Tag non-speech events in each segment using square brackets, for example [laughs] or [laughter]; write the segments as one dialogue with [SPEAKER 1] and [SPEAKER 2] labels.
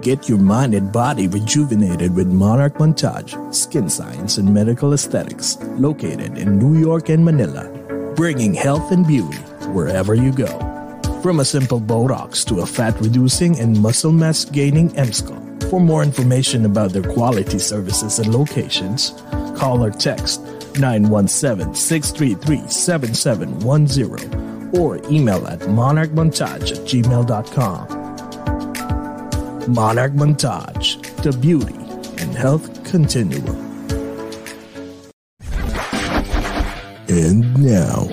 [SPEAKER 1] Get your mind and body rejuvenated with Monarch Montage Skin Science and Medical Aesthetics, located in New York and Manila, bringing health and beauty wherever you go. From a simple Botox to a fat reducing and muscle mass gaining EMSCO. For more information about their quality services and locations, call or text 917 633 7710 or email at monarchmontage at gmail.com. Monarch Montage, the beauty and health continuum. And now,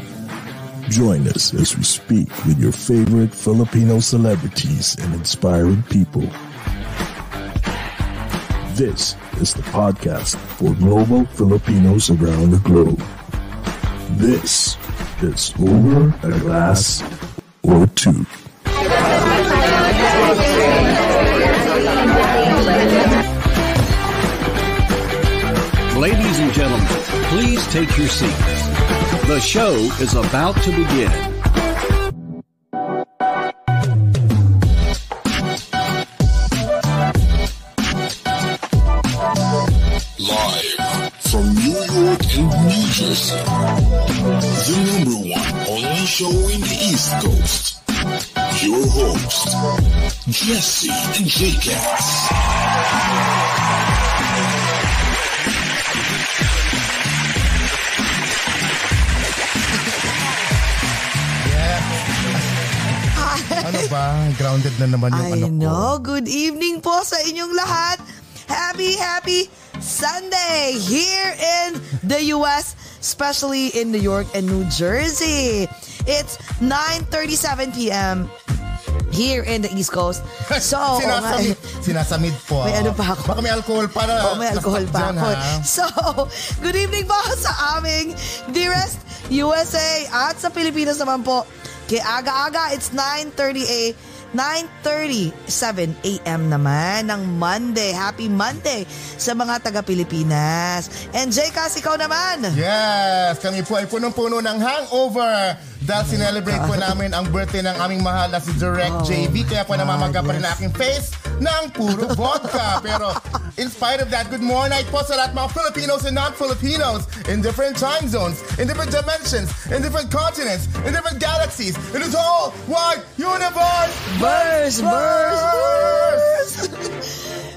[SPEAKER 1] join us as we speak with your favorite Filipino celebrities and inspiring people. This is the podcast for global Filipinos around the globe. This is Over a Glass or Two.
[SPEAKER 2] Ladies and gentlemen, please take your seats. The show is about to begin.
[SPEAKER 3] Live from New York and New Jersey. The number one online show in the East Coast. Your host, Jesse and Jackass.
[SPEAKER 4] Ano ba? Grounded na naman yung
[SPEAKER 5] I
[SPEAKER 4] anak ko. [laughs]
[SPEAKER 5] know. Good evening po sa inyong lahat. Happy, happy Sunday here in the U.S., especially in New York and New Jersey. It's 9.37 p.m. here in the East Coast.
[SPEAKER 4] [laughs]
[SPEAKER 5] So, oo nga
[SPEAKER 4] sinasamid,
[SPEAKER 5] eh.
[SPEAKER 4] sinasamid po.
[SPEAKER 5] May
[SPEAKER 4] ah.
[SPEAKER 5] ano pa ako?
[SPEAKER 4] Baka may alcohol para.
[SPEAKER 5] Oo, Oh, may alcohol pa
[SPEAKER 4] Dyan, ah.
[SPEAKER 5] ako.
[SPEAKER 4] ha?
[SPEAKER 5] [laughs] So, good evening po sa aming dearest USA at sa Pilipinas naman po. Kay aga-aga, it's 9.30 a 9.37 a.m. naman ng Monday. Happy Monday sa mga taga-Pilipinas. And Jcas, ikaw naman.
[SPEAKER 4] Yes, kami po ay punong-puno ng hangover
[SPEAKER 5] Oh
[SPEAKER 4] dahil sinelebrate po namin ang birthday ng aming mahal na si Direct JV kaya po namamaga pa rin ang aking face ng puro vodka. Pero in spite of that, good morning po sa lahat mga Filipinos and non-Filipinos in different time zones, in different dimensions, in different continents, in different galaxies, in this whole wide universe!
[SPEAKER 5] Burst! Burst!
[SPEAKER 4] Burst!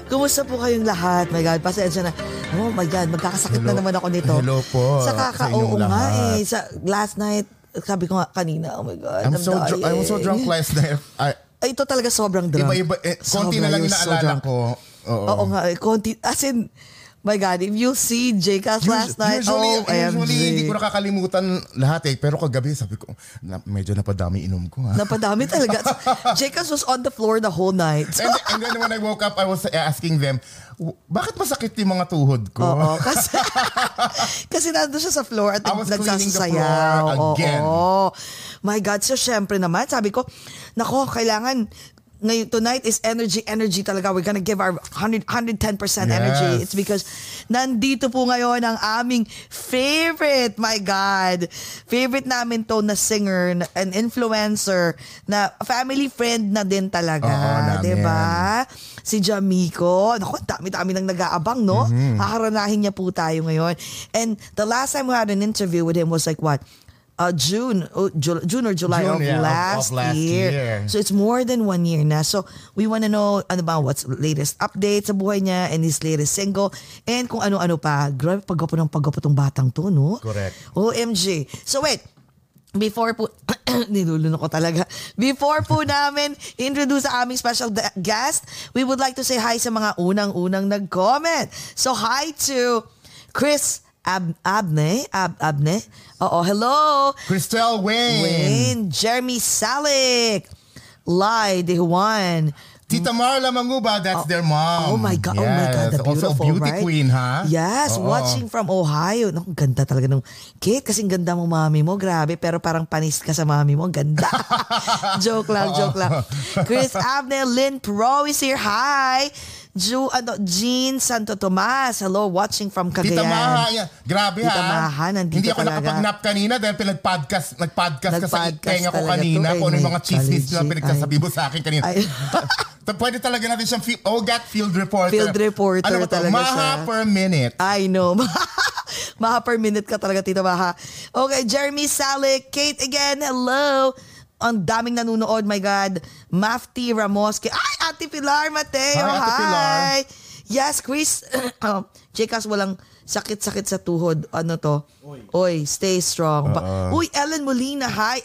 [SPEAKER 5] Kumusta po kayong lahat? My God, pasensya na. Oh my God, magkakasakit na
[SPEAKER 4] Hello.
[SPEAKER 5] naman ako nito.
[SPEAKER 4] Hello po, sa
[SPEAKER 5] Sa
[SPEAKER 4] inyong
[SPEAKER 5] kakaoo nga
[SPEAKER 4] lahat.
[SPEAKER 5] eh. Sa last night, sabi ko nga kanina, oh my God,
[SPEAKER 4] I'm so
[SPEAKER 5] dying.
[SPEAKER 4] dr- I'm so drunk last night. I,
[SPEAKER 5] Ay, ito talaga sobrang drunk.
[SPEAKER 4] iba-iba, eh, konti
[SPEAKER 5] Sobra
[SPEAKER 4] na lang
[SPEAKER 5] yun,
[SPEAKER 4] inaalala
[SPEAKER 5] so drunk.
[SPEAKER 4] ko. Oo.
[SPEAKER 5] Oo nga, eh, konti. As in, my God, if you see
[SPEAKER 4] Us-
[SPEAKER 5] Jcas last night,
[SPEAKER 4] Usually,
[SPEAKER 5] oh, OMG.
[SPEAKER 4] usually hindi ko nakakalimutan lahat eh. Pero kagabi, sabi ko, na, medyo napadami inom ko ha.
[SPEAKER 5] Napadami talaga. [laughs] Jcas was on the floor the whole night.
[SPEAKER 4] [laughs] and, and then when I woke up, I was eh, asking them, "W- bakit masakit yung mga tuhod ko?
[SPEAKER 5] Oo,
[SPEAKER 4] [laughs]
[SPEAKER 5] kasi, kasi nandun siya sa floor at
[SPEAKER 4] I was
[SPEAKER 5] nagsasayaw.
[SPEAKER 4] cleaning the floor again.
[SPEAKER 5] Oo. My God, so syempre naman, sabi ko, nako, kailangan, ngayon, tonight is energy, energy talaga. We're gonna give our 100, 110% energy.
[SPEAKER 4] Yes.
[SPEAKER 5] It's because nandito po ngayon ang aming favorite, my God. Favorite namin to na singer, na- an influencer, na family friend na din talaga.
[SPEAKER 4] Oo, namin.
[SPEAKER 5] diba? Si Jamiko. Naku, ang dami-dami nang nag-aabang, no?
[SPEAKER 4] Mm-hmm.
[SPEAKER 5] Haharanahin niya po tayo ngayon. And the last time we had an interview with him was like what? Uh, June, oh, Ju- June or July
[SPEAKER 4] June,
[SPEAKER 5] of,
[SPEAKER 4] yeah, of-
[SPEAKER 5] last
[SPEAKER 4] of last
[SPEAKER 5] year.
[SPEAKER 4] year.
[SPEAKER 5] So it's more than one year na. So we want to know ano ba, what's latest update sa buhay niya and his latest single and kung ano-ano pa. Grabe, pagwapo ng pagwapo tong batang to, no?
[SPEAKER 4] Correct.
[SPEAKER 5] OMG. So wait, before po, [coughs] nilulunok ko talaga. Before po namin introduce sa aming special da- guest, we would like to say hi sa mga unang-unang nag-comment. So hi to Chris Ab Abne. Ab Abne? Oo, hello.
[SPEAKER 4] Christelle Wayne,
[SPEAKER 5] Wayne, Jeremy Salik, Lai De Juan.
[SPEAKER 4] Tita Marla Manguba, that's their mom.
[SPEAKER 5] Oh my God, oh my
[SPEAKER 4] Yes,
[SPEAKER 5] God, the beautiful,
[SPEAKER 4] Also a beauty
[SPEAKER 5] right?
[SPEAKER 4] queen, ha?
[SPEAKER 5] Yes,
[SPEAKER 4] Oo.
[SPEAKER 5] watching from Ohio. Naku, ganda talaga nung Kate, kasing ganda mo mami mo. Grabe, pero parang panis ka sa mami mo. Ang
[SPEAKER 4] [laughs]
[SPEAKER 5] Ganda. joke lang, joke lang. Chris Abner, Lynn Pro is here. Hi! Ju, ano, Jean Santo Tomas. Hello, watching from
[SPEAKER 4] Tita
[SPEAKER 5] Cagayan.
[SPEAKER 4] Maha, yan. grabe
[SPEAKER 5] Tita
[SPEAKER 4] ha.
[SPEAKER 5] Maha, nandito
[SPEAKER 4] Hindi ako
[SPEAKER 5] talaga.
[SPEAKER 4] nakapag-nap kanina dahil pinag-podcast, nag-podcast ka sa
[SPEAKER 5] Nag-podcast
[SPEAKER 4] tenga ko
[SPEAKER 5] talaga
[SPEAKER 4] kanina
[SPEAKER 5] to. Ay,
[SPEAKER 4] kung ano yung
[SPEAKER 5] may
[SPEAKER 4] mga chismis na
[SPEAKER 5] allergy.
[SPEAKER 4] pinagsasabi mo sa akin [laughs] kanina.
[SPEAKER 5] Ay.
[SPEAKER 4] Ta- Pwede talaga natin siyang fi- OGAT field reporter.
[SPEAKER 5] Field reporter
[SPEAKER 4] ano ba to?
[SPEAKER 5] talaga
[SPEAKER 4] Maha
[SPEAKER 5] siya.
[SPEAKER 4] per minute.
[SPEAKER 5] I know. [laughs] Maha per minute ka talaga, Tito Maha. Okay, Jeremy Salik, Kate again, hello. Ang daming nanonood, my God. Mafti Ramos. Ki- Ay, Ate Pilar
[SPEAKER 4] Hi,
[SPEAKER 5] Mateo, hi.
[SPEAKER 4] Ate Pilar.
[SPEAKER 5] Yes, Chris. [clears throat] oh, Jekas, walang sakit-sakit sa tuhod. Ano to? Oy, stay strong. Pa- Uy, Ellen Molina, hi.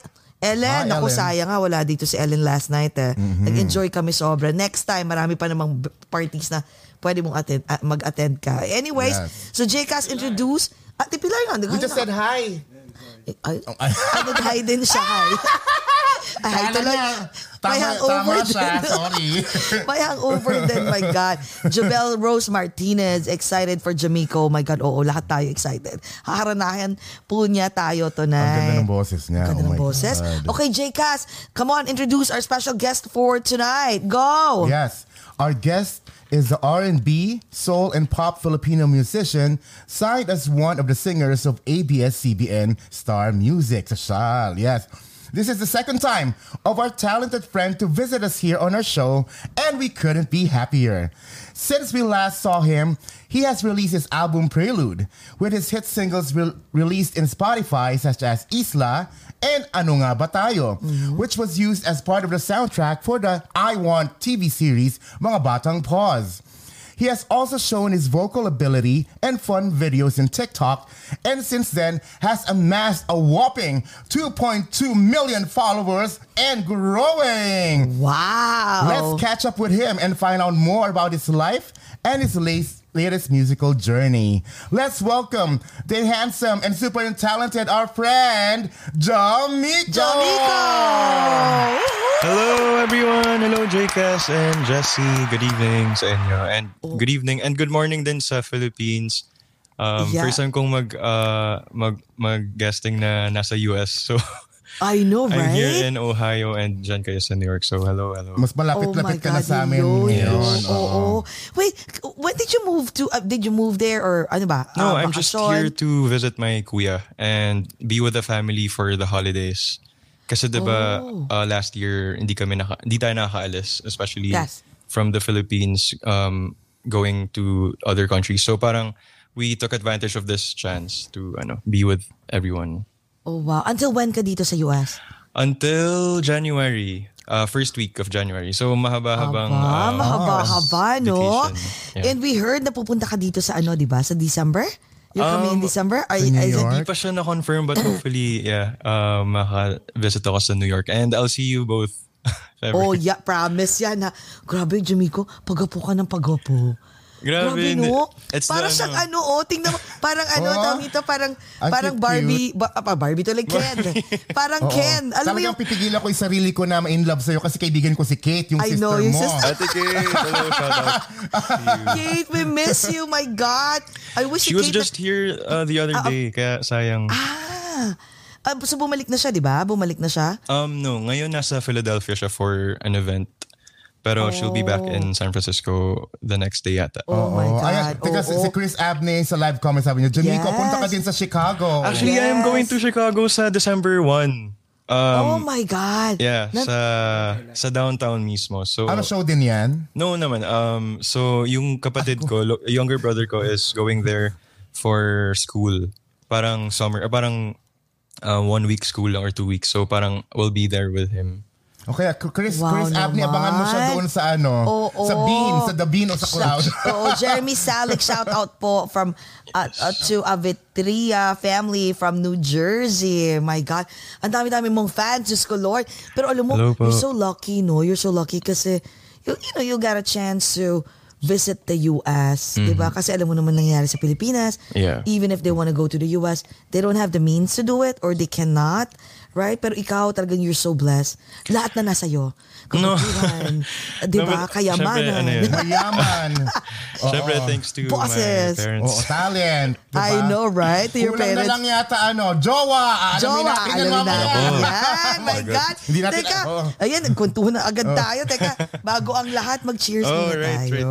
[SPEAKER 4] Uh-uh.
[SPEAKER 5] Ellen,
[SPEAKER 4] Hi,
[SPEAKER 5] ako
[SPEAKER 4] Ellen.
[SPEAKER 5] sayang nga wala dito si Ellen last night eh.
[SPEAKER 4] Mm-hmm.
[SPEAKER 5] Nag-enjoy kami sobra. Next time, marami pa namang b- parties na pwede mong attend, ah, mag-attend ka. Anyways,
[SPEAKER 4] Yes.
[SPEAKER 5] so JCast introduce Ate Pilar nga.
[SPEAKER 4] You just said hi. Oh,
[SPEAKER 5] Ay, ay, [laughs] nag-hi din
[SPEAKER 4] [laughs]
[SPEAKER 5] siya. Hi. Ay,
[SPEAKER 4] Kala
[SPEAKER 5] tuloy.
[SPEAKER 4] niya,
[SPEAKER 5] May
[SPEAKER 4] Tama, tama
[SPEAKER 5] hangover
[SPEAKER 4] siya.
[SPEAKER 5] din.
[SPEAKER 4] Sorry.
[SPEAKER 5] [laughs] May hangover din, my God. Jabel Rose Martinez, excited for Jamaica. Oh my God, oo, lahat tayo excited. Haharanahin po niya tayo tonight.
[SPEAKER 4] Ang ganda ng boses niya.
[SPEAKER 5] Ganda
[SPEAKER 4] Oh
[SPEAKER 5] ng
[SPEAKER 4] my
[SPEAKER 5] boses.
[SPEAKER 4] God.
[SPEAKER 5] Okay, JCast, come on, introduce our special guest for tonight. Go!
[SPEAKER 4] Yes. Our guest is the R&B, soul, and pop Filipino musician, signed as one of the singers of ABS-CBN Star Music. Sashal, yes. This is the second time of our talented friend to visit us here on our show, and we couldn't be happier. Since we last saw him, he has released his album Prelude, with his hit singles re- released in Spotify, such as Isla and Ano Nga Ba Tayo, which was used as part of the soundtrack for the I Want TV series Mga Batang Paws. He has also shown his vocal ability and fun videos in TikTok, and since then has amassed a whopping 2.2 million followers and growing.
[SPEAKER 5] Wow!
[SPEAKER 4] Let's catch up with him and find out more about his life and his latest, latest musical journey. Let's welcome the handsome and super talented our friend, Jamico.
[SPEAKER 5] Jamico!
[SPEAKER 6] Hello everyone! Hello JCass and Jesse. Good evening sa inyo. And
[SPEAKER 5] Oh.
[SPEAKER 6] good evening and good morning din sa Philippines. Um,
[SPEAKER 5] Yeah.
[SPEAKER 6] First time kong mag, uh, mag, mag-guesting na nasa US. So [laughs]
[SPEAKER 5] I know,
[SPEAKER 6] I'm
[SPEAKER 5] right?
[SPEAKER 6] here in Ohio and dyan kayo sa New York. So hello, hello.
[SPEAKER 4] Mas malapit-lapit ka na sa amin.
[SPEAKER 5] Oh yun, yun.
[SPEAKER 4] Yun,
[SPEAKER 5] Oo.
[SPEAKER 4] oo.
[SPEAKER 5] Wait, when did you move to, uh, did you move there or ano ba? Uh,
[SPEAKER 6] no, I'm just
[SPEAKER 5] bakasyon?
[SPEAKER 6] here to visit my kuya and be with the family for the holidays. Kasi 'di ba
[SPEAKER 5] Oh.
[SPEAKER 6] uh, last year hindi kami naka, hindi tayo nakaalis especially
[SPEAKER 5] Yes.
[SPEAKER 6] from the Philippines um, going to other countries. So parang we took advantage of this chance to ano be with everyone
[SPEAKER 5] Oh, wow. Until when ka dito sa US?
[SPEAKER 6] until January. Uh, first week of January. So mahaba-habang
[SPEAKER 5] Aba,
[SPEAKER 6] uh,
[SPEAKER 4] oh,
[SPEAKER 5] mahaba-haba, no?
[SPEAKER 6] vacation. Yeah.
[SPEAKER 5] And we heard na pupunta ka dito sa ano, di ba? Sa December? You're coming in December? Are,
[SPEAKER 4] Um, New
[SPEAKER 5] is it-
[SPEAKER 4] York?
[SPEAKER 6] Hindi pa siya na-confirm but hopefully, yeah, uh, maka-visit ako sa New York. And I'll see you both. [laughs] if ever.
[SPEAKER 5] Oh, yeah, promise yan ha. Grabe, Jamico, pagapo ka ng pagapo.
[SPEAKER 6] Grabe,
[SPEAKER 5] Grabe,
[SPEAKER 6] hindi.
[SPEAKER 5] no?
[SPEAKER 6] It's
[SPEAKER 5] parang
[SPEAKER 6] the
[SPEAKER 5] siyang ano,
[SPEAKER 6] ano.
[SPEAKER 5] oh, tingnan mo, parang ano,
[SPEAKER 4] Oh,
[SPEAKER 5] tawag nito, parang,
[SPEAKER 4] ang
[SPEAKER 5] parang
[SPEAKER 4] cute-cute.
[SPEAKER 5] Barbie, ba, ah, Barbie to
[SPEAKER 4] [laughs]
[SPEAKER 5] like Ken. parang oh. Ken. Alam mo
[SPEAKER 4] Talagang
[SPEAKER 5] yung,
[SPEAKER 4] pipigilan ko yung sarili ko na ma-in love sa'yo kasi kaibigan ko si Kate, yung
[SPEAKER 5] I
[SPEAKER 4] sister
[SPEAKER 5] know, yung
[SPEAKER 4] mo.
[SPEAKER 5] sister-
[SPEAKER 6] Ate Kate, hello, shout out.
[SPEAKER 5] Kate, we miss you, my God. I wish
[SPEAKER 6] She
[SPEAKER 5] you
[SPEAKER 6] was
[SPEAKER 5] Kate,
[SPEAKER 6] just here uh, the other day, kaya sayang.
[SPEAKER 5] Ah, so bumalik na siya, di ba? Bumalik na siya.
[SPEAKER 6] Um, no, ngayon nasa Philadelphia siya for an event. Pero she'll be back in San Francisco the next day yata.
[SPEAKER 5] Oh, my
[SPEAKER 4] Oo.
[SPEAKER 5] God.
[SPEAKER 4] Ayan, teka, si-
[SPEAKER 5] Oo.
[SPEAKER 4] si Chris Abney sa live comment sabi niya, Jamico,
[SPEAKER 5] Oh, Yes.
[SPEAKER 4] punta ka din sa Chicago.
[SPEAKER 6] Actually, I
[SPEAKER 5] Yes.
[SPEAKER 6] am going to Chicago sa December 1. Um,
[SPEAKER 5] oh my God.
[SPEAKER 6] yeah,
[SPEAKER 5] Nan-
[SPEAKER 6] sa sa downtown mismo. So
[SPEAKER 4] ano show din yan?
[SPEAKER 6] No naman. Um, so yung kapatid ko, lo- younger brother ko is going there for school. Parang summer, or parang uh, one week school lang or two weeks. So parang we'll be there with him.
[SPEAKER 4] Okay, Chris,
[SPEAKER 5] Wow
[SPEAKER 4] Chris Abney,
[SPEAKER 5] naman.
[SPEAKER 4] abangan mo siya doon sa ano,
[SPEAKER 5] Oo.
[SPEAKER 4] sa Bean, sa The Bean o sa
[SPEAKER 5] [laughs]
[SPEAKER 4] Cloud.
[SPEAKER 5] Oo, Jeremy Salik, shout out po from uh, uh, to Avetria family from New Jersey. My God. Ang dami-dami mong fans, Diyos ko Lord. Pero alam mo,
[SPEAKER 6] Hello po.
[SPEAKER 5] you're so lucky, no? You're so lucky kasi, you, you know, you got a chance to visit the U.S. di ba? Kasi alam mo naman nangyayari sa Pilipinas.
[SPEAKER 6] Mm-hmm. Yeah.
[SPEAKER 5] Even if they want to go to the U.S., they don't have the means to do it or they cannot, Right? Pero ikaw talagang you're so blessed. Lahat na nasa iyo.
[SPEAKER 6] No.
[SPEAKER 5] Kabutihan.
[SPEAKER 6] [laughs]
[SPEAKER 5] Di
[SPEAKER 6] No,
[SPEAKER 5] ba?
[SPEAKER 6] but syempre,
[SPEAKER 5] Kayamanan.
[SPEAKER 6] ano
[SPEAKER 5] [laughs]
[SPEAKER 6] yun.
[SPEAKER 4] Mayaman. Oo.
[SPEAKER 6] Siyempre, thanks to
[SPEAKER 5] Bosses.
[SPEAKER 6] my parents.
[SPEAKER 4] Oo, talent. Diba?
[SPEAKER 5] I know, right? To your
[SPEAKER 4] Kulang na
[SPEAKER 5] parents.
[SPEAKER 4] lang yata ano, jowa. Alamin
[SPEAKER 5] Jowa,
[SPEAKER 4] natin yun
[SPEAKER 5] alamin
[SPEAKER 4] mamaya. Oh
[SPEAKER 5] natin.
[SPEAKER 6] Oo.
[SPEAKER 5] Yan, my
[SPEAKER 6] my
[SPEAKER 5] God.
[SPEAKER 6] God.
[SPEAKER 4] Hindi natin- Oh.
[SPEAKER 5] Teka,
[SPEAKER 4] oo.
[SPEAKER 5] ayan, kwentuhan na agad tayo. Teka, bago ang lahat, mag-cheers
[SPEAKER 6] Oh,
[SPEAKER 5] muna
[SPEAKER 6] right,
[SPEAKER 5] tayo.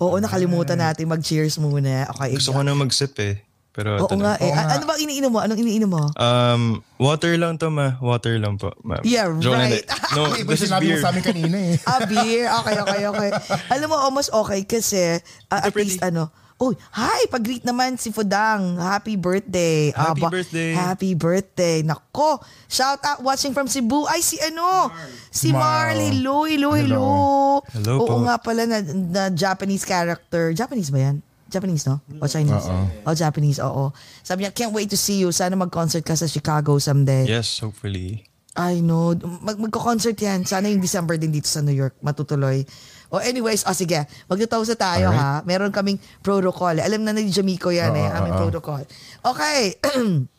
[SPEAKER 5] Oo, nakalimutan natin mag-cheers muna. Okay,
[SPEAKER 6] Gusto
[SPEAKER 5] ikaw.
[SPEAKER 6] ko na mag-sip eh. Pero
[SPEAKER 5] Oo
[SPEAKER 6] ito
[SPEAKER 5] nga
[SPEAKER 6] na.
[SPEAKER 5] eh.
[SPEAKER 4] Oo nga.
[SPEAKER 5] Ano ba iniinom mo? Anong iniinom mo?
[SPEAKER 6] Um, water lang to ma. Water lang po, ma'am.
[SPEAKER 5] Yeah,
[SPEAKER 6] Joke lang,
[SPEAKER 5] right.
[SPEAKER 6] hindi.
[SPEAKER 4] [laughs]
[SPEAKER 6] No,
[SPEAKER 4] Iba
[SPEAKER 6] this is
[SPEAKER 4] sinabi mo
[SPEAKER 6] beer.
[SPEAKER 4] sa amin kanina
[SPEAKER 6] [laughs]
[SPEAKER 4] eh.
[SPEAKER 5] [laughs] ah, beer. Okay, okay, okay. Alam mo, almost okay kasi uh, at least ano, Oh, hi! Pag-greet naman si Fudang. Happy birthday.
[SPEAKER 6] Happy
[SPEAKER 5] Aba,
[SPEAKER 6] birthday.
[SPEAKER 5] Happy birthday. Nako. Shout out watching from Cebu. Ay, si ano? Si Marl.
[SPEAKER 4] Marl.
[SPEAKER 5] Hello, hello, hello.
[SPEAKER 4] Hello.
[SPEAKER 6] Hello
[SPEAKER 5] Oo
[SPEAKER 6] po.
[SPEAKER 5] nga pala na, na Japanese character. Japanese ba yan? Japanese, no? O Chinese? O Japanese, oo. Sabi niya, can't wait to see you. Sana mag-concert ka sa Chicago someday.
[SPEAKER 6] Yes, hopefully.
[SPEAKER 5] I know. Mag magko-concert yan. Sana yung December din dito sa New York. Matutuloy. O anyways, o sige. Magtutawsa tayo ha. Meron kaming protocol. Alam na ni Jamico yan eh. Aming protocol. Okay. [clears throat]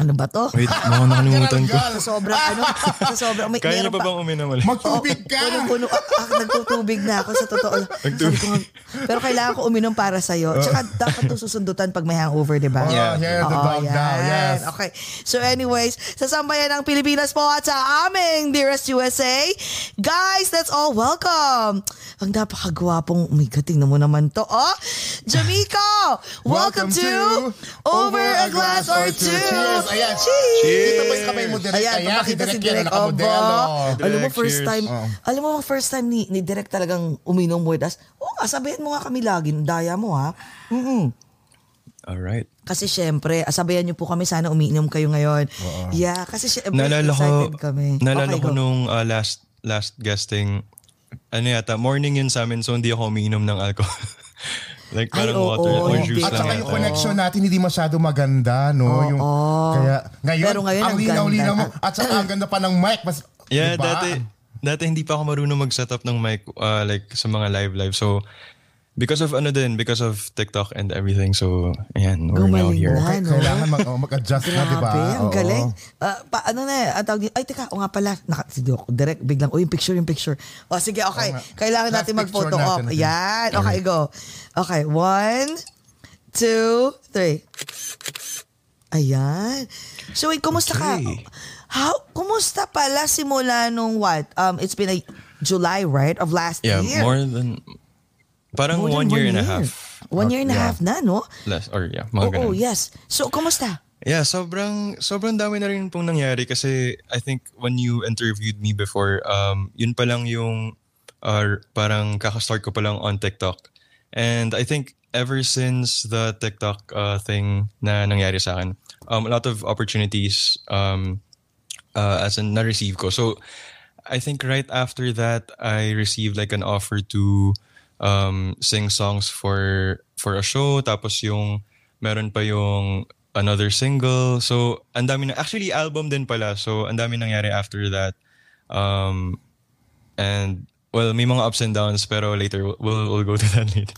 [SPEAKER 5] ano ba to?
[SPEAKER 6] Wait, baka nakalimutan ko.
[SPEAKER 5] Sa sobrang ano? Sa sobrang. May,
[SPEAKER 6] Kaya
[SPEAKER 5] meron
[SPEAKER 6] niyo pa bang uminom ulit?
[SPEAKER 4] Ah, Magtubig ka.
[SPEAKER 5] Punong-puno. Ah, ah, nagtutubig na ako sa totoo. lang. Sabi ko, pero kailangan ko uminom para sa'yo. Tsaka dapat to susundutan pag may hangover, di
[SPEAKER 4] Oh,
[SPEAKER 5] ba?
[SPEAKER 6] Yeah.
[SPEAKER 4] Here, the
[SPEAKER 5] Oo,
[SPEAKER 4] dog down.
[SPEAKER 5] yan.
[SPEAKER 4] Yes.
[SPEAKER 5] Okay. So anyways, sa sambayan ng Pilipinas po at sa aming dearest USA, guys, let's all welcome ang napakagwapong, oh my God, tingnan mo naman to, oh, Jamico!
[SPEAKER 4] Welcome
[SPEAKER 5] Welcome, to,
[SPEAKER 4] to
[SPEAKER 5] Over a Glass or Two!
[SPEAKER 4] Cheers! Ayan.
[SPEAKER 5] Cheers!
[SPEAKER 4] Kita ba yung kamay mo direct?
[SPEAKER 5] Ayan,
[SPEAKER 4] Ayan, si
[SPEAKER 5] pakita
[SPEAKER 4] direct yan,
[SPEAKER 5] si Direk
[SPEAKER 4] nakamodelo.
[SPEAKER 5] Obo. Alam mo,
[SPEAKER 6] Direk,
[SPEAKER 5] first
[SPEAKER 6] cheers. Oh.
[SPEAKER 5] time, alam mo, first time ni, ni Direk talagang uminom with us. Oo nga, sabihin mo nga kami lagi, ang daya mo ha.
[SPEAKER 6] All right.
[SPEAKER 5] Kasi syempre, ah, sabayan niyo po kami, sana umiinom kayo ngayon. Yeah, kasi syempre,
[SPEAKER 6] Naalala ko,
[SPEAKER 5] excited kami.
[SPEAKER 6] naalala
[SPEAKER 5] Okay,
[SPEAKER 6] ko
[SPEAKER 5] go.
[SPEAKER 6] nung uh, last last guesting, ano yata, morning yun sa amin, so hindi ako umiinom ng alcohol. [laughs] like
[SPEAKER 5] Ay,
[SPEAKER 6] parang
[SPEAKER 5] oo,
[SPEAKER 6] water or
[SPEAKER 5] hindi.
[SPEAKER 6] juice
[SPEAKER 4] At
[SPEAKER 6] lang.
[SPEAKER 4] saka yung
[SPEAKER 6] yata.
[SPEAKER 4] connection natin hindi masyado maganda, no? yung, Kaya ngayon,
[SPEAKER 5] Pero ngayon,
[SPEAKER 4] ang
[SPEAKER 5] ang
[SPEAKER 4] linaw-linaw mo.
[SPEAKER 5] ganda.
[SPEAKER 4] At saka ang ganda pa ng mic. Mas,
[SPEAKER 6] Yeah,
[SPEAKER 4] diba?
[SPEAKER 6] dati, dati hindi pa ako marunong mag-set up ng mic uh, like sa mga live-live. So, because of ano din, because of TikTok and everything. So, ayan, we're now
[SPEAKER 5] Gumaling
[SPEAKER 6] here.
[SPEAKER 5] na.
[SPEAKER 4] Kaya-
[SPEAKER 5] Ano?
[SPEAKER 4] Kailangan mag, oh, mag-adjust na,
[SPEAKER 5] Grabe,
[SPEAKER 4] diba?
[SPEAKER 5] ang
[SPEAKER 4] Oo.
[SPEAKER 5] galing. Ah, pa, ano na eh, ang tawag dito- ay teka, o nga pala, naka, si Doc, direct, biglang, oh yung picture, yung picture. O sige, okay,
[SPEAKER 4] Oo nga.
[SPEAKER 5] kailangan natin
[SPEAKER 4] Last picture
[SPEAKER 5] mag-photo op.
[SPEAKER 4] natin.
[SPEAKER 5] Yan, okay, go. Okay, one, two, three. Ayan. So wait, kumusta
[SPEAKER 6] Okay.
[SPEAKER 5] ka? How, kumusta pala simula nung what? Um, it's been a July, right? Of last
[SPEAKER 6] Yeah,
[SPEAKER 5] year.
[SPEAKER 6] more than, parang
[SPEAKER 5] More than
[SPEAKER 6] one year and a half.
[SPEAKER 5] One year and a half na, no?
[SPEAKER 6] Less, or yeah, mga
[SPEAKER 5] Oo,
[SPEAKER 6] ganun.
[SPEAKER 5] yes. So, kumusta?
[SPEAKER 6] Yeah, sobrang sobrang dami na rin pong nangyari kasi I think when you interviewed me before, um, yun pa lang yung uh, parang kakastart ko pa lang on TikTok. And I think ever since the TikTok uh, thing na nangyari sa akin, um, a lot of opportunities um, uh, as in na-receive ko. So I think right after that, I received like an offer to um, sing songs for for a show. Tapos yung meron pa yung another single. So ang dami na actually album din pala. So ang dami nangyari after that. Um, and well, may mga ups and downs pero later we'll we'll go to that later.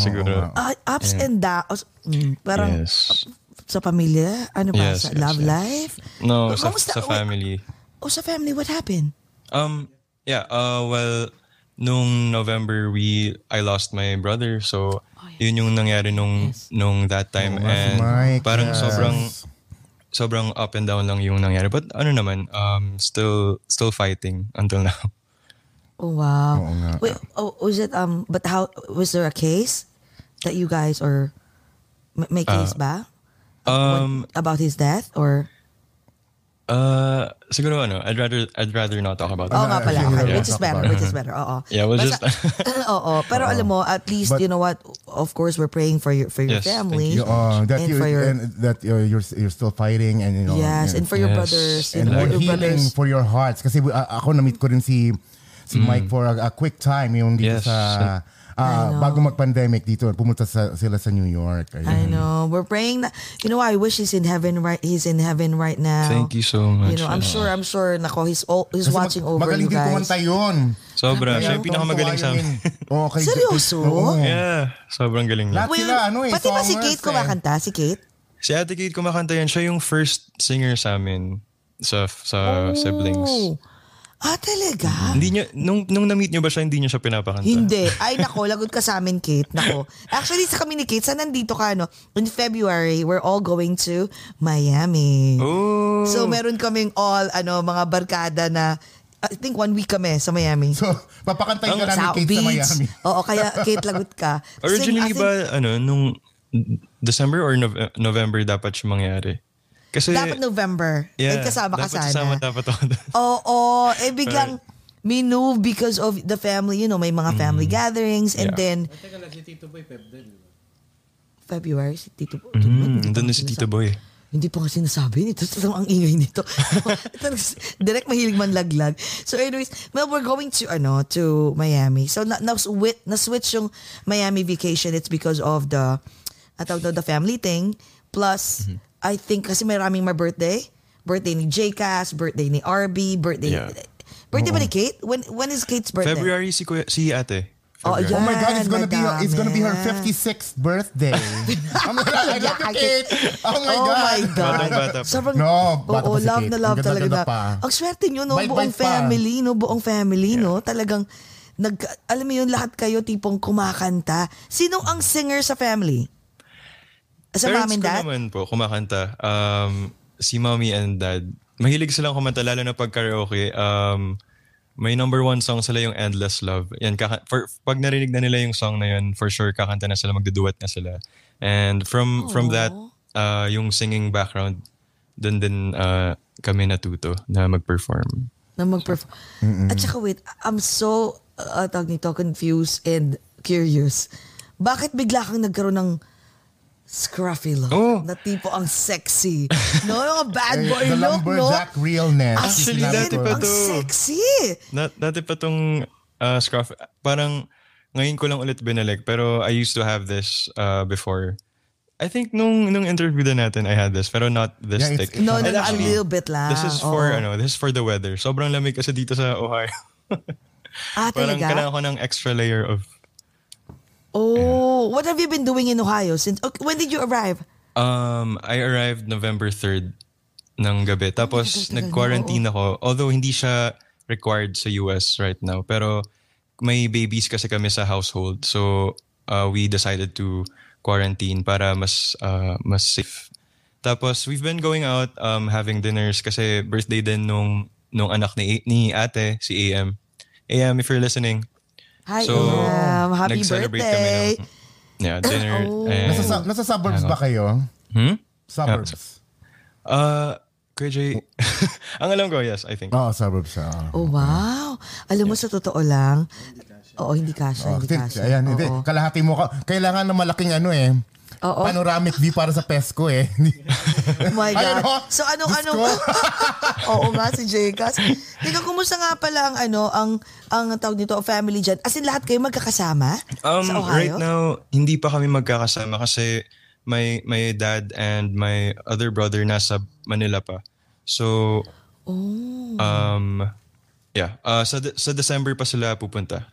[SPEAKER 6] Siguro.
[SPEAKER 5] Ah, ups and downs. Mm, parang
[SPEAKER 6] Yes.
[SPEAKER 5] sa pamilya? Ano ba?
[SPEAKER 6] Yes,
[SPEAKER 5] sa
[SPEAKER 6] yes,
[SPEAKER 5] love
[SPEAKER 6] yes.
[SPEAKER 5] life?
[SPEAKER 6] No,
[SPEAKER 5] But
[SPEAKER 6] sa,
[SPEAKER 5] kamusta-
[SPEAKER 6] sa family.
[SPEAKER 5] Oh, sa family, what happened?
[SPEAKER 6] Um, yeah, uh, well, nung November, we, I lost my brother. So, yun yung nangyari nung, nung that
[SPEAKER 5] Oh,
[SPEAKER 6] time. and
[SPEAKER 4] Mike,
[SPEAKER 6] parang
[SPEAKER 4] yes.
[SPEAKER 6] sobrang, sobrang up and down lang yung nangyari. But ano naman, um, still, still fighting until now.
[SPEAKER 5] Oh, wow.
[SPEAKER 4] Oo nga.
[SPEAKER 5] Wait, oh, was it, um, but how, was there a case that you guys, or may, may case ba?
[SPEAKER 6] Uh, Um,
[SPEAKER 5] About his death? Or,
[SPEAKER 6] [laughs] uh, siguro ano, I'd rather, I'd rather not talk about
[SPEAKER 5] oh
[SPEAKER 6] that.
[SPEAKER 5] nga pala.
[SPEAKER 4] actually,
[SPEAKER 5] Okay,
[SPEAKER 4] yeah.
[SPEAKER 5] which is better, which
[SPEAKER 6] [laughs]
[SPEAKER 5] is better. Oo.
[SPEAKER 6] Yeah, we'll
[SPEAKER 5] Basta-
[SPEAKER 6] just, [laughs]
[SPEAKER 5] [laughs] Oo, pero alam mo, at least,
[SPEAKER 4] But-
[SPEAKER 5] you know what, of course, we're praying for your, for your
[SPEAKER 6] Yes, thank
[SPEAKER 5] family.
[SPEAKER 6] you. Oh,
[SPEAKER 4] Oo, uh, that
[SPEAKER 5] And
[SPEAKER 4] you,
[SPEAKER 5] for your-
[SPEAKER 4] and that you're, you're, you're still fighting and you know.
[SPEAKER 5] Yes,
[SPEAKER 4] yeah.
[SPEAKER 5] and for your
[SPEAKER 6] Yes.
[SPEAKER 5] brothers, you
[SPEAKER 4] and
[SPEAKER 5] know,
[SPEAKER 4] for
[SPEAKER 5] older
[SPEAKER 4] healing
[SPEAKER 5] brothers.
[SPEAKER 4] for your hearts. Kasi uh, ako na-meet ko rin si si Mike for a, a quick time yung dito
[SPEAKER 6] Mm. Yes.
[SPEAKER 4] sa ah,
[SPEAKER 5] know.
[SPEAKER 4] bago mag-pandemic dito. Pumunta sa, sila sa New York. Ayun.
[SPEAKER 5] I know. We're praying that you know I wish he's in heaven right he's in heaven right now.
[SPEAKER 6] Thank you so much. ah.
[SPEAKER 5] You know, I'm
[SPEAKER 6] Oo.
[SPEAKER 5] sure I'm sure nako he's all, he's
[SPEAKER 4] Kasi mag-
[SPEAKER 5] watching over
[SPEAKER 4] magaling
[SPEAKER 5] you
[SPEAKER 4] din
[SPEAKER 5] guys.
[SPEAKER 4] kumanta yun.
[SPEAKER 6] Sobra. Siya yung pinakamagaling sa amin.
[SPEAKER 4] Oh, kay
[SPEAKER 5] Seryoso?
[SPEAKER 4] Oo.
[SPEAKER 6] [laughs] Yeah, sobrang galing niya.
[SPEAKER 4] Lahat sila, ano eh,
[SPEAKER 5] pati ba si
[SPEAKER 4] songers
[SPEAKER 5] Kate
[SPEAKER 4] eh.
[SPEAKER 5] kumakanta? Si Kate?
[SPEAKER 6] Si Ate Kate kumakanta yan. Siya yung first singer sa amin. sa
[SPEAKER 5] Oh.
[SPEAKER 6] sa siblings.
[SPEAKER 5] Ah, talaga?
[SPEAKER 6] Hindi niya nung nung na-meet niyo ba siya hindi niya siya pinapakanta?
[SPEAKER 5] Hindi. Ay, nako, lagot ka sa amin, Kate. Nako. Actually, sa kami ni Kate, saan nandito ka, no? In February, we're all going to Miami.
[SPEAKER 6] Oh.
[SPEAKER 5] So, meron kaming all, ano, mga barkada na, I think one week kami sa Miami.
[SPEAKER 4] So, papakantayin ka namin
[SPEAKER 5] sa
[SPEAKER 4] Kate sa
[SPEAKER 5] beach.
[SPEAKER 4] Miami.
[SPEAKER 5] [laughs] Oo, kaya Kate, lagot ka.
[SPEAKER 6] Originally
[SPEAKER 5] Sing- I think
[SPEAKER 6] ba ano nung December or Nov- November dapat siya mangyari? Kasi
[SPEAKER 5] Dapat November.
[SPEAKER 6] yeah,
[SPEAKER 5] Eh, kasama ka
[SPEAKER 6] dapat
[SPEAKER 5] sana.
[SPEAKER 6] Kasama dapat
[SPEAKER 5] [laughs]
[SPEAKER 6] ako. doon.
[SPEAKER 5] Oo, eh biglang we move because of the family, you know, may mga family gatherings and
[SPEAKER 6] Mm. Yeah.
[SPEAKER 5] then
[SPEAKER 7] Teka lang, si Tito Boy Pep din. di ba?
[SPEAKER 5] February, si Tito.
[SPEAKER 6] Mm, doon na si Tito Boy.
[SPEAKER 5] Hindi pa nga sinasabi nito. eh. Ito ang ingay nito. Direct mahilig man laglag. So anyways, well, we're going to, ano, to Miami. So na, na, switch yung Miami vacation. It's because of the, ataw the family thing. Plus, I think kasi maraming my birthday. Birthday ni JCass, birthday ni RB, birthday
[SPEAKER 6] Yeah.
[SPEAKER 5] Birthday ba ni Kate? When, when is Kate's birthday?
[SPEAKER 6] February si kuya, si Ate.
[SPEAKER 5] Oh,
[SPEAKER 6] February.
[SPEAKER 5] yeah.
[SPEAKER 4] [laughs] Oh my God, it's gonna be
[SPEAKER 5] Madami.
[SPEAKER 4] it's gonna be her 56th
[SPEAKER 5] [laughs]
[SPEAKER 4] birthday. oh my God, I love you, Kate. Oh my God.
[SPEAKER 6] Batang-bata pa.
[SPEAKER 5] Sobrang,
[SPEAKER 4] No, bata pa
[SPEAKER 5] oo,
[SPEAKER 4] si
[SPEAKER 5] love
[SPEAKER 4] Kate.
[SPEAKER 5] na love
[SPEAKER 4] Ang
[SPEAKER 5] talaga
[SPEAKER 4] ganda-ganda
[SPEAKER 5] na.
[SPEAKER 4] pa.
[SPEAKER 5] Ang swerte nyo, no,
[SPEAKER 4] Bite-bite
[SPEAKER 5] buong
[SPEAKER 4] pa.
[SPEAKER 5] family, no, buong family, no, talagang, nag, alam mo yun, lahat kayo tipong kumakanta. Sino ang singer sa family? Sa mom
[SPEAKER 6] Parents
[SPEAKER 5] and
[SPEAKER 6] ko
[SPEAKER 5] dad?
[SPEAKER 6] naman po, kumakanta. Um, si mommy and dad. Mahilig silang kumanta, lalo na pag karaoke. Um, may number one song sila yung Endless Love. Yan, kaka- for, pag narinig na nila yung song na yun, for sure, kakanta na sila, magduduet na sila. And from from that, uh, yung singing background, dun din uh, kami natuto na mag-perform.
[SPEAKER 5] na mag-perform. At saka wait, I'm so, uh, tawag nito, confused and curious. Bakit bigla kang nagkaroon ng scruffy look?
[SPEAKER 6] Oh.
[SPEAKER 5] Na tipo ang sexy. No, yung mga bad boy
[SPEAKER 4] Eh, the
[SPEAKER 5] look, no? Ah,
[SPEAKER 4] lumberjack realness.
[SPEAKER 6] Actually,
[SPEAKER 4] Sinabi
[SPEAKER 6] dati
[SPEAKER 4] ko.
[SPEAKER 6] pa
[SPEAKER 5] ang
[SPEAKER 6] to.
[SPEAKER 5] sexy.
[SPEAKER 6] Na, dati pa tong uh, scarf, parang ngayon ko lang ulit binalik, pero I used to have this uh, before. I think nung nung interview din natin, I had this, pero not this
[SPEAKER 4] Yeah, it's- Ah, oh.
[SPEAKER 6] thick.
[SPEAKER 5] No, no, no,
[SPEAKER 6] And
[SPEAKER 5] a
[SPEAKER 6] actually,
[SPEAKER 5] little bit lang. Oh.
[SPEAKER 6] This is for,
[SPEAKER 5] Oo.
[SPEAKER 6] ano, this is for the weather. Sobrang lamig kasi dito sa Ohio. [laughs]
[SPEAKER 5] Ah,
[SPEAKER 6] parang
[SPEAKER 5] talaga?
[SPEAKER 6] kailangan ko ng extra layer of,
[SPEAKER 5] Oh, what have you been doing in Ohio since, okay, when did you arrive?
[SPEAKER 6] um, I arrived November 3rd ng gabi.
[SPEAKER 5] tagal-tagal
[SPEAKER 6] Tapos,
[SPEAKER 5] na,
[SPEAKER 6] nag-quarantine ako. Although, hindi siya required sa US right now. Pero, may babies kasi kami sa household. So, uh, we decided to quarantine para mas, uh, mas safe. Tapos, we've been going out, um, having dinners kasi birthday din nung, nung anak ni, ni ate, si AM. AM, if you're listening.
[SPEAKER 5] Hi,
[SPEAKER 6] So,
[SPEAKER 5] Em. Happy
[SPEAKER 6] nag-celebrate
[SPEAKER 5] birthday.
[SPEAKER 6] kami ng yeah, dinner.
[SPEAKER 5] [coughs] Oh.
[SPEAKER 6] and-
[SPEAKER 4] Nasa, su- nasa suburbs ba kayo?
[SPEAKER 6] Hmm?
[SPEAKER 4] Suburbs.
[SPEAKER 6] Uh, Kuya Jay, [laughs] ang alam ko, yes, I think.
[SPEAKER 4] Oo, oh, suburbs. ah.
[SPEAKER 5] Oh, wow. Alam mo, sa totoo lang, oo, hindi kasha,
[SPEAKER 4] Oh,
[SPEAKER 5] hindi
[SPEAKER 4] tin-
[SPEAKER 5] kasha.
[SPEAKER 4] ayan, hindi.
[SPEAKER 5] Oo.
[SPEAKER 4] Kalahati mo ka. Kailangan ng malaking ano eh.
[SPEAKER 5] Oo.
[SPEAKER 4] Panoramic view para sa PESCO eh. [laughs]
[SPEAKER 5] Oh my
[SPEAKER 4] Ayun,
[SPEAKER 5] God.
[SPEAKER 4] oh.
[SPEAKER 5] So anong
[SPEAKER 4] Diyos
[SPEAKER 5] anong
[SPEAKER 4] ko.
[SPEAKER 5] [laughs] Oo nga si Jekas. Teka, kumusta nga pala ang ano, ang ang tawag nito, family dyan? As in lahat kayo magkakasama
[SPEAKER 6] Um,
[SPEAKER 5] sa Ohio?
[SPEAKER 6] right now, hindi pa kami magkakasama kasi my my dad and my other brother nasa Manila pa. So,
[SPEAKER 5] Oh.
[SPEAKER 6] um, yeah. Uh, sa, De- sa December pa sila pupunta.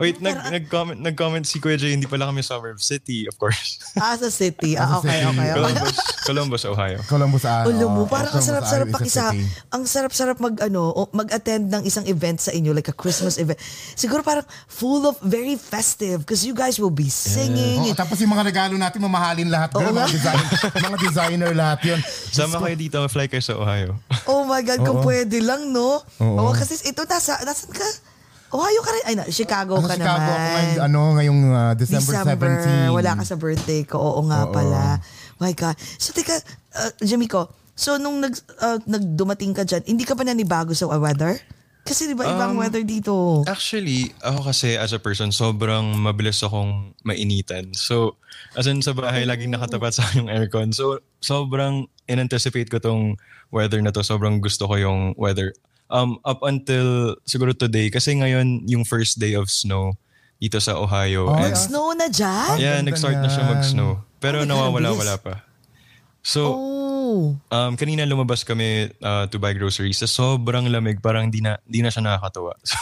[SPEAKER 6] Wait, nag, nag-comment, nag-comment si Kuya Jay, hindi pala kami suburb city, of course.
[SPEAKER 5] Ah, sa city. Ah, okay, okay, okay.
[SPEAKER 6] Columbus, Columbus, Ohio.
[SPEAKER 4] Columbus, ah.
[SPEAKER 5] Alam
[SPEAKER 4] oo,
[SPEAKER 5] mo, parang ang
[SPEAKER 4] Columbus,
[SPEAKER 5] sarap-sarap
[SPEAKER 4] Iowa is a
[SPEAKER 5] pakisa.
[SPEAKER 4] city.
[SPEAKER 5] Ang sarap-sarap mag, ano, o mag-attend ng isang event sa inyo, like a Christmas event. Siguro parang full of very festive because you guys will
[SPEAKER 4] Eh,
[SPEAKER 5] be singing.
[SPEAKER 4] Oo,
[SPEAKER 5] and-
[SPEAKER 4] tapos yung mga regalo natin, mamahalin lahat. Girl,
[SPEAKER 5] Oo nga.
[SPEAKER 4] mga, design, mga designer lahat
[SPEAKER 5] [laughs]
[SPEAKER 4] yun.
[SPEAKER 6] Sama kayo dito, fly kayo sa Ohio.
[SPEAKER 5] Oh my God, kung pwede lang, no? Oo, kasi ito, nasa, nasan ka? Ohio ka rin. Ay, na, Chicago
[SPEAKER 4] Sa
[SPEAKER 5] ka
[SPEAKER 4] Chicago
[SPEAKER 5] naman.
[SPEAKER 4] ako ngayong, ano, ngayong ah, December, 17.
[SPEAKER 5] Wala ka sa birthday ko. Oo nga pala. My God. So, teka, uh, Jamico, so nung nag, uh, nagdumating ka dyan, hindi ka ba nanibago sa weather? Kasi di ba
[SPEAKER 4] Um,
[SPEAKER 5] ibang weather dito?
[SPEAKER 6] Actually, ako kasi as a person, sobrang mabilis akong mainitan. So, as in sa bahay, laging nakatapat sa akin yung aircon. So, sobrang in-anticipate ko tong weather na to. Sobrang gusto ko yung weather. Um, up until siguro today, kasi ngayon yung first day of snow dito sa Ohio.
[SPEAKER 4] Oh,
[SPEAKER 6] And-
[SPEAKER 4] yeah.
[SPEAKER 5] Snow na dyan?
[SPEAKER 6] yeah,
[SPEAKER 4] Ang ganda
[SPEAKER 6] nag-start na siya
[SPEAKER 4] niyan.
[SPEAKER 6] mag-snow.
[SPEAKER 5] Oh my God,
[SPEAKER 6] Pero
[SPEAKER 5] ang bilis.
[SPEAKER 6] nawawala-wala pa. So,
[SPEAKER 5] Oh.
[SPEAKER 6] Um, kanina lumabas kami uh, to buy groceries. Sa sobrang lamig, parang di na, di na siya [laughs] nakakatawa. So,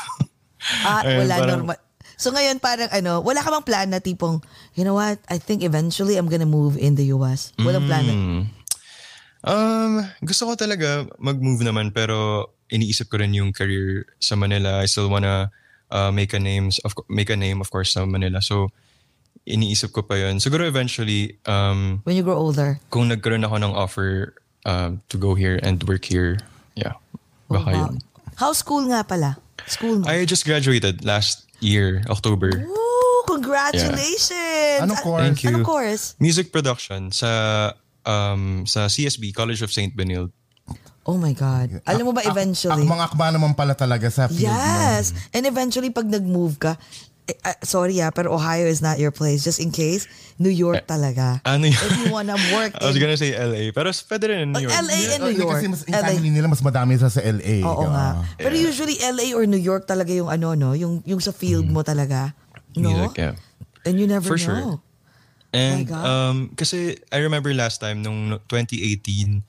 [SPEAKER 5] Ah,
[SPEAKER 6] ayun,
[SPEAKER 5] wala
[SPEAKER 6] parang-
[SPEAKER 5] normal. So ngayon parang ano, wala ka bang plan na
[SPEAKER 6] Mm.
[SPEAKER 5] tipong, you know what, I think eventually I'm gonna move in the US. Walang plano.
[SPEAKER 6] Um, gusto ko talaga mag-move naman pero iniisip ko rin yung career sa Manila. I still wanna uh, make a names of co- make a name of course sa Manila. So iniisip ko pa yun. Siguro eventually um
[SPEAKER 5] When you grow older.
[SPEAKER 6] kung nagkaroon ako ng offer um, to go here and work here. Yeah. Baka
[SPEAKER 5] Wow.
[SPEAKER 6] yun.
[SPEAKER 5] How school nga pala? School mo?
[SPEAKER 6] I just graduated last year, October.
[SPEAKER 5] Ooh, congratulations!
[SPEAKER 4] Anong
[SPEAKER 5] Ano-
[SPEAKER 4] course?
[SPEAKER 6] Thank you.
[SPEAKER 5] Anong course?
[SPEAKER 6] Music production sa um sa CSB College of St. Benilde.
[SPEAKER 5] Oh my God. Alam mo ba
[SPEAKER 4] Ang
[SPEAKER 5] eventually?
[SPEAKER 4] mga akma naman pala talaga sa field mo.
[SPEAKER 5] Yes. And eventually, pag nag-move ka, eh, ah, sorry ah, pero Ohio is not your place. Just in case, New York talaga.
[SPEAKER 6] Ano yun?
[SPEAKER 5] If you wanna
[SPEAKER 6] [laughs]
[SPEAKER 5] work
[SPEAKER 6] I was
[SPEAKER 5] in-
[SPEAKER 6] gonna say LA, pero pwede rin in New York.
[SPEAKER 5] LA Oh, and New
[SPEAKER 4] Hindi
[SPEAKER 5] York.
[SPEAKER 4] Eh, Kasi mas, yung
[SPEAKER 5] LA.
[SPEAKER 4] family nila mas madami sa sa LA.
[SPEAKER 5] Oo
[SPEAKER 4] Ikaw,
[SPEAKER 5] nga.
[SPEAKER 4] ah.
[SPEAKER 5] Pero usually LA or New York talaga yung ano no, yung yung sa field mo talaga. No?
[SPEAKER 6] Mm. Music, yeah.
[SPEAKER 5] And you never
[SPEAKER 6] For
[SPEAKER 5] know.
[SPEAKER 6] sure. And
[SPEAKER 5] God.
[SPEAKER 6] um, kasi I remember last time nung 2018,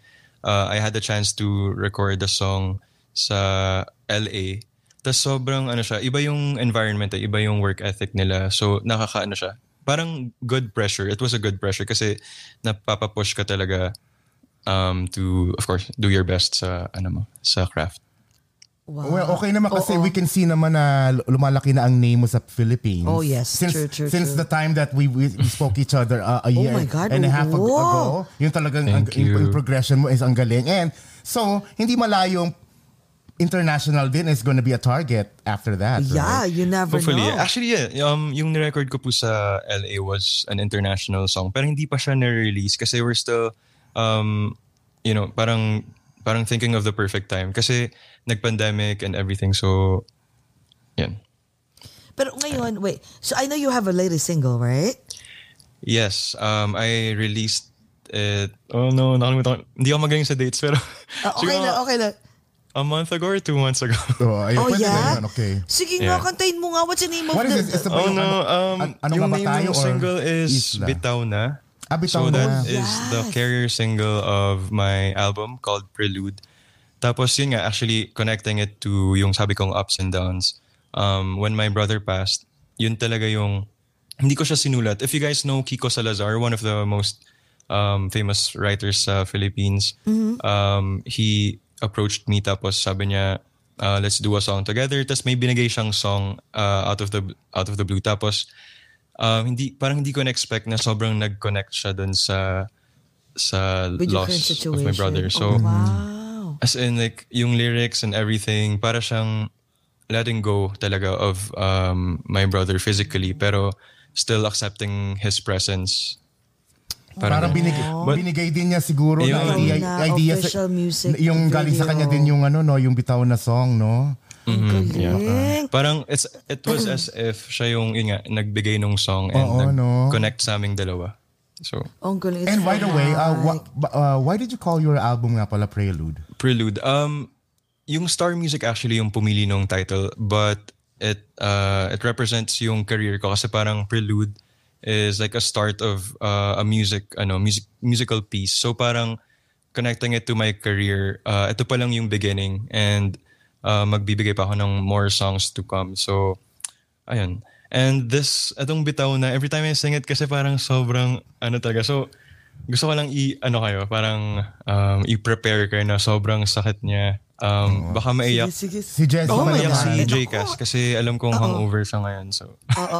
[SPEAKER 6] uh, I had the chance to record the song sa LA. Tapos sobrang ano siya, iba yung environment, eh, iba yung work ethic nila. So nakakaano siya. Parang good pressure. It was a good pressure kasi napapapush ka talaga um, to, of course, do your best sa, ano mo, sa craft.
[SPEAKER 5] Wow.
[SPEAKER 4] Well, okay naman kasi
[SPEAKER 5] Oo.
[SPEAKER 4] we can see naman na lumalaki na ang name mo sa Philippines.
[SPEAKER 5] Oh, yes.
[SPEAKER 4] Since,
[SPEAKER 5] True, true,
[SPEAKER 4] Since
[SPEAKER 5] true. Oh
[SPEAKER 4] the time that we, we we spoke each other uh, a year
[SPEAKER 5] my God,
[SPEAKER 4] and a half ag-
[SPEAKER 5] oo.
[SPEAKER 4] ago, yung talagang ang,
[SPEAKER 6] Thank
[SPEAKER 4] yung,
[SPEAKER 6] you.
[SPEAKER 4] yung progression mo is ang galing. And so, hindi malayong international din is gonna be a target after that,
[SPEAKER 5] Yeah,
[SPEAKER 4] right?
[SPEAKER 5] you never
[SPEAKER 6] Hopefully.
[SPEAKER 5] know.
[SPEAKER 6] Actually, yeah. Um, yung record ko po sa LA was an international song. Pero hindi pa siya na-release kasi we're still, um, you know, parang, parang thinking of the perfect time. Kasi nag-pandemic and everything. So, yan.
[SPEAKER 5] Pero ngayon, wait. So I know you have a latest single, right?
[SPEAKER 6] Yes, um, I released it. Oh no, nakalimutan ko. Hindi ako magaling sa dates pero
[SPEAKER 5] Ah, okay
[SPEAKER 6] siguro
[SPEAKER 5] na, okay na.
[SPEAKER 6] a month ago or two months ago. [laughs]
[SPEAKER 4] So, ayun,
[SPEAKER 5] Oh
[SPEAKER 4] pwede na
[SPEAKER 5] yeah.
[SPEAKER 4] yun, okay.
[SPEAKER 5] Sige
[SPEAKER 6] Yeah.
[SPEAKER 5] nga, kantahin mo nga. What's the name of
[SPEAKER 4] What is
[SPEAKER 5] the
[SPEAKER 4] this? Is the
[SPEAKER 6] Oh
[SPEAKER 4] yung
[SPEAKER 6] no,
[SPEAKER 4] ano-
[SPEAKER 6] um,
[SPEAKER 4] an- ano
[SPEAKER 6] yung
[SPEAKER 4] nga ba
[SPEAKER 6] name
[SPEAKER 4] tayo
[SPEAKER 6] ng
[SPEAKER 4] or
[SPEAKER 6] single is
[SPEAKER 4] isla?
[SPEAKER 6] Bitaw Na.
[SPEAKER 4] Ah, Bitaw
[SPEAKER 6] so
[SPEAKER 4] Na.
[SPEAKER 6] that is the
[SPEAKER 5] Yes.
[SPEAKER 6] carrier single of my album called Prelude. Tapos yun nga, actually connecting it to yung sabi kong ups and downs. Um, when my brother passed, yun talaga yung, hindi ko siya sinulat. If you guys know Kiko Salazar, one of the most um, famous writers sa Philippines, um, he approached me tapos sabi niya, uh, let's do a song together. Tapos may binigay siyang song uh, out of the out of the blue. Tapos um, hindi parang hindi ko na-expect na sobrang nag-connect siya dun sa sa
[SPEAKER 5] with your
[SPEAKER 6] loss
[SPEAKER 5] current
[SPEAKER 6] of
[SPEAKER 5] situation?
[SPEAKER 6] my brother. So
[SPEAKER 5] oh, wow.
[SPEAKER 6] as in like yung lyrics and everything, para siyang letting go talaga of um, my brother physically pero still accepting his presence.
[SPEAKER 4] Parang
[SPEAKER 6] ganun.
[SPEAKER 4] binigay,
[SPEAKER 6] But-
[SPEAKER 4] binigay din niya siguro na
[SPEAKER 6] Ayun.
[SPEAKER 4] idea,
[SPEAKER 5] Na
[SPEAKER 4] idea
[SPEAKER 5] official music
[SPEAKER 4] yung galing sa
[SPEAKER 5] video.
[SPEAKER 4] kanya din yung ano no, yung bitaw na song, no?
[SPEAKER 6] Mm,
[SPEAKER 5] Ang galing.
[SPEAKER 6] Parang it's it was as if siya yung yun nga, nagbigay nung song and
[SPEAKER 4] Oo, no.
[SPEAKER 6] connect sa aming dalawa. So,
[SPEAKER 5] Ang galing. It's
[SPEAKER 4] And by the way, uh,
[SPEAKER 5] alright.
[SPEAKER 4] wha- ba- uh, why did you call your album nga pala Prelude?
[SPEAKER 6] Prelude. Um, yung Star Music actually yung pumili nung title, but it uh, it represents yung career ko kasi parang Prelude is like a start of uh, a music ano music musical piece. So parang connecting it to my career. Uh, ito pa lang yung beginning and uh, magbibigay pa ako ng more songs to come. So ayun. And this itong bitaw na every time I sing it kasi parang sobrang ano talaga. So gusto ko lang i ano kayo, parang um, i-prepare kayo na sobrang sakit niya. Um, baka maiyak.
[SPEAKER 5] Sige, sige.
[SPEAKER 4] Si Jesse
[SPEAKER 5] Oh
[SPEAKER 4] oh
[SPEAKER 5] my
[SPEAKER 6] Maiyak
[SPEAKER 5] God.
[SPEAKER 6] si
[SPEAKER 5] Naku.
[SPEAKER 6] Jcas kasi alam kong hangover siya ngayon. So
[SPEAKER 5] Oo.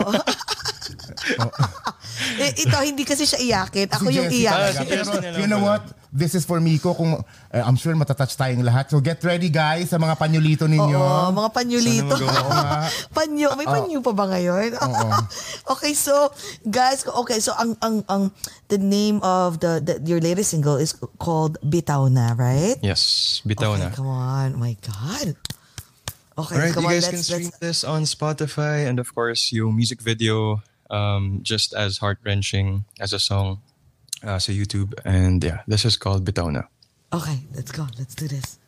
[SPEAKER 5] Eh, ito, hindi kasi siya iyakin. Ako yung
[SPEAKER 6] talaga.
[SPEAKER 5] iyakin.
[SPEAKER 4] Pero
[SPEAKER 6] Ah, Jesse na lang
[SPEAKER 4] you know
[SPEAKER 6] pala.
[SPEAKER 4] what? This is for Miko. Kung, eh, I'm sure matatouch tayong lahat. So get ready guys sa mga panyulito ninyo.
[SPEAKER 5] Oo, Oh, mga panyulito.
[SPEAKER 6] Sana magawa ko
[SPEAKER 5] [laughs]
[SPEAKER 6] Ah.
[SPEAKER 5] panyo, may panyo pa ba ngayon? [laughs] okay, so guys, okay, so ang ang ang the name of the, the your latest single is called Bitaw na, right?
[SPEAKER 6] yes, bitaw
[SPEAKER 5] okay,
[SPEAKER 6] na.
[SPEAKER 5] come on. Oh my god. Okay,
[SPEAKER 6] Alright,
[SPEAKER 5] come
[SPEAKER 6] you
[SPEAKER 5] on,
[SPEAKER 6] guys
[SPEAKER 5] let's
[SPEAKER 6] can stream
[SPEAKER 5] let's
[SPEAKER 6] this on Spotify and of course yung music video um, just as heart-wrenching as a song uh, sa YouTube. And yeah, this is called Bitaw na.
[SPEAKER 5] Okay, let's go. Let's do this.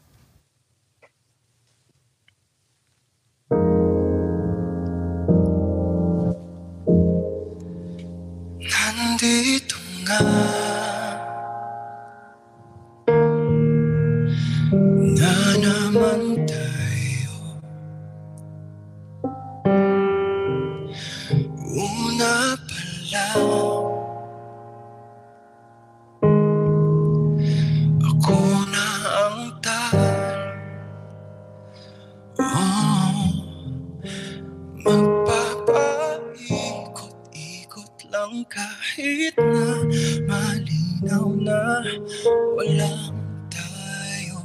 [SPEAKER 8] Nandito nga Na naman tayo Una pa lang lang kahit na malinaw na walang tayo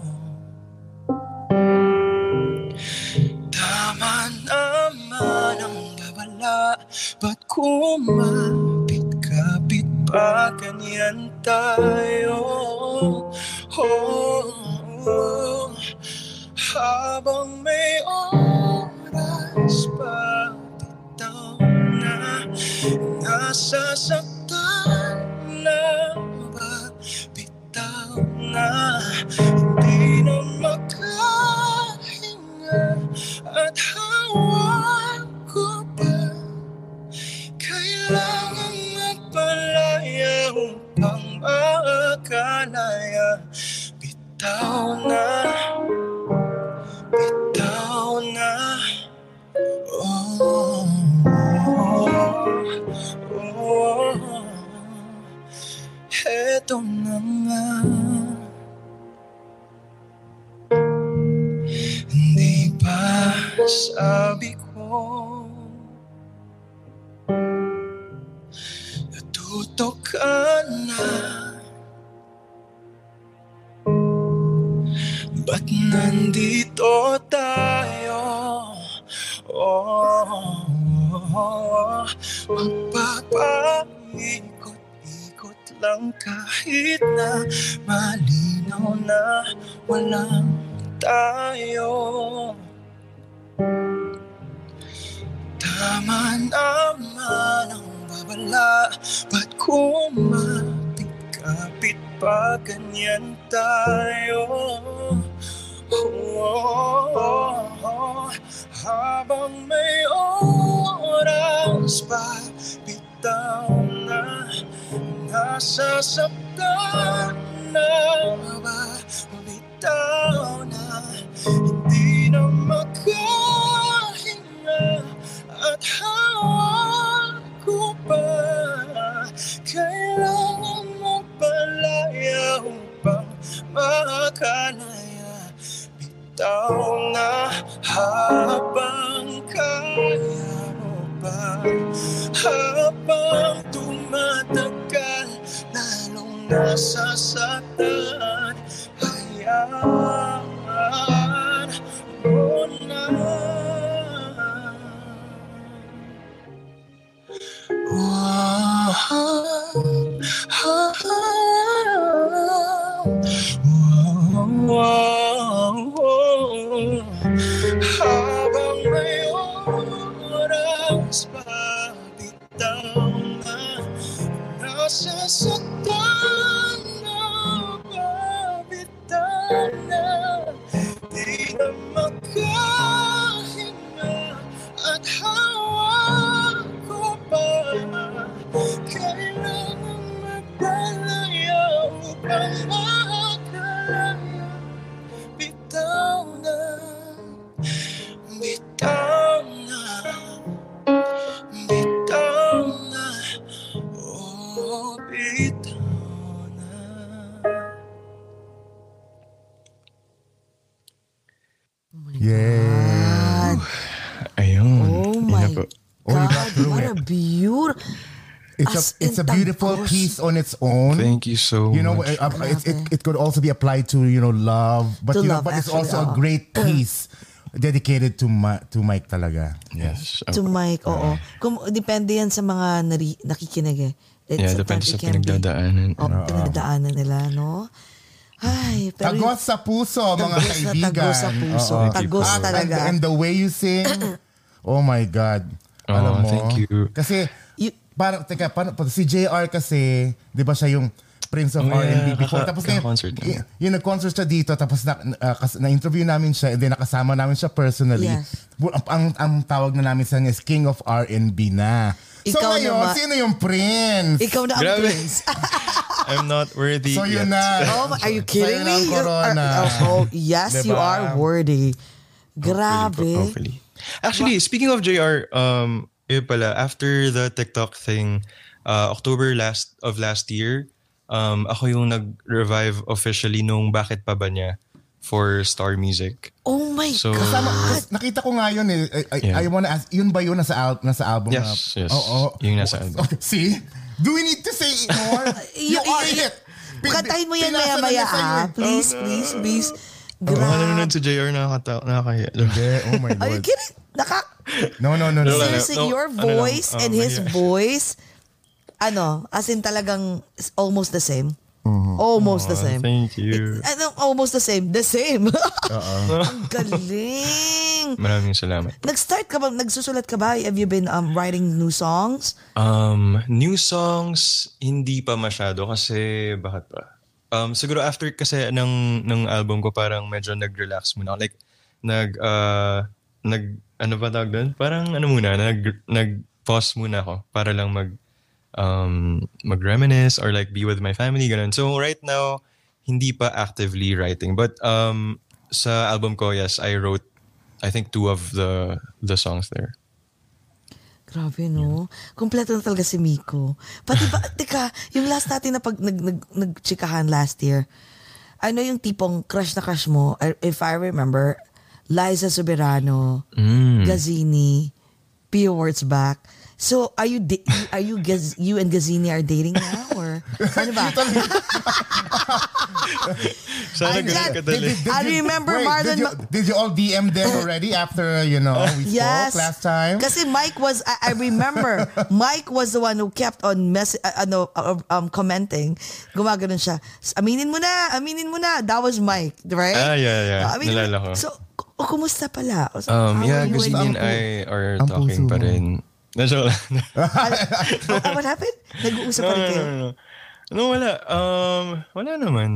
[SPEAKER 8] Tama naman ang babala Ba't kumapit-kapit pa ganyan tayo oh. Habang may oras pa bitaw na Nasasaktan na ba? Bitaw na Hindi na makahinga At hawak ko pa Kailangan magpalaya Upang makakalaya Bitaw na Bitaw na Oh, oh, Heto na nga Hindi pa sabi ko Natuto ka na Ba't nandito tayo? Oh, Magpapaikot-ikot lang kahit na Malinaw na walang tayo Tama naman ang babala Ba't kumapit-kapit pa ganyan tayo? oh. Habang may oras pa Bitaw na Nasasaktan na ba Bitaw na Hindi na makahinga At hawak ko pa Kailangan magpalaya Upang makalaya Bitaw na habang kaya mo pa Habang tumatagal Lalong nasasaktan Hayaan mo na Wow, habang may oras pa bitaw na nasasaktan na mabitaw na di na makahinga at hawak ko pa kailangan magbalaya upang makakalaya bitaw na bitaw na bitaw na oh bitaw na
[SPEAKER 4] Yeah.
[SPEAKER 6] Ayun.
[SPEAKER 5] Oh
[SPEAKER 6] Yun
[SPEAKER 5] my
[SPEAKER 6] na po.
[SPEAKER 5] God,
[SPEAKER 4] through
[SPEAKER 5] what a beautiful.
[SPEAKER 4] It's
[SPEAKER 5] As
[SPEAKER 4] a, it's a
[SPEAKER 5] in
[SPEAKER 4] beautiful
[SPEAKER 5] tagos.
[SPEAKER 4] piece on its own.
[SPEAKER 6] Thank you so
[SPEAKER 4] Hmm? you know,
[SPEAKER 6] much.
[SPEAKER 4] uh, uh, it's, it,
[SPEAKER 5] Grabe.
[SPEAKER 4] it could also be applied to you know love, but
[SPEAKER 5] To
[SPEAKER 4] you know,
[SPEAKER 5] love,
[SPEAKER 4] but it's
[SPEAKER 5] actually, Mm.
[SPEAKER 4] also a
[SPEAKER 5] oo.
[SPEAKER 4] great piece dedicated to Ma- to Mike talaga. Yes.
[SPEAKER 6] Yes.
[SPEAKER 5] To Mike, oo. Kung, depende yan sa mga nari, nakikinig eh. That
[SPEAKER 6] Yeah,
[SPEAKER 5] sometimes
[SPEAKER 6] depende
[SPEAKER 5] it can
[SPEAKER 6] sa
[SPEAKER 5] be-
[SPEAKER 6] pinagdadaanan.
[SPEAKER 5] Oo, pinagdadaanan nila, no? Ay, pero yun-
[SPEAKER 4] Tagos sa puso, mga
[SPEAKER 5] Tagos na
[SPEAKER 4] kaibigan.
[SPEAKER 5] tagos sa puso.
[SPEAKER 4] Oo.
[SPEAKER 5] Tagos
[SPEAKER 4] Ah,
[SPEAKER 5] talaga.
[SPEAKER 4] And, and the way you
[SPEAKER 5] [clears throat]
[SPEAKER 4] sing, oh my God. Alam
[SPEAKER 6] Oh,
[SPEAKER 4] mo?
[SPEAKER 6] thank you.
[SPEAKER 4] Kasi,
[SPEAKER 5] You-
[SPEAKER 4] parang, teka, parang, si JR kasi, di ba siya yung Prince of
[SPEAKER 6] Oh, yeah,
[SPEAKER 4] R&B before.
[SPEAKER 6] kaka-
[SPEAKER 4] tapos ngayon,
[SPEAKER 6] kaka-concert na.
[SPEAKER 4] y- yung nag-concert siya dito, tapos na, ah, kas- na-interview namin siya, and then nakasama namin siya personally.
[SPEAKER 5] Yes.
[SPEAKER 4] Bu- Ang, ang, ang tawag na namin sa kanya is King of R&B na. so
[SPEAKER 5] Ikaw
[SPEAKER 4] ngayon,
[SPEAKER 5] naman.
[SPEAKER 4] sino yung Prince?
[SPEAKER 5] ikaw na ang
[SPEAKER 6] Grabe. [laughs]
[SPEAKER 5] prince.
[SPEAKER 6] I'm not worthy
[SPEAKER 4] So yun
[SPEAKER 6] yet.
[SPEAKER 4] na.
[SPEAKER 5] Oh, my- are you
[SPEAKER 4] Sa'yo
[SPEAKER 5] kidding
[SPEAKER 4] na ang
[SPEAKER 5] me? You are-
[SPEAKER 4] corona.
[SPEAKER 5] oh, yes, you
[SPEAKER 4] Diba?
[SPEAKER 5] are worthy. Grabe.
[SPEAKER 6] Hopefully, hopefully. Actually, speaking of JR, um, yun pala, after the TikTok thing, uh, October last of last year, um, ako yung nag-revive officially nung Bakit Pa Ba Niya for Star Music.
[SPEAKER 5] Oh my
[SPEAKER 6] So-
[SPEAKER 5] God.
[SPEAKER 4] Tama, kas- Ah, nakita ko nga yun eh. I, I,
[SPEAKER 6] Yeah.
[SPEAKER 4] I wanna ask, yun ba yun nasa, al- nasa album?
[SPEAKER 6] Yes,
[SPEAKER 4] na,
[SPEAKER 6] yes.
[SPEAKER 4] Oo.
[SPEAKER 6] Yung nasa album.
[SPEAKER 4] Okay, see? Do we need to say it more? you
[SPEAKER 5] [laughs] You-
[SPEAKER 4] are
[SPEAKER 5] you-
[SPEAKER 4] it. Pin-
[SPEAKER 5] Kantahin mo yan
[SPEAKER 4] pinasa na
[SPEAKER 5] maya-maya,
[SPEAKER 4] niya sa'yo
[SPEAKER 5] ah.
[SPEAKER 4] eh.
[SPEAKER 5] Please, please, please.
[SPEAKER 6] Mga
[SPEAKER 5] Grabe.
[SPEAKER 6] ano nanonood sa JR nakakatawa, nakakahiya.
[SPEAKER 4] Yeah, oh my
[SPEAKER 5] Are you
[SPEAKER 4] God.
[SPEAKER 5] kidding? Naka,
[SPEAKER 4] No, no, no, no.
[SPEAKER 6] Wala na.
[SPEAKER 5] seriously,
[SPEAKER 6] No,
[SPEAKER 5] your
[SPEAKER 6] ano lang,
[SPEAKER 5] voice
[SPEAKER 6] um,
[SPEAKER 5] and his
[SPEAKER 6] yeah.
[SPEAKER 5] voice, ano, as in talagang it's almost the same. Almost the same.
[SPEAKER 6] Thank you. Uh-uh.
[SPEAKER 5] Ano, almost the same. The same. [laughs] Ang galing.
[SPEAKER 6] Maraming salamat.
[SPEAKER 5] Nag-start ka ba? Nagsusulat ka ba? Have you been um, writing new songs?
[SPEAKER 6] Um, new songs, hindi pa masyado kasi bakit pa? Um, siguro after kasi ng, ng album ko parang medyo nag-relax muna. ako. Like, nag, uh, nag, ano ba tawag doon? Parang ano muna, nag, nag-pause muna ako para lang mag, um, mag-reminisce or like be with my family, ganun. So right now, hindi pa actively writing. But um, sa album ko, yes, I wrote, I think two of the the songs there.
[SPEAKER 5] Grabe, no? Kompleto na talaga si Miko. Pati ba, teka, yung last natin na pag nag, nag, nagchikahan last year, ano yung tipong crush na crush mo, I- if I remember, Liza Soberano, Gazini, Pia Wurtzbach. So, are you, da- are you, Gaz- you and Gazini are dating now? Or, ano ba?
[SPEAKER 6] Sana
[SPEAKER 5] Andyan!
[SPEAKER 6] ganun kadali.
[SPEAKER 5] Did- did- I remember
[SPEAKER 4] Did
[SPEAKER 5] Marlon
[SPEAKER 4] you,
[SPEAKER 5] Ma- Oh.
[SPEAKER 4] did you all DM them already after, you know, we
[SPEAKER 5] Yes.
[SPEAKER 4] spoke last time?
[SPEAKER 5] Kasi Mike was, I, I remember, Mike was the one who kept on mess, uh, ano, uh, um, commenting. Gumaganon siya. Aminin mo na, aminin mo na. That was Mike, right?
[SPEAKER 6] Ah, yeah, yeah.
[SPEAKER 5] mo-
[SPEAKER 6] Nalala ko.
[SPEAKER 5] So, k- o, kumusta pala? O, so,
[SPEAKER 6] Um,
[SPEAKER 5] how
[SPEAKER 6] yeah,
[SPEAKER 5] are you
[SPEAKER 6] Gustin
[SPEAKER 5] and-
[SPEAKER 6] and I are
[SPEAKER 4] ang puso
[SPEAKER 6] talking pa
[SPEAKER 4] mo.
[SPEAKER 6] [laughs] rin. Na joke lang.
[SPEAKER 5] Ah, ah, what happened? Nag-uusap
[SPEAKER 6] no,
[SPEAKER 5] pa
[SPEAKER 6] no,
[SPEAKER 5] rin
[SPEAKER 6] no,
[SPEAKER 5] kayo?
[SPEAKER 6] no, no. No, wala. Um, wala naman.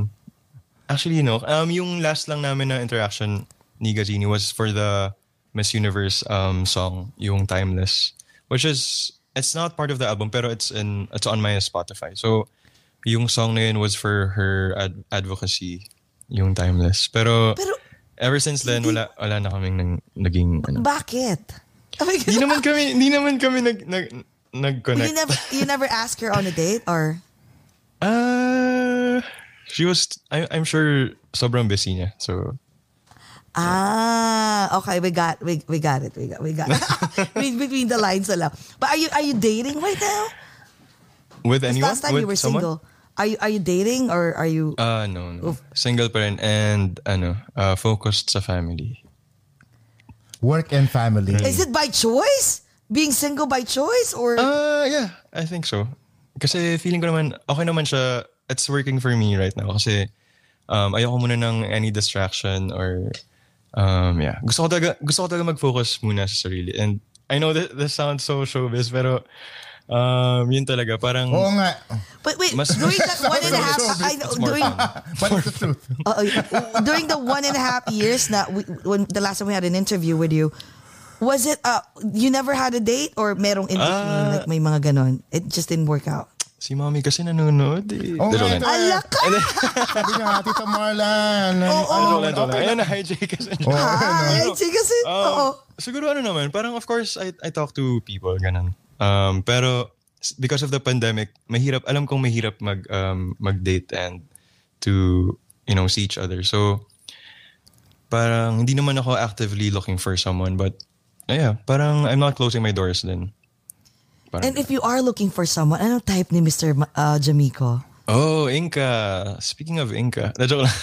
[SPEAKER 6] Actually, no. Um, yung last lang namin na interaction ni Gazini was for the Miss Universe um song, yung Timeless, which is it's not part of the album pero it's in it's on my Spotify. So, yung song na yun was for her ad- advocacy, yung Timeless. Pero,
[SPEAKER 5] Pero,
[SPEAKER 6] ever since then wala wala na kaming nang- naging ano.
[SPEAKER 5] bakit? Oh my
[SPEAKER 6] Hindi
[SPEAKER 5] God. [laughs]
[SPEAKER 6] naman kami, hindi naman kami nag, nag, nag-connect.
[SPEAKER 5] You never, you never ask her on a date? Or,
[SPEAKER 6] Ah, she was, I, I'm sure sobrang busy niya. So,
[SPEAKER 5] ah, okay, we got, we, we got it, we got, we got
[SPEAKER 6] [laughs]
[SPEAKER 5] it. Read between the lines na lang. But are you, are you dating right now?
[SPEAKER 6] with
[SPEAKER 5] Because
[SPEAKER 6] anyone?
[SPEAKER 5] Last time
[SPEAKER 6] with
[SPEAKER 5] you were
[SPEAKER 6] someone?
[SPEAKER 5] single. Are you are you dating or are you
[SPEAKER 6] Ah, no, no. Single pa rin and ano, ah, focused sa family.
[SPEAKER 4] Work and family.
[SPEAKER 6] Uh,
[SPEAKER 5] Is it by choice? Being single by choice or
[SPEAKER 6] Ah, yeah. I think so. Kasi feeling ko naman, okay naman siya. It's working for me right now. Kasi um, ayoko muna ng any distraction or um, yeah. Gusto ko talaga, gusto ko talaga mag-focus muna sa sarili. And I know that this sounds so showbiz, pero um, yun talaga. Parang
[SPEAKER 4] Oo nga.
[SPEAKER 5] but wait,
[SPEAKER 6] Mas-
[SPEAKER 5] during
[SPEAKER 6] [laughs]
[SPEAKER 5] that one and a half I know,
[SPEAKER 6] it's more
[SPEAKER 5] during
[SPEAKER 6] fun.
[SPEAKER 4] But
[SPEAKER 6] [laughs]
[SPEAKER 4] it's the truth.
[SPEAKER 5] uh, uh, during the one and a half years that we, when the last time we had an interview with you, was it uh you never had a date or merong in between
[SPEAKER 6] Uh,
[SPEAKER 5] like may mga ganon? It just didn't work out.
[SPEAKER 6] Si mommy kasi nanonood eh.
[SPEAKER 4] Oo nga,
[SPEAKER 6] Dalawa
[SPEAKER 4] ito.
[SPEAKER 6] na.
[SPEAKER 5] Ala ka!
[SPEAKER 4] Sabi niya, Tito Marlon.
[SPEAKER 5] Oo.
[SPEAKER 6] Dalawa na, dalawa na. Ayun na, [laughs] hijack kasi.
[SPEAKER 5] Ay,
[SPEAKER 6] no.
[SPEAKER 5] sige kasi. Oo.
[SPEAKER 6] Um, siguro ano naman, parang of course I I talk to people ganun. Um pero s- because of the pandemic, mahirap alam kong mahirap mag um mag-date and to you know see each other. So parang hindi naman ako actively looking for someone but uh, yeah, parang I'm not closing my doors then.
[SPEAKER 5] And if you are looking for someone, ano type ni Mr. Ma- Uh, Jamico?
[SPEAKER 6] Oh, Inca. Speaking of Inca. Na joke lang. [laughs]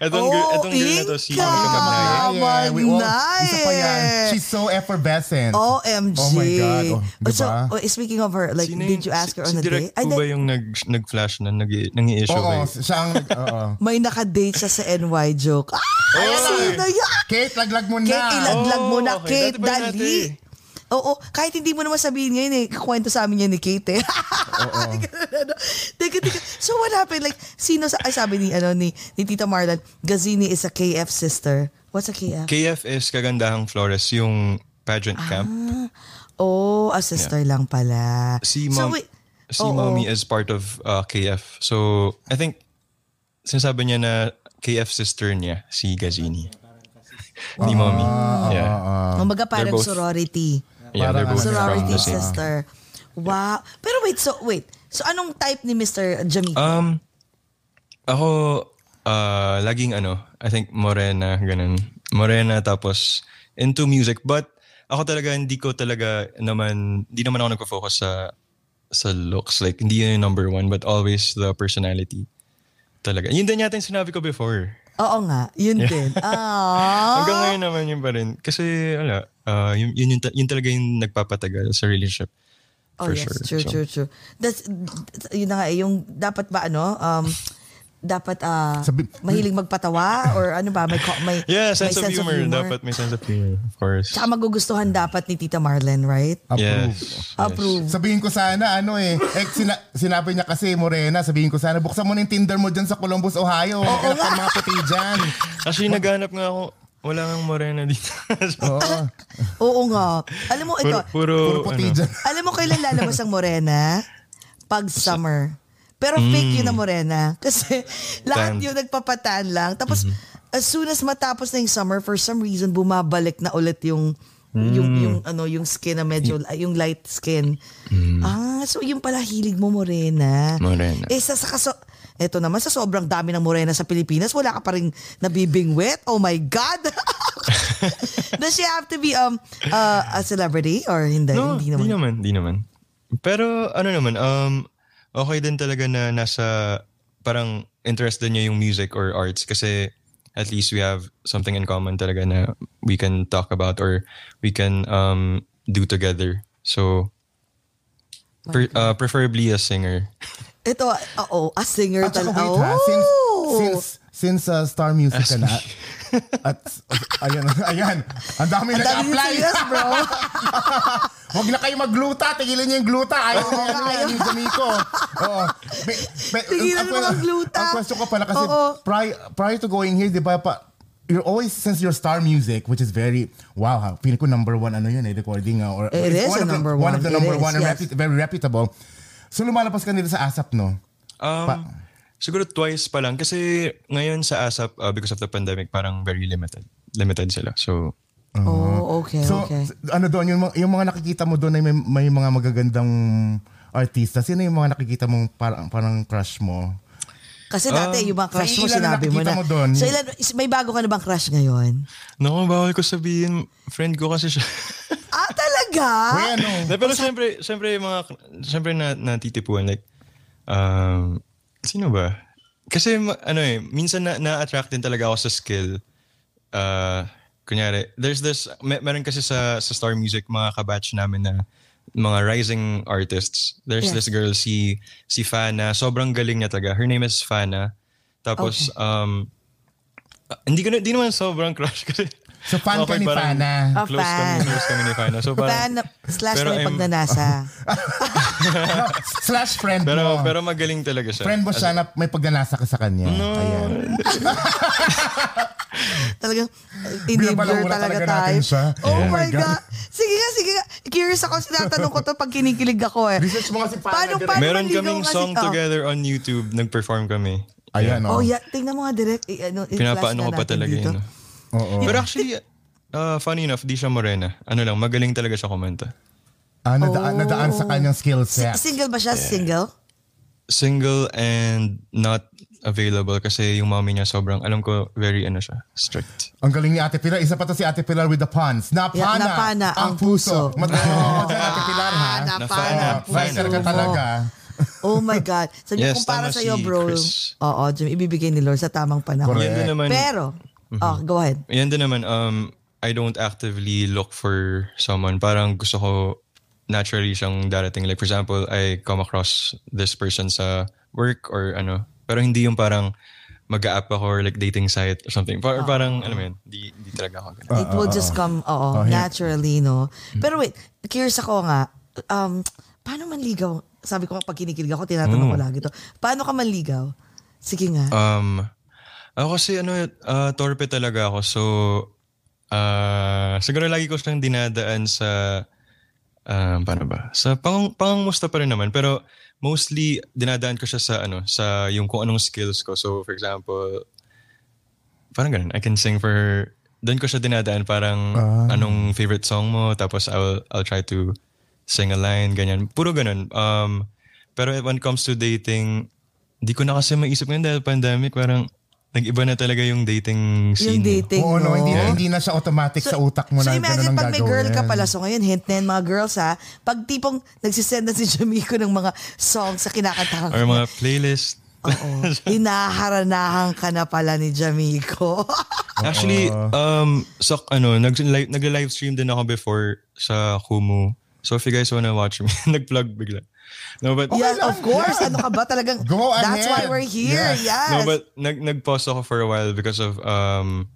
[SPEAKER 6] Etong, girl,
[SPEAKER 5] Oh,
[SPEAKER 6] etong girl na to si
[SPEAKER 5] Inca!
[SPEAKER 6] Monica Magnaye.
[SPEAKER 5] Ah,
[SPEAKER 4] Yeah, we all-
[SPEAKER 5] Manay.
[SPEAKER 4] Isa pa yan. She's so effervescent.
[SPEAKER 5] OMG.
[SPEAKER 4] Oh my God. Oh, diba?
[SPEAKER 5] so, oh, speaking of her, like,
[SPEAKER 6] Sino
[SPEAKER 5] did
[SPEAKER 6] yung-
[SPEAKER 5] you ask
[SPEAKER 6] si-
[SPEAKER 5] her on
[SPEAKER 6] si
[SPEAKER 5] a
[SPEAKER 6] Direk
[SPEAKER 5] date? Ay,
[SPEAKER 6] po
[SPEAKER 5] di-
[SPEAKER 6] ba yung nag, nag-flash na, nag, nangi-issue
[SPEAKER 4] Oo,
[SPEAKER 6] ba yun?
[SPEAKER 4] siya ang... Oo.
[SPEAKER 5] may nakadate siya sa NY joke. Ah, sino yan?
[SPEAKER 4] Kate, laglag mo na.
[SPEAKER 5] Kate, ilaglag mo na,
[SPEAKER 6] Oh, okay.
[SPEAKER 5] Kate,
[SPEAKER 6] Dati ba yun
[SPEAKER 5] dali.
[SPEAKER 6] natin? eh.
[SPEAKER 5] Oo, kahit hindi mo naman sabihin ngayon eh, kakwento sa amin yan ni Kate eh. Oo. [laughs] teka, teka. So what happened? Like, sino sa, ay sabi ni, ano, ni, ni Tita Marlon, Gazini is a KF sister. What's a KF?
[SPEAKER 6] KF is Kagandahang Flores, yung pageant camp.
[SPEAKER 5] oh, a sister lang pala.
[SPEAKER 6] Si,
[SPEAKER 5] So
[SPEAKER 6] mom,
[SPEAKER 5] wait,
[SPEAKER 6] si
[SPEAKER 5] oo.
[SPEAKER 6] mommy is part of uh, KF. So, I think, sinasabi niya na KF sister niya, si Gazini. Ni mommy. Yeah.
[SPEAKER 5] Kumbaga
[SPEAKER 6] Ah, They're
[SPEAKER 5] parang
[SPEAKER 6] both-
[SPEAKER 5] sorority.
[SPEAKER 6] yeah, they're both from
[SPEAKER 5] Sorority
[SPEAKER 6] the same.
[SPEAKER 5] sister.
[SPEAKER 6] Ah.
[SPEAKER 5] Wow. Pero wait, so wait. So anong type ni Mr. Jamie?
[SPEAKER 6] Um, ako, uh, laging ano, I think morena, ganun. Morena tapos into music. But ako talaga, hindi ko talaga naman, hindi naman ako nagpo-focus sa sa looks. Like, hindi yun yung number one, but always the personality. Talaga. Yun din yata yung sinabi ko before.
[SPEAKER 5] Oo nga, yun
[SPEAKER 6] [laughs]
[SPEAKER 5] din. Ah. Aww.
[SPEAKER 6] Hanggang ngayon naman yun pa rin. Kasi, ala, ah, yun, yun, yun, ta- yun talaga yung nagpapatagal sa relationship.
[SPEAKER 5] Oh
[SPEAKER 6] For
[SPEAKER 5] yes,
[SPEAKER 6] sure.
[SPEAKER 5] true,
[SPEAKER 6] So-
[SPEAKER 5] true, true. That's, that's- yun na nga eh, yung dapat ba ano, um, dapat ah
[SPEAKER 4] Sabi-
[SPEAKER 5] mahilig magpatawa or ano ba, may, co- may,
[SPEAKER 6] Yeah,
[SPEAKER 5] may
[SPEAKER 6] sense, of, humor. Dapat may sense of humor, of course.
[SPEAKER 5] Tsaka magugustuhan dapat ni Tita Marlen, right?
[SPEAKER 6] Yes. Ah, yes.
[SPEAKER 5] Approve.
[SPEAKER 4] Sabihin ko sana, ano eh, eh sina- sinabi niya kasi, Morena, sabihin ko sana, buksan mo na yung Tinder mo dyan sa Columbus, Ohio. Maghanap ka ng mga puti dyan.
[SPEAKER 6] Actually, naghanap nga ako. Wala nga morena dito. [laughs] So,
[SPEAKER 5] Oo nga. Alam mo, ito,
[SPEAKER 6] puro, puro,
[SPEAKER 4] Puro puti
[SPEAKER 6] ano,
[SPEAKER 4] dyan.
[SPEAKER 5] [laughs] alam mo kailan lalabas ang morena? Pag summer. Pero fake
[SPEAKER 6] Mm.
[SPEAKER 5] yun na morena. [laughs] Kasi lahat
[SPEAKER 6] Tan.
[SPEAKER 5] yun nagpapatan lang. Tapos,
[SPEAKER 6] Mm-hmm.
[SPEAKER 5] as soon as matapos na yung summer, for some reason, bumabalik na ulit yung yung
[SPEAKER 6] Mm.
[SPEAKER 5] yung ano yung skin na medyo yung light skin. Ah, so yung pala hilig mo morena.
[SPEAKER 6] Mm. Morena.
[SPEAKER 5] Eh sa, sa kaso eto naman sa sobrang dami ng morena sa Pilipinas, wala ka pa rin nabibingwit. Oh my
[SPEAKER 6] [laughs]
[SPEAKER 5] god. [laughs] Does she have to be um uh, a celebrity or hindi?
[SPEAKER 6] No,
[SPEAKER 5] hindi
[SPEAKER 6] di naman. Di naman, Pero ano naman, um, okay din talaga na nasa parang interest din niya yung music or arts kasi at least we have something in common talaga na we can talk about or we can um, do together. So, pre- uh, preferably a singer.
[SPEAKER 5] Ito, oo, a singer
[SPEAKER 4] At saka
[SPEAKER 5] talaga.
[SPEAKER 4] wait ha, since,
[SPEAKER 5] Oh!
[SPEAKER 4] since, since uh, Star Music ka na, at ayan, [laughs] ayan, ang dami
[SPEAKER 5] Ang dami
[SPEAKER 4] nag-apply.
[SPEAKER 5] serious, bro.
[SPEAKER 4] [laughs] Huwag na kayo magluta, tigilan niyo yung gluta. Ayaw ko yan,
[SPEAKER 5] [laughs] ayaw.
[SPEAKER 4] yan, yung Jamaico. Oo. Be- be-
[SPEAKER 5] Tigilan
[SPEAKER 4] ang-
[SPEAKER 5] mo ang gluta.
[SPEAKER 4] Ang question ko pala kasi
[SPEAKER 5] Oo.
[SPEAKER 4] prior, prior to going here, di ba pa, you're always, since your star music, which is very, wow, ha, feeling ko number one, ano yun eh, recording. ah, Or,
[SPEAKER 5] It
[SPEAKER 4] it's
[SPEAKER 5] is a
[SPEAKER 4] of the-
[SPEAKER 5] number
[SPEAKER 4] One of
[SPEAKER 5] one.
[SPEAKER 4] the
[SPEAKER 5] It
[SPEAKER 4] number
[SPEAKER 5] is,
[SPEAKER 4] one, and
[SPEAKER 5] yes.
[SPEAKER 4] repu- very reputable. So lumalabas ka nila sa ASAP, no?
[SPEAKER 6] Um,
[SPEAKER 4] Pa-
[SPEAKER 6] siguro twice pa lang kasi ngayon sa ASAP uh, because of the pandemic parang very limited. Limited sila. So,
[SPEAKER 5] Oh, okay,
[SPEAKER 4] mm-hmm. So,
[SPEAKER 5] okay.
[SPEAKER 4] s- ano doon, yung, mga- yung mga nakikita mo doon ay may, may mga magagandang artista. Sino yung mga nakikita mong parang, parang crush mo?
[SPEAKER 5] Kasi dati, yung mga crush
[SPEAKER 4] um,
[SPEAKER 5] mo,
[SPEAKER 4] ilan na
[SPEAKER 5] sinabi mo
[SPEAKER 4] nakikita
[SPEAKER 5] na.
[SPEAKER 4] mo doon?
[SPEAKER 5] So, ilan, is- may bago ka na bang crush ngayon?
[SPEAKER 6] naku, bawal ko sabihin. Friend ko kasi siya. [laughs]
[SPEAKER 5] Ah, talaga?
[SPEAKER 4] Uy, ano?
[SPEAKER 6] Na, pero siyempre, siyempre yung mga, siyempre na, natitipuan. Like, um, sino ba? Kasi, ma- ano eh, minsan na, na-attract din talaga ako sa skill. Uh, kunyari, there's this, mer- meron kasi sa, sa Star Music, mga kabatch namin na mga rising artists. There's
[SPEAKER 5] Yes.
[SPEAKER 6] this girl, si, si Fana. Sobrang galing niya talaga. Her name is Fana. Tapos, um, ah, hindi ko na, hindi naman sobrang [laughs] crush kasi.
[SPEAKER 4] So, fan ka
[SPEAKER 6] Okay,
[SPEAKER 4] ni
[SPEAKER 6] parang-
[SPEAKER 4] Fana.
[SPEAKER 5] Ah,
[SPEAKER 6] Close
[SPEAKER 5] fan.
[SPEAKER 6] kami, close kami ni Fana. So, parang,
[SPEAKER 5] Fan slash
[SPEAKER 6] pero
[SPEAKER 5] na yung
[SPEAKER 4] [laughs]
[SPEAKER 6] I'm-
[SPEAKER 5] pagnanasa.
[SPEAKER 4] Slash friend
[SPEAKER 6] Pero
[SPEAKER 4] mo.
[SPEAKER 6] pero magaling talaga siya.
[SPEAKER 4] friend mo
[SPEAKER 6] As-
[SPEAKER 4] siya na may pagnanasa ka sa kanya. Ayan.
[SPEAKER 5] Talagang enabler
[SPEAKER 4] Binabalawala
[SPEAKER 5] talaga,
[SPEAKER 4] talaga
[SPEAKER 5] tayo.
[SPEAKER 4] natin siya.
[SPEAKER 5] Oh
[SPEAKER 4] Yeah.
[SPEAKER 5] my
[SPEAKER 4] my
[SPEAKER 5] God.
[SPEAKER 4] God.
[SPEAKER 5] Sige nga, sige nga. Curious ako, sinatanong ko to pag kinikilig ako eh.
[SPEAKER 4] Research mo kasi Fana.
[SPEAKER 5] Paano,
[SPEAKER 4] Direk.
[SPEAKER 5] paano?
[SPEAKER 6] Meron
[SPEAKER 5] naligaw
[SPEAKER 6] kaming
[SPEAKER 5] nga si-
[SPEAKER 6] song
[SPEAKER 5] oh.
[SPEAKER 6] together on YouTube, nag-perform kami.
[SPEAKER 4] Ayan,
[SPEAKER 5] Oh,
[SPEAKER 4] oh.
[SPEAKER 5] yeah. Tingnan mo nga direct. i- Ano, i-flash na
[SPEAKER 6] Pinapaano ko pa
[SPEAKER 5] natin
[SPEAKER 6] talaga
[SPEAKER 5] dito.
[SPEAKER 6] yun.
[SPEAKER 4] Oo.
[SPEAKER 6] Pero actually, uh, funny enough, di siya morena. Ano lang, magaling talaga siya kumanta.
[SPEAKER 4] Ah, nadaan,
[SPEAKER 5] Oh.
[SPEAKER 4] nadaan sa kanyang skill
[SPEAKER 5] Si-
[SPEAKER 4] set.
[SPEAKER 5] Single ba siya? Single?
[SPEAKER 6] Single and not available kasi yung mommy niya sobrang, alam ko, very ano siya, strict.
[SPEAKER 4] Ang galing ni Ate Pilar. Isa pa to si Ate Pilar with the puns. Napana,
[SPEAKER 5] Yeah, napana
[SPEAKER 4] ang
[SPEAKER 5] ang
[SPEAKER 4] puso.
[SPEAKER 5] puso. Oh,
[SPEAKER 4] Matawa [laughs] ko dyan, Ate Pilar, ha?
[SPEAKER 5] Ah,
[SPEAKER 6] Napana
[SPEAKER 5] napana.
[SPEAKER 6] ang
[SPEAKER 4] Oh, Fighter ka talaga.
[SPEAKER 5] Oh my
[SPEAKER 6] [laughs]
[SPEAKER 5] God. Sabi
[SPEAKER 6] Yes,
[SPEAKER 5] ko, kung para
[SPEAKER 6] tama
[SPEAKER 5] sa'yo,
[SPEAKER 6] si
[SPEAKER 5] bro.
[SPEAKER 6] Chris.
[SPEAKER 5] Oo, Jim, ibibigay ni Lord sa tamang panahon.
[SPEAKER 6] Yan din naman, Mm-hmm.
[SPEAKER 5] Pero, oh, go ahead.
[SPEAKER 6] yan din naman, um, I don't actively look for someone. Parang gusto ko naturally siyang darating. Like for example, I come across this person sa work or ano. Pero hindi yung parang mag-app ako or like dating site or something. Par- parang, alam mo yun, di, di talaga ako
[SPEAKER 4] Uh,
[SPEAKER 6] ganun.
[SPEAKER 5] It will just come, oo,
[SPEAKER 4] Oh,
[SPEAKER 5] naturally, no?
[SPEAKER 4] Mm-hmm.
[SPEAKER 5] Pero wait, curious ako nga, um, paano manligaw? Sabi ko, nga, pag kinikilig ako,
[SPEAKER 4] Mm.
[SPEAKER 5] tinatanong ko lagi to. Paano ka manligaw? Sige nga.
[SPEAKER 6] Um, ako kasi ano, uh, torpe talaga ako. So, uh, siguro lagi ko siyang dinadaan sa, um, paano ba? Sa pang, pangmusta pa rin naman. Pero mostly dinadaan ko siya sa ano, sa yung kung anong skills ko. So, for example, parang ganun, I can sing for her. Doon ko siya dinadaan parang
[SPEAKER 5] Ah.
[SPEAKER 6] anong favorite song mo. Tapos I'll, I'll try to sing a line, ganyan. Puro ganun. Um, pero when it comes to dating, di ko na kasi maisip ngayon dahil pandemic, parang Nag-iba na talaga yung dating scene.
[SPEAKER 5] Yung dating,
[SPEAKER 4] Oo, no, hindi,
[SPEAKER 5] no?
[SPEAKER 4] na, hindi na siya automatic sa utak mo
[SPEAKER 5] so
[SPEAKER 4] na ganun
[SPEAKER 5] imagine
[SPEAKER 4] ang
[SPEAKER 5] pag may girl ka
[SPEAKER 4] gagawin.
[SPEAKER 5] pala, so ngayon hint na yan mga girls ha, pag tipong nagsisend na si [laughs] Jamico ng mga songs sa kinakantahan
[SPEAKER 6] Or mga playlist.
[SPEAKER 5] Oo. Hinaharanahan ka na pala ni Jamico.
[SPEAKER 6] Actually, um, sa, ano, nag, live, nag-live stream din ako before sa Kumu. So if you guys wanna watch me, [laughs] nag-plug bigla. No, but,
[SPEAKER 5] yes,
[SPEAKER 4] lang,
[SPEAKER 5] of course. Ano ka ba talagang,
[SPEAKER 4] Go
[SPEAKER 5] that's why
[SPEAKER 4] ahead.
[SPEAKER 5] we're here. Yes.
[SPEAKER 4] Yes.
[SPEAKER 6] no, but nag, nag-pause ako for a while because of, um,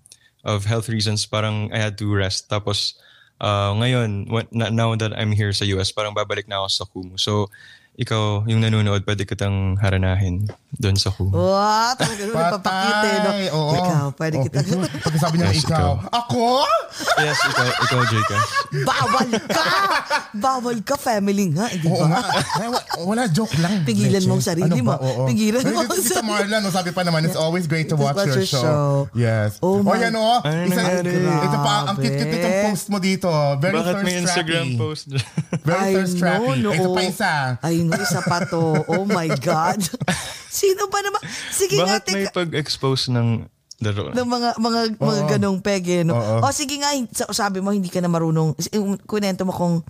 [SPEAKER 6] of health reasons. Parang I had to rest. Tapos, uh, ngayon, when, na- now that I'm here sa US, parang babalik na ako sa Kumu. So, ikaw, yung nanonood, pwede kitang haranahin doon sa
[SPEAKER 5] Oh.
[SPEAKER 6] Kumu.
[SPEAKER 5] Wow, talaga nun nagpapakita. eh, No?
[SPEAKER 4] Patay, oo.
[SPEAKER 5] Ikaw, pwede
[SPEAKER 4] Oo,
[SPEAKER 5] kita.
[SPEAKER 4] ikaw. Pag sabi niya,
[SPEAKER 6] Yes,
[SPEAKER 4] ikaw.
[SPEAKER 6] ikaw.
[SPEAKER 4] Ako?
[SPEAKER 6] Yes, ikaw, ikaw Jcas.
[SPEAKER 5] [laughs] Bawal ka! Bawal ka, family nga. eh, Di
[SPEAKER 4] Oo
[SPEAKER 5] ba?
[SPEAKER 4] nga. Ay, wa- wala, joke lang.
[SPEAKER 5] Pigilan
[SPEAKER 4] Leche.
[SPEAKER 5] mo ang sarili
[SPEAKER 4] Ano ba?
[SPEAKER 5] mo.
[SPEAKER 4] Oo.
[SPEAKER 5] Pigilan
[SPEAKER 4] Ay,
[SPEAKER 5] mo ang
[SPEAKER 4] si- Si
[SPEAKER 5] sarili.
[SPEAKER 4] Marlon, no, sabi pa naman, it's always great to watch, your, show. Yes.
[SPEAKER 5] Oh
[SPEAKER 4] o
[SPEAKER 5] my-
[SPEAKER 4] yan o.
[SPEAKER 6] Ay,
[SPEAKER 4] Isa,
[SPEAKER 6] nangyari.
[SPEAKER 4] ito pa, ang cute-cute itong
[SPEAKER 5] Grabe.
[SPEAKER 4] post mo dito. Very
[SPEAKER 6] Bakit
[SPEAKER 4] thirst
[SPEAKER 6] may Instagram
[SPEAKER 4] trappy.
[SPEAKER 6] post?
[SPEAKER 4] Very
[SPEAKER 5] Ay,
[SPEAKER 4] thirst trappy.
[SPEAKER 5] no, no.
[SPEAKER 4] Ito pa isa.
[SPEAKER 5] Ay, no, isa pa to. Oh my God. Sino pa naman? Sige nga,
[SPEAKER 6] [laughs] Bakit may
[SPEAKER 5] teka.
[SPEAKER 6] pag-expose ng laro?
[SPEAKER 5] ng mga mga mga ganong pege no.
[SPEAKER 4] Oo.
[SPEAKER 5] O sige nga hin- sa- sabi mo hindi ka na marunong s- yung kunento mo kung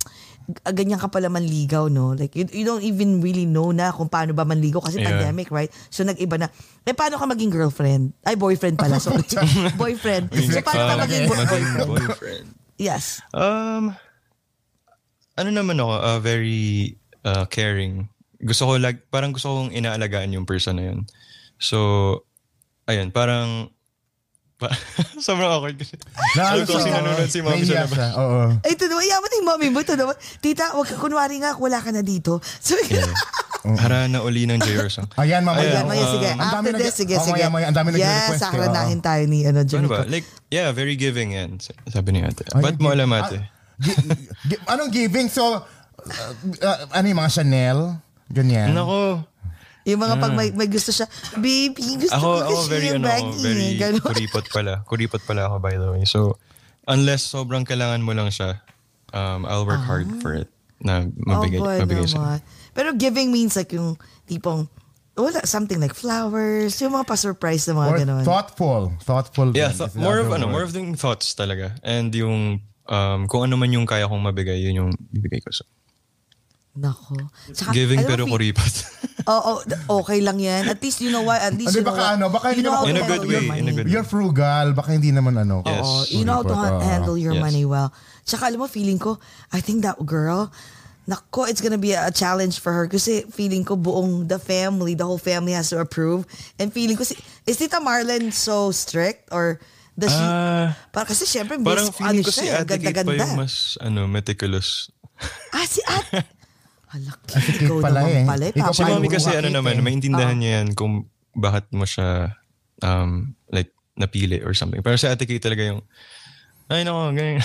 [SPEAKER 5] ah, ganyan ka pala manligaw no. Like you, you don't even really know na kung paano ba manligaw kasi
[SPEAKER 6] Yeah.
[SPEAKER 5] pandemic right. So nag-iba na. Eh paano ka maging girlfriend? Ay boyfriend pala
[SPEAKER 4] [laughs]
[SPEAKER 5] sorry. [laughs] boyfriend. So paano ka
[SPEAKER 6] Um,
[SPEAKER 5] maging bo-
[SPEAKER 6] maging
[SPEAKER 5] boyfriend?
[SPEAKER 6] boyfriend.
[SPEAKER 5] Yes.
[SPEAKER 6] Um, ano naman ako, uh, very uh, caring. Gusto ko, lag, parang gusto kong inaalagaan yung person na yun. So, ayun, parang, pa, [laughs] sobrang awkward kasi. Sabi ko kasi
[SPEAKER 4] siya.
[SPEAKER 6] nanonood si Mami
[SPEAKER 4] Nahiya
[SPEAKER 6] sa labas.
[SPEAKER 4] siya, Oo.
[SPEAKER 5] Ay, ito naman. Yaman yung mami mo. Ito naman. Tita, wag, kunwari nga, wala ka na dito. [laughs] So,
[SPEAKER 6] Hara na uli ng J. Orson.
[SPEAKER 4] Mm. Ayan, mamaya.
[SPEAKER 5] Ayan, maya,
[SPEAKER 6] uh,
[SPEAKER 4] Oo.
[SPEAKER 5] sige.
[SPEAKER 4] Ang dami
[SPEAKER 5] After
[SPEAKER 4] nag-
[SPEAKER 5] this, sige,
[SPEAKER 4] Oo,
[SPEAKER 5] sige.
[SPEAKER 4] Maya, maya, ang dami nag-request.
[SPEAKER 5] Yes, sakranahin tayo ni ano,
[SPEAKER 6] Ano
[SPEAKER 5] Jimmy.
[SPEAKER 6] ba? Like, yeah, very giving yan. Sabi ni ate.
[SPEAKER 4] Ay,
[SPEAKER 6] Ba't mo
[SPEAKER 4] gi-
[SPEAKER 6] alam
[SPEAKER 4] ah,
[SPEAKER 6] ate?
[SPEAKER 4] gi- gi- anong giving? So, uh, uh, ano yung mga Chanel? Ganyan.
[SPEAKER 6] Nako,
[SPEAKER 5] Yung mga pag may, may gusto siya, baby, gusto
[SPEAKER 6] Mm. ako,
[SPEAKER 5] ko
[SPEAKER 6] ako
[SPEAKER 5] kasi
[SPEAKER 6] very,
[SPEAKER 5] yung
[SPEAKER 6] ano, ako,
[SPEAKER 5] baggy.
[SPEAKER 6] very
[SPEAKER 5] Ganun.
[SPEAKER 6] kuripot pala. Kuripot pala ako, by the way. So, unless sobrang kailangan mo lang siya, um, I'll work hard for it na mabigay,
[SPEAKER 5] boy
[SPEAKER 6] mabigay siya.
[SPEAKER 5] Ah. Oh, naman. Pero giving means like yung tipong, wala, something like flowers, yung mga pa-surprise na mga
[SPEAKER 4] Or
[SPEAKER 5] ganun.
[SPEAKER 4] thoughtful. Thoughtful.
[SPEAKER 6] Yeah,
[SPEAKER 4] din
[SPEAKER 6] th-
[SPEAKER 4] is the
[SPEAKER 6] more of,
[SPEAKER 4] other word.
[SPEAKER 6] ano, more of the thoughts talaga. And yung, um, kung ano man yung kaya kong mabigay, yun yung bibigay ko. So,
[SPEAKER 5] Nako. Tsaka, Ah,
[SPEAKER 6] giving
[SPEAKER 5] alam mo, fi-
[SPEAKER 6] pero kuripot. [laughs]
[SPEAKER 5] Oo, oh, okay lang yan. At least you know what, at least
[SPEAKER 4] Hindi,
[SPEAKER 5] you know
[SPEAKER 4] baka
[SPEAKER 5] what-
[SPEAKER 4] ano, baka
[SPEAKER 5] you
[SPEAKER 4] hindi
[SPEAKER 5] know
[SPEAKER 4] naman-
[SPEAKER 5] how to
[SPEAKER 6] In a good
[SPEAKER 5] handle your
[SPEAKER 6] way, in a
[SPEAKER 5] money.
[SPEAKER 6] good
[SPEAKER 4] You're frugal. Baka hindi naman ano.
[SPEAKER 6] Yes.
[SPEAKER 5] Oo, Oh, you know how to
[SPEAKER 4] Kuripot,
[SPEAKER 5] ha-
[SPEAKER 4] oo.
[SPEAKER 5] handle your
[SPEAKER 6] Yes.
[SPEAKER 5] money well. Tsaka alam mo, feeling ko, I think that girl, nako, it's gonna be a challenge for her kasi feeling ko buong the family, the whole family has to approve. And feeling ko, si, is Tita Marlon so strict or does she,
[SPEAKER 6] Ah,
[SPEAKER 5] para kasi syempre, miss,
[SPEAKER 6] parang feeling
[SPEAKER 5] ano
[SPEAKER 6] ko si
[SPEAKER 5] siya, eh,
[SPEAKER 6] Ate Kate pa
[SPEAKER 5] ganda-ganda.
[SPEAKER 6] yung mas ano, meticulous.
[SPEAKER 5] Ah, si
[SPEAKER 6] [laughs]
[SPEAKER 5] Ate. Halak, ikaw
[SPEAKER 4] pala
[SPEAKER 5] naman
[SPEAKER 4] eh.
[SPEAKER 5] pala. eh,
[SPEAKER 4] Ikaw
[SPEAKER 6] Si
[SPEAKER 4] Ay,
[SPEAKER 6] Mami
[SPEAKER 5] papayuhan
[SPEAKER 6] kasi
[SPEAKER 5] ka,
[SPEAKER 6] ano
[SPEAKER 5] Kate,
[SPEAKER 6] naman,
[SPEAKER 5] eh.
[SPEAKER 6] maintindahan niya yan kung bakit mo siya um, like napili or something. Pero sa ate Kay talaga yung, ay nako,
[SPEAKER 5] [laughs]
[SPEAKER 6] ganyan.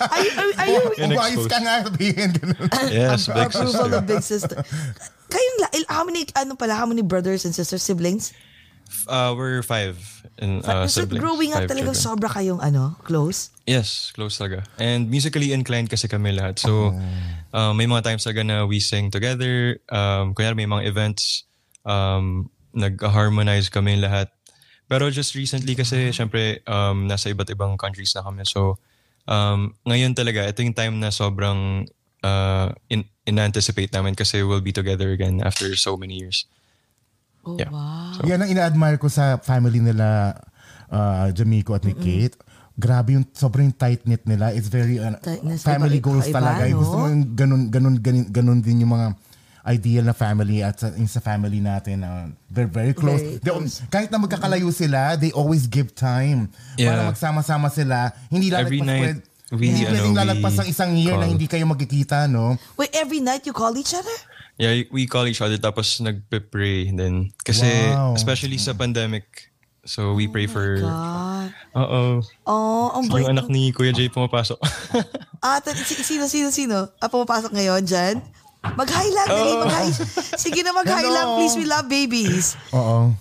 [SPEAKER 5] Ay, ay, ay,
[SPEAKER 6] [laughs]
[SPEAKER 5] ay,
[SPEAKER 6] Yun,
[SPEAKER 4] Wise ka
[SPEAKER 6] exposed.
[SPEAKER 4] nga sabihin. ganun.
[SPEAKER 6] yes, big
[SPEAKER 5] approval
[SPEAKER 6] sister.
[SPEAKER 5] of big sister. Kayong, la- il- how many, ano pala, how many brothers and sisters, siblings?
[SPEAKER 6] Uh, we're five in, uh,
[SPEAKER 5] so
[SPEAKER 6] siblings.
[SPEAKER 5] growing up
[SPEAKER 6] five
[SPEAKER 5] talagang
[SPEAKER 6] children.
[SPEAKER 5] sobra kayong ano, close?
[SPEAKER 6] Yes, close talaga. And musically inclined kasi kami lahat. So, uh, may mga times talaga na we sing together. Um, kunyari may mga events, um, nag-harmonize kami lahat. Pero just recently kasi, syempre, um, nasa iba't ibang countries na kami. So, um, ngayon talaga, ito yung time na sobrang uh, in- in-anticipate namin kasi we'll be together again after so many years.
[SPEAKER 5] Oh,
[SPEAKER 6] Yeah.
[SPEAKER 5] wow.
[SPEAKER 4] Yan ang ina-admire ko sa family nila, uh, Jamico at ni Kate. Grabe yung sobrang tight-knit nila. It's very uh,
[SPEAKER 5] Tightness,
[SPEAKER 4] family
[SPEAKER 5] iba-
[SPEAKER 4] goals
[SPEAKER 5] iba,
[SPEAKER 4] talaga.
[SPEAKER 5] no?
[SPEAKER 4] Gusto mo yung ganun, ganun, ganun, ganun din yung mga ideal na family at sa, yung sa family natin. uh, they're very close.
[SPEAKER 5] Very
[SPEAKER 4] They- kahit na magkakalayo sila, they always give time. Para
[SPEAKER 6] Yeah.
[SPEAKER 4] magsama-sama sila. Hindi lalagpas
[SPEAKER 6] Every night,
[SPEAKER 4] pwed-
[SPEAKER 6] we,
[SPEAKER 4] hindi
[SPEAKER 6] ano,
[SPEAKER 4] pwedeng
[SPEAKER 6] we
[SPEAKER 4] lalagpas ang isang year na
[SPEAKER 6] call.
[SPEAKER 4] hindi kayo magkikita, no?
[SPEAKER 5] Wait, every night you call each other?
[SPEAKER 6] Yeah, we call each other tapos nagpe-pray din. Kasi
[SPEAKER 4] Wow.
[SPEAKER 6] especially sa pandemic, so we pray for...
[SPEAKER 5] God.
[SPEAKER 6] Oo.
[SPEAKER 5] Oh, ang bait.
[SPEAKER 6] Yung anak ni Kuya Jay
[SPEAKER 5] [laughs]
[SPEAKER 6] pumapasok.
[SPEAKER 5] Ah, ta- si- sino, sino, sino? Ah, pumapasok ngayon dyan?
[SPEAKER 6] Oh.
[SPEAKER 5] Mag-hi lang, dali, mag-hi. Sige na, mag-hi
[SPEAKER 4] Hello.
[SPEAKER 5] lang. Please, we love babies.
[SPEAKER 4] Oo.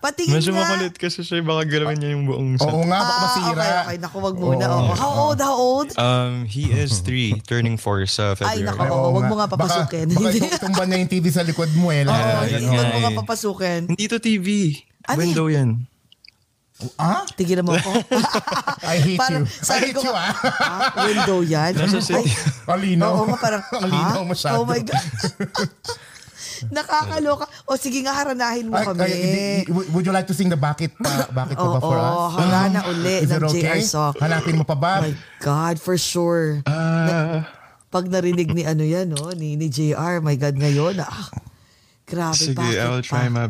[SPEAKER 5] Patingin
[SPEAKER 6] Medyo
[SPEAKER 5] nga.
[SPEAKER 6] makulit kasi siya, baka galawin niya yung buong set.
[SPEAKER 4] Oo nga, baka
[SPEAKER 5] Ah,
[SPEAKER 4] masira.
[SPEAKER 5] okay, okay. Naku, wag muna.
[SPEAKER 6] Oh.
[SPEAKER 5] Oo. How old, how old?
[SPEAKER 6] Um, he is three, turning four sa
[SPEAKER 5] Ay,
[SPEAKER 6] February.
[SPEAKER 5] naku, oo, wag mo nga
[SPEAKER 4] Baka-
[SPEAKER 5] papasukin.
[SPEAKER 4] Baka,
[SPEAKER 5] [laughs] Hindi.
[SPEAKER 4] tumba na yung TV sa likod mo eh. lahat.
[SPEAKER 5] Oo,
[SPEAKER 6] ganun.
[SPEAKER 5] wag mo nga
[SPEAKER 6] Ay.
[SPEAKER 5] papasukin.
[SPEAKER 6] Hindi to TV.
[SPEAKER 5] Ano
[SPEAKER 6] Window yan.
[SPEAKER 4] Ah?
[SPEAKER 5] Tigilan mo
[SPEAKER 6] [laughs]
[SPEAKER 5] ako.
[SPEAKER 4] I hate
[SPEAKER 5] Parang
[SPEAKER 4] you. I
[SPEAKER 5] sabi
[SPEAKER 4] hate
[SPEAKER 5] ko
[SPEAKER 4] you
[SPEAKER 5] nga,
[SPEAKER 4] ah. [laughs]
[SPEAKER 5] ah, window yan.
[SPEAKER 6] Nasa
[SPEAKER 5] Ay,
[SPEAKER 6] city.
[SPEAKER 4] Ang linaw.
[SPEAKER 5] Oo nga,
[SPEAKER 4] [laughs]
[SPEAKER 5] parang,
[SPEAKER 4] Ang linaw
[SPEAKER 5] ah?
[SPEAKER 4] masyado.
[SPEAKER 5] Oh my God. [laughs] Nakakaloka. O sige nga, haranahin mo
[SPEAKER 4] Ay,
[SPEAKER 5] kami.
[SPEAKER 4] ay, di- di- would you like to sing the Bakit
[SPEAKER 5] [laughs]
[SPEAKER 4] Pa, bakit pa
[SPEAKER 5] Oo,
[SPEAKER 4] ba for us?
[SPEAKER 5] harana uli
[SPEAKER 4] Is it
[SPEAKER 5] ng JR
[SPEAKER 4] okay?
[SPEAKER 5] Sock.
[SPEAKER 4] Hanapin mo pa ba?
[SPEAKER 5] Oh My God, for sure.
[SPEAKER 6] Ah,
[SPEAKER 5] Pag narinig ni ano yan, no, ni, ni JR, my God, ngayon, ah, grabe,
[SPEAKER 6] Sige,
[SPEAKER 5] bakit
[SPEAKER 6] I will try
[SPEAKER 5] pa?
[SPEAKER 6] my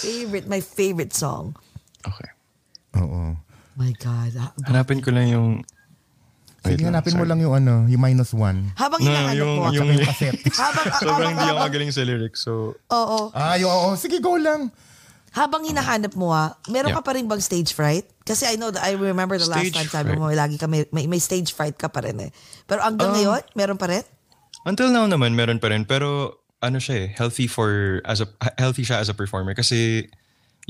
[SPEAKER 5] My favorite, my favorite song.
[SPEAKER 6] okay.
[SPEAKER 4] Oo.
[SPEAKER 5] My God. ah,
[SPEAKER 6] Hanapin ko lang yung... Wait
[SPEAKER 4] Sige, hanapin mo
[SPEAKER 6] sorry.
[SPEAKER 4] lang yung ano, yung minus one.
[SPEAKER 5] Habang
[SPEAKER 6] No,
[SPEAKER 5] hinahanap
[SPEAKER 6] yung-
[SPEAKER 5] mo.
[SPEAKER 6] yung-
[SPEAKER 4] Yung cassette.
[SPEAKER 5] [laughs] habang, ah,
[SPEAKER 6] Sobrang
[SPEAKER 5] habang,
[SPEAKER 6] hindi ako
[SPEAKER 5] habang,
[SPEAKER 6] magaling sa lyrics, so...
[SPEAKER 5] oo.
[SPEAKER 4] Ay, oo. Sige, go lang.
[SPEAKER 5] habang hinahanap mo, ah, meron
[SPEAKER 6] Yeah.
[SPEAKER 5] ka pa rin bang stage fright? Kasi I know, that I remember the last
[SPEAKER 6] Stage
[SPEAKER 5] time sabi
[SPEAKER 6] fright.
[SPEAKER 5] mo,
[SPEAKER 6] Um,
[SPEAKER 5] lagi ka may, may, may stage fright ka pa rin eh. Pero hanggang ngayon, meron pa rin?
[SPEAKER 6] Until now naman, meron pa rin. Pero ano siya eh, healthy for, as a, healthy siya as a performer. Kasi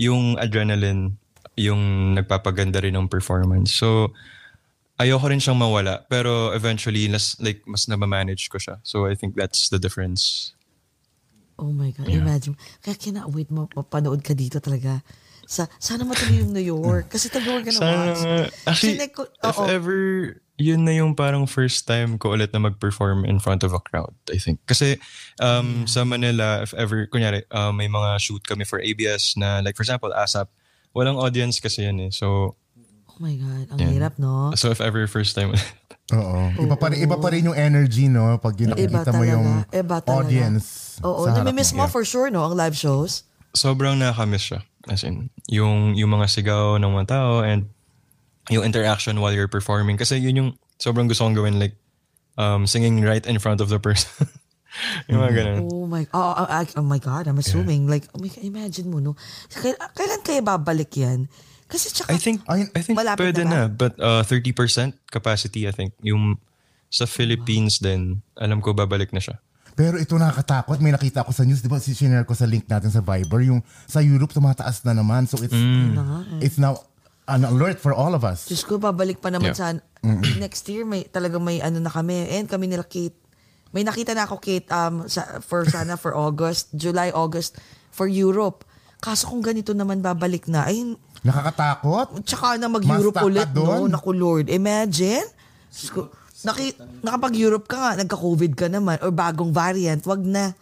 [SPEAKER 6] yung adrenaline, yung nagpapaganda rin ng performance. So, ayoko rin siyang mawala. Pero eventually, nas, like, mas nabamanage ko siya. So, I think that's the difference.
[SPEAKER 5] Oh my God, imagine. Kaya kina-wait mo, mapanood ka dito talaga. Sa, sana matuloy yung New
[SPEAKER 6] [laughs]
[SPEAKER 5] York. Kasi tagawag ka na
[SPEAKER 6] Sana
[SPEAKER 5] watch.
[SPEAKER 6] nga. Actually,
[SPEAKER 5] Sinek ko-
[SPEAKER 6] if
[SPEAKER 5] oo.
[SPEAKER 6] ever, yun na yung parang first time ko ulit na mag-perform in front of a crowd, I think. Kasi um, sa Manila, if ever, kunyari, uh, may mga shoot kami for ABS na, like for example, ASAP, walang audience kasi yun eh. So,
[SPEAKER 5] Oh my God, ang hirap, no?
[SPEAKER 6] so if ever first time [laughs] ulit.
[SPEAKER 4] Oo. Iba pa rin, iba pa rin yung energy, no? Pag yun,
[SPEAKER 5] Iba
[SPEAKER 4] nakikita mo
[SPEAKER 5] talaga.
[SPEAKER 4] yung
[SPEAKER 5] Iba talaga.
[SPEAKER 4] audience
[SPEAKER 5] Oo,
[SPEAKER 4] sa harap
[SPEAKER 5] nami-miss mo for sure, no? Ang live shows.
[SPEAKER 6] sobrang nakakamiss siya. As in, yung, yung mga sigaw ng mga tao and yung interaction while you're performing. Kasi yun yung sobrang gusto kong gawin, like, um, singing right in front of the person. [laughs] yung mga ganun.
[SPEAKER 5] Oh my, oh, oh, ah, oh my God, I'm assuming. Like, oh my God, imagine mo, no? Kail- Kailan kaya babalik yan? Kasi tsaka,
[SPEAKER 6] I think
[SPEAKER 4] Ay,
[SPEAKER 6] I think
[SPEAKER 5] malapit
[SPEAKER 6] pwede
[SPEAKER 5] na
[SPEAKER 6] na, but uh, 30% capacity I think yung sa Philippines din alam ko babalik na siya.
[SPEAKER 4] Pero ito nakakatakot. May nakita ako sa news, di ba? Si Shinare ko sa link natin sa Viber. Yung sa Europe, tumataas na naman. So it's,
[SPEAKER 6] Mm.
[SPEAKER 5] Ano?
[SPEAKER 4] it's now an alert for all of us.
[SPEAKER 5] Diyos ko, babalik pa naman
[SPEAKER 6] Yeah.
[SPEAKER 5] sa
[SPEAKER 4] Mm-hmm.
[SPEAKER 5] next year. May, talaga may ano na kami. And kami nila Kate. May nakita na ako Kate um, sa, for sana for August, July, August for Europe. Kaso kung ganito naman babalik na, ay,
[SPEAKER 4] Nakakatakot.
[SPEAKER 5] tsaka na
[SPEAKER 4] Mas
[SPEAKER 5] mag-Europe
[SPEAKER 4] taka
[SPEAKER 5] ulit, no?
[SPEAKER 4] doon.
[SPEAKER 5] Naku, Lord. Imagine. Diyos ko, Naki, nakapag-Europe ka nga, nagka-COVID ka naman, or bagong variant, wag na.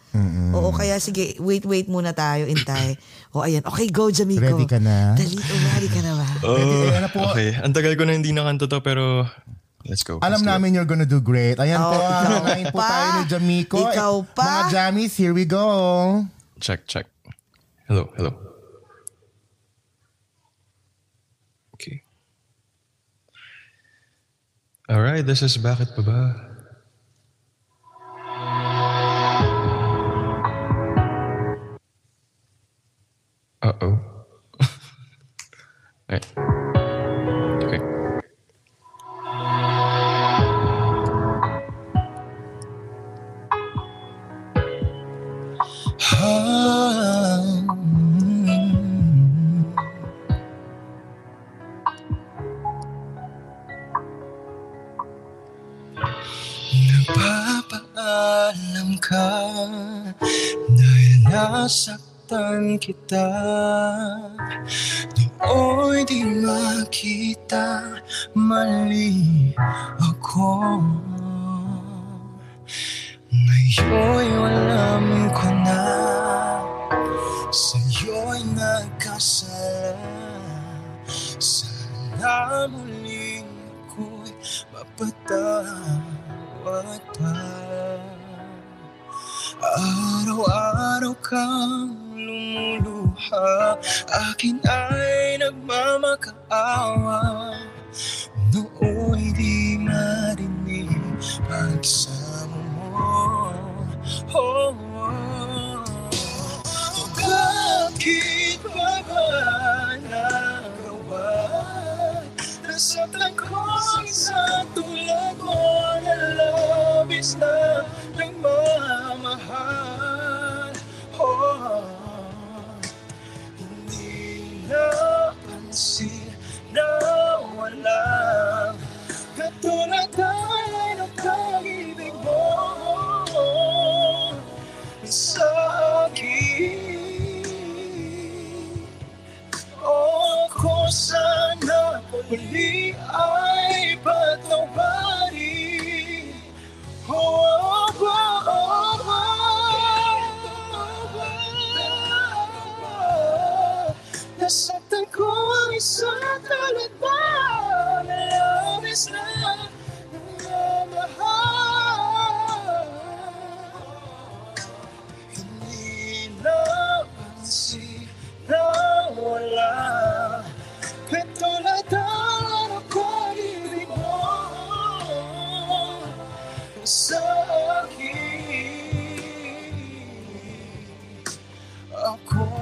[SPEAKER 5] Oo, kaya sige, wait, wait muna tayo, intay. o, ayan. Okay, go, Jamico.
[SPEAKER 4] Ready ka na?
[SPEAKER 5] Dali, oh, ready ka na ba?
[SPEAKER 6] Oh.
[SPEAKER 4] Ready, ayan na po.
[SPEAKER 6] Okay, ang tagal ko na hindi nakanta to pero let's go.
[SPEAKER 4] Alam
[SPEAKER 6] Let's do it.
[SPEAKER 4] namin you're gonna do great. Ayan
[SPEAKER 5] Oh,
[SPEAKER 4] po,
[SPEAKER 5] ikaw
[SPEAKER 4] hangain po
[SPEAKER 5] pa.
[SPEAKER 4] tayo ni Jamico.
[SPEAKER 5] Ikaw pa.
[SPEAKER 4] Mga Jamis, here we go.
[SPEAKER 6] Check, check. Hello, hello. Okay. All right, this is Bakit Pa Ba? Uh-oh. [laughs] All right. Okay.
[SPEAKER 8] Nagpapaalam ka Dahil nasaktan kita Nooy di makita Mali ako Ngayon'y alam ko na Sa'yo'y nagkasala sana muling ako'y mapatawad pa Araw-araw kang lumuluha Akin ay nagmamakaawa Nooy di marinig pagsamo mo Oh, bakit ba ba nagawa? Nasaktan ko ang isang tulad mo na labis na nagmamahal. Oh, hindi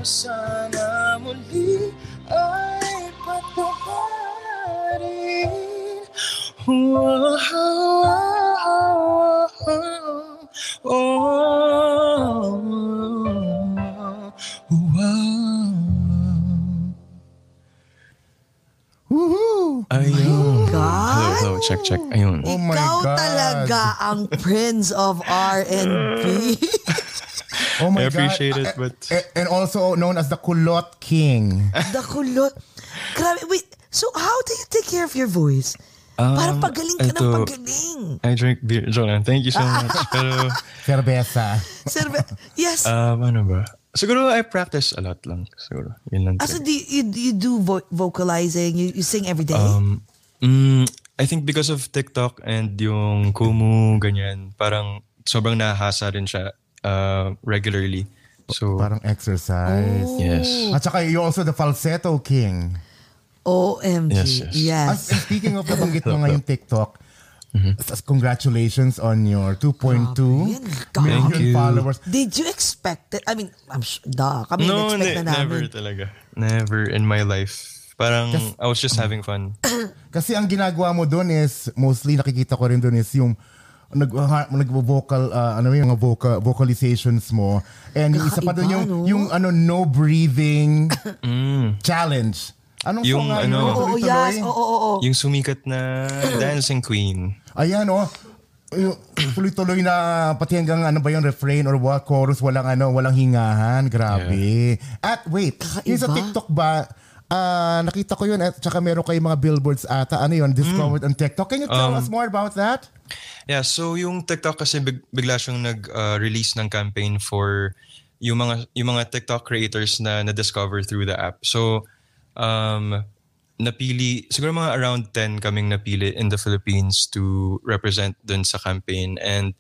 [SPEAKER 8] sana muli ay patuparin. Oh, oh, oh, oh, oh.
[SPEAKER 6] Ayun. Hello,
[SPEAKER 5] God.
[SPEAKER 6] hello. Check, check. Ayun.
[SPEAKER 4] Oh my
[SPEAKER 5] Ikaw
[SPEAKER 4] God.
[SPEAKER 5] talaga ang prince of
[SPEAKER 4] [laughs]
[SPEAKER 5] R&B.
[SPEAKER 4] Oh my
[SPEAKER 6] I appreciate
[SPEAKER 4] God.
[SPEAKER 6] it, but-
[SPEAKER 4] A- a- and also known as the Kulot
[SPEAKER 6] [laughs]
[SPEAKER 4] King.
[SPEAKER 5] the kulot. Grabe, wait. So, how do you take care of your voice? Parang
[SPEAKER 4] Um,
[SPEAKER 5] pagaling ka ng
[SPEAKER 6] ito.
[SPEAKER 5] pagaling.
[SPEAKER 6] I drink beer. Joke lang. Thank you so much. Pero,
[SPEAKER 4] Cerveza.
[SPEAKER 5] Sir, yes.
[SPEAKER 4] Ah.
[SPEAKER 6] um, ano ba? Siguro I practice a lot lang. Siguro. Yun lang.
[SPEAKER 5] As
[SPEAKER 6] talaga.
[SPEAKER 5] in, Ah, do you, you, you do vo- vocalizing, you, you sing every day?
[SPEAKER 4] Um,
[SPEAKER 6] Mm, I think because of TikTok and yung Kumu, ganyan, parang sobrang nahasa rin siya uh, regularly. So,
[SPEAKER 4] Parang exercise.
[SPEAKER 5] Oh.
[SPEAKER 6] yes.
[SPEAKER 4] At saka you're also the falsetto king.
[SPEAKER 5] OMG. Yes.
[SPEAKER 6] Yes, yes.
[SPEAKER 4] As, and speaking of nabanggit mo
[SPEAKER 6] [laughs]
[SPEAKER 4] ngayon TikTok, s- congratulations on your 2.2
[SPEAKER 5] Grabe, grabe.
[SPEAKER 4] million
[SPEAKER 6] Thank you.
[SPEAKER 4] followers.
[SPEAKER 5] Did you expect it? I mean, I'm sure, duh, kami
[SPEAKER 6] No,
[SPEAKER 5] expect
[SPEAKER 6] ne-
[SPEAKER 5] na namin.
[SPEAKER 6] never talaga. Never in my life. Parang I was just having fun.
[SPEAKER 4] Kasi ang ginagawa mo doon is, mostly nakikita ko rin doon is yung nag ha- nagvo-vocal ah, ano yung mga vocal vocalizations mo and yung isa pa doon
[SPEAKER 5] Kakaiba,
[SPEAKER 4] yung
[SPEAKER 5] no?
[SPEAKER 4] yung ano no breathing challenge anong
[SPEAKER 6] Mm. Yung
[SPEAKER 4] song nga
[SPEAKER 6] ano-
[SPEAKER 4] yun?
[SPEAKER 5] Oo, oh,
[SPEAKER 4] Tuloy-tuloy.
[SPEAKER 5] yes. Oo, oo, oo.
[SPEAKER 6] Yung sumikat na dancing queen.
[SPEAKER 4] Ayan oh. Yung Tuloy-tuloy na pati hanggang ano ba yung refrain or what chorus walang ano walang hingahan grabe at wait yung sa
[SPEAKER 5] Kakaiba.
[SPEAKER 4] TikTok ba ah, nakita ko yun at saka meron kayong mga billboards ata ano yun
[SPEAKER 6] Mm.
[SPEAKER 4] discovered on TikTok can you tell
[SPEAKER 6] Um,
[SPEAKER 4] us more about that
[SPEAKER 6] Yeah, so yung TikTok kasi big, bigla siyang nag-release ng campaign for yung mga yung mga TikTok creators na na-discover through the app. So um napili siguro mga around 10 kaming napili in the Philippines to represent dun sa campaign and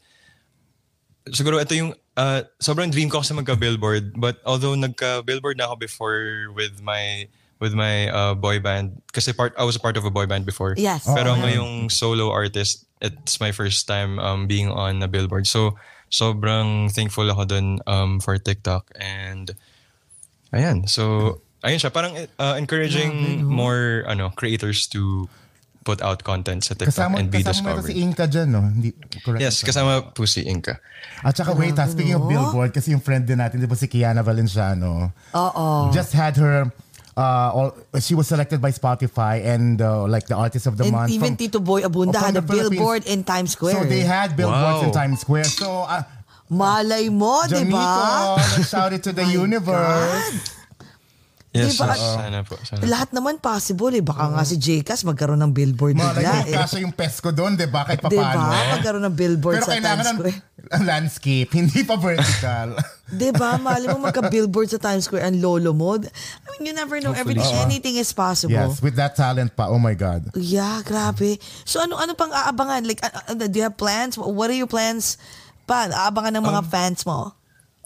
[SPEAKER 6] siguro ito yung uh, sobrang dream ko kasi magka-billboard but although nagka-billboard na ako before with my with my uh, boy band kasi part I was a part of a boy band before.
[SPEAKER 5] Yes.
[SPEAKER 4] Oh,
[SPEAKER 6] Pero ngayong solo artist, it's my first time um, being on a billboard. So sobrang thankful ako dun um, for TikTok and ayan. So ayun siya parang uh, encouraging more ano creators to put out content sa TikTok
[SPEAKER 4] kasama
[SPEAKER 6] and
[SPEAKER 4] kasama
[SPEAKER 6] be
[SPEAKER 4] meron
[SPEAKER 6] discovered.
[SPEAKER 4] si Inka dyan no hindi correct
[SPEAKER 6] Yes, kasama po si Inka.
[SPEAKER 4] At saka wait ha, speaking of
[SPEAKER 5] no?
[SPEAKER 4] billboard, kasi yung friend din natin, di ba si Kiana Valenciano?
[SPEAKER 5] Oh. Oo.
[SPEAKER 4] Just had her, uh, all, she was selected by Spotify and uh, like the artist of the
[SPEAKER 5] And
[SPEAKER 4] month.
[SPEAKER 5] even
[SPEAKER 4] from-
[SPEAKER 5] Tito Boy
[SPEAKER 4] from
[SPEAKER 5] Abunda had a
[SPEAKER 4] the Philippines.
[SPEAKER 5] billboard in Times
[SPEAKER 4] So
[SPEAKER 5] Square.
[SPEAKER 4] they had billboards
[SPEAKER 6] Wow.
[SPEAKER 4] in Times Square. So, uh,
[SPEAKER 5] Malay mo, di
[SPEAKER 4] Jamico,
[SPEAKER 5] ba?
[SPEAKER 4] shout it to
[SPEAKER 5] [laughs]
[SPEAKER 4] the universe.
[SPEAKER 6] Yes,
[SPEAKER 5] Diba?
[SPEAKER 6] yes, sana po. Sana. po.
[SPEAKER 5] Lahat naman possible eh. Baka nga si Jcas magkaroon ng billboard
[SPEAKER 4] Malay
[SPEAKER 5] bigla
[SPEAKER 4] mo,
[SPEAKER 5] eh.
[SPEAKER 4] kaso yung pesko doon, di ba? Kahit
[SPEAKER 5] Di ba?
[SPEAKER 4] papano.
[SPEAKER 5] Magkaroon ng
[SPEAKER 4] eh?
[SPEAKER 5] billboard
[SPEAKER 4] Pero
[SPEAKER 5] sa Diba? Times
[SPEAKER 4] kailangan ng
[SPEAKER 5] Square.
[SPEAKER 4] ang landscape, [laughs] hindi pa vertical.
[SPEAKER 5] Di ba? Diba? Mali mo magka-billboard sa Times Square ang lolo mo. I mean, you never know.
[SPEAKER 6] Hopefully.
[SPEAKER 5] Everything, anything is
[SPEAKER 4] [laughs]
[SPEAKER 5] possible.
[SPEAKER 4] yes, with that talent pa, oh my God.
[SPEAKER 5] Yeah, grabe. So ano ano pang aabangan? Like uh, uh, do you have plans? What are your plans? Pa, aabangan ng mga fans mo.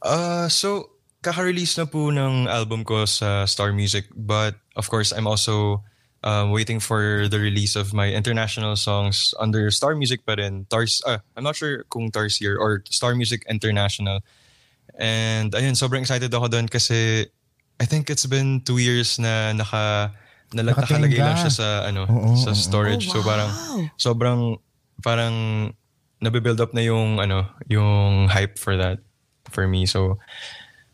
[SPEAKER 6] Uh, so, kaka-release na po ng album ko sa Star Music. But, of course, I'm also um, waiting for the release of my international songs under Star Music pa rin. Tars, ah, I'm not sure kung Tars year or Star Music International. And, ayun, sobrang excited ako doon kasi I think it's been two years na naka, nala,
[SPEAKER 4] Nakatingga.
[SPEAKER 6] nakalagay lang siya sa, ano, sa storage. So, parang, sobrang, parang, nabibuild up na yung, ano, yung hype for that for me. So,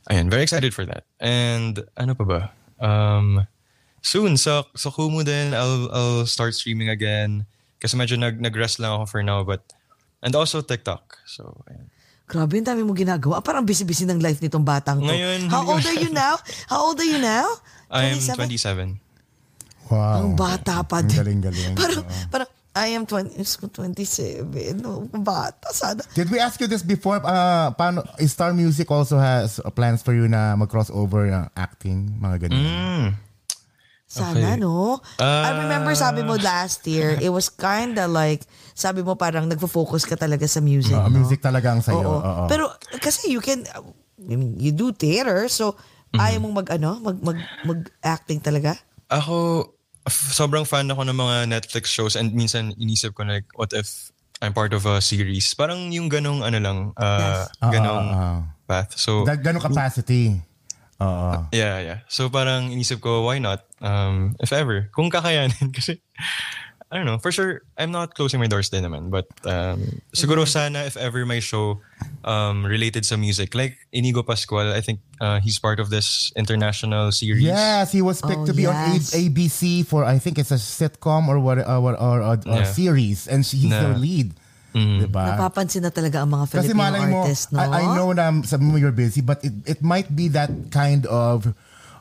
[SPEAKER 6] Ayan, very excited for that. And ano pa ba? Um, soon, sa, sa Kumu din, I'll, I'll start streaming again. Kasi medyo nag, nag-rest lang ako for now. But, and also TikTok. So, ayan.
[SPEAKER 5] Grabe, ang dami mo ginagawa. Parang busy-busy ng life nitong batang to.
[SPEAKER 6] Ngayon,
[SPEAKER 5] How
[SPEAKER 6] hindi
[SPEAKER 5] old
[SPEAKER 6] ko-
[SPEAKER 5] are you now? How old are you now?
[SPEAKER 6] I am 27.
[SPEAKER 4] Wow.
[SPEAKER 5] Ang bata pa
[SPEAKER 4] Ang
[SPEAKER 5] din.
[SPEAKER 4] galing-galing.
[SPEAKER 5] [laughs] Parang,
[SPEAKER 4] Oo.
[SPEAKER 5] parang, I am 20, Diyos ko, 27. Oh, Bata, sana.
[SPEAKER 4] Did we ask you this before? Uh, paano, Star Music also has uh, plans for you na mag-crossover na acting, mga ganyan.
[SPEAKER 5] Sana,
[SPEAKER 6] Okay.
[SPEAKER 5] no? I remember sabi mo last year, it was kinda like, sabi mo parang nagfo-focus ka talaga sa music.
[SPEAKER 4] Uh,
[SPEAKER 5] no?
[SPEAKER 4] music talaga ang sa'yo.
[SPEAKER 5] Oo.
[SPEAKER 4] oo.
[SPEAKER 5] Pero kasi you can, I mean, you do theater, so ayaw mong mag, ano, mag, mag, mag-acting talaga?
[SPEAKER 6] Ako, f- sobrang fan ako ng mga Netflix shows and minsan inisip ko na like, what if I'm part of a series? Parang yung ganong ano lang, uh,
[SPEAKER 5] Yes.
[SPEAKER 6] ganong
[SPEAKER 4] ah, ah.
[SPEAKER 6] path. So,
[SPEAKER 4] Ga- ganong capacity.
[SPEAKER 9] Oo.
[SPEAKER 6] Yeah, yeah. So parang inisip ko, why not? Um, if ever. Kung kakayanin. [laughs] Kasi, I don't know. For sure, I'm not closing my doors din naman. But um, siguro
[SPEAKER 5] Mm-hmm.
[SPEAKER 6] sana if ever may show um, related sa music. Like Inigo Pascual, I think uh, he's part of this international series.
[SPEAKER 4] Yes, he was picked
[SPEAKER 5] Oh,
[SPEAKER 4] to be
[SPEAKER 5] yes.
[SPEAKER 4] on A- ABC for I think it's a sitcom or what or, or, or, or
[SPEAKER 6] Yeah.
[SPEAKER 4] series, and she's
[SPEAKER 6] Na-
[SPEAKER 4] the lead.
[SPEAKER 5] Mm-hmm.
[SPEAKER 4] Diba?
[SPEAKER 5] Napapansin na talaga ang mga
[SPEAKER 4] Kasi
[SPEAKER 5] Filipino
[SPEAKER 4] malay mo,
[SPEAKER 5] artist, no?
[SPEAKER 4] I, I know na sabi mo you're busy, but it, it might be that kind of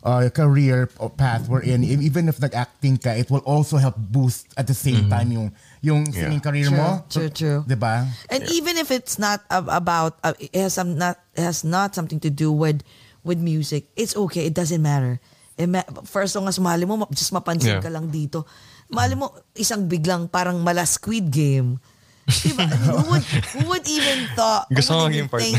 [SPEAKER 4] uh, career or path we're in. E- Even if nag-acting ka, it will also help boost at the same time yung yung singing career mo.
[SPEAKER 5] Mm-hmm. True, true, true.
[SPEAKER 4] Diba?
[SPEAKER 5] And even if it's not ab- about uh, it has some not it has not something to do with with music, it's okay. It doesn't matter. It ma- for as long as mali mo, ma- just mapansin
[SPEAKER 6] Yeah.
[SPEAKER 5] ka lang dito. Mali mo, isang biglang parang mala squid game.
[SPEAKER 6] [laughs]
[SPEAKER 5] Diba? I mean, who, would, who would even thought, who
[SPEAKER 6] Gusto ko
[SPEAKER 5] would
[SPEAKER 6] maging
[SPEAKER 5] even
[SPEAKER 6] part. [laughs]
[SPEAKER 5] think,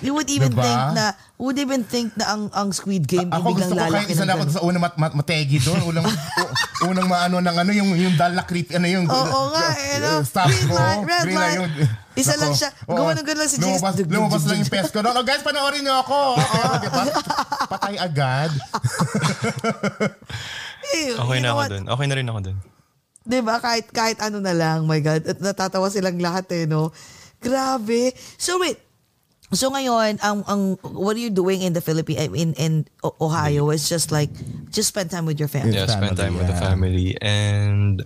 [SPEAKER 5] you would even
[SPEAKER 4] Diba?
[SPEAKER 5] think na, who would even think na ang, ang squid game,
[SPEAKER 4] Ako
[SPEAKER 5] biglang
[SPEAKER 4] gusto ko kayo
[SPEAKER 5] lalaki
[SPEAKER 4] isa
[SPEAKER 5] ng
[SPEAKER 4] na ako
[SPEAKER 5] ganun.
[SPEAKER 4] sa unang mat, mat, mategi doon.
[SPEAKER 5] [laughs]
[SPEAKER 4] Unang, u- unang maano ng ano, yung, yung dala creep, ano yung...
[SPEAKER 5] Oo nga,
[SPEAKER 4] [laughs]
[SPEAKER 5] eh, no?
[SPEAKER 4] Staff
[SPEAKER 5] Green
[SPEAKER 4] ko.
[SPEAKER 5] light, red
[SPEAKER 4] green
[SPEAKER 5] light. [laughs] Isa lang siya.
[SPEAKER 4] Oo.
[SPEAKER 5] Gumano- gano'n lang si Jesus.
[SPEAKER 4] Lumabas,
[SPEAKER 5] Dug, dug,
[SPEAKER 4] lumabas
[SPEAKER 5] dug,
[SPEAKER 4] lang yung
[SPEAKER 5] dug.
[SPEAKER 4] pes ko. No, no, guys, panoorin niyo ako. Oo,
[SPEAKER 5] [laughs]
[SPEAKER 4] di ba? Patay agad.
[SPEAKER 5] Eh,
[SPEAKER 6] Okay
[SPEAKER 5] you
[SPEAKER 6] na
[SPEAKER 5] know
[SPEAKER 6] ako
[SPEAKER 5] what?
[SPEAKER 6] dun. Okay na rin ako dun.
[SPEAKER 5] Di ba? Kahit, kahit ano na lang, my God. At natatawa silang lahat eh, no? Grabe. So wait, so ngayon, ang, ang, what are you doing in the Philippines, in, in O- Ohio? It's just like, just spend time with your family.
[SPEAKER 6] Yeah,
[SPEAKER 4] family,
[SPEAKER 6] spend time with the
[SPEAKER 4] yeah.
[SPEAKER 6] family. And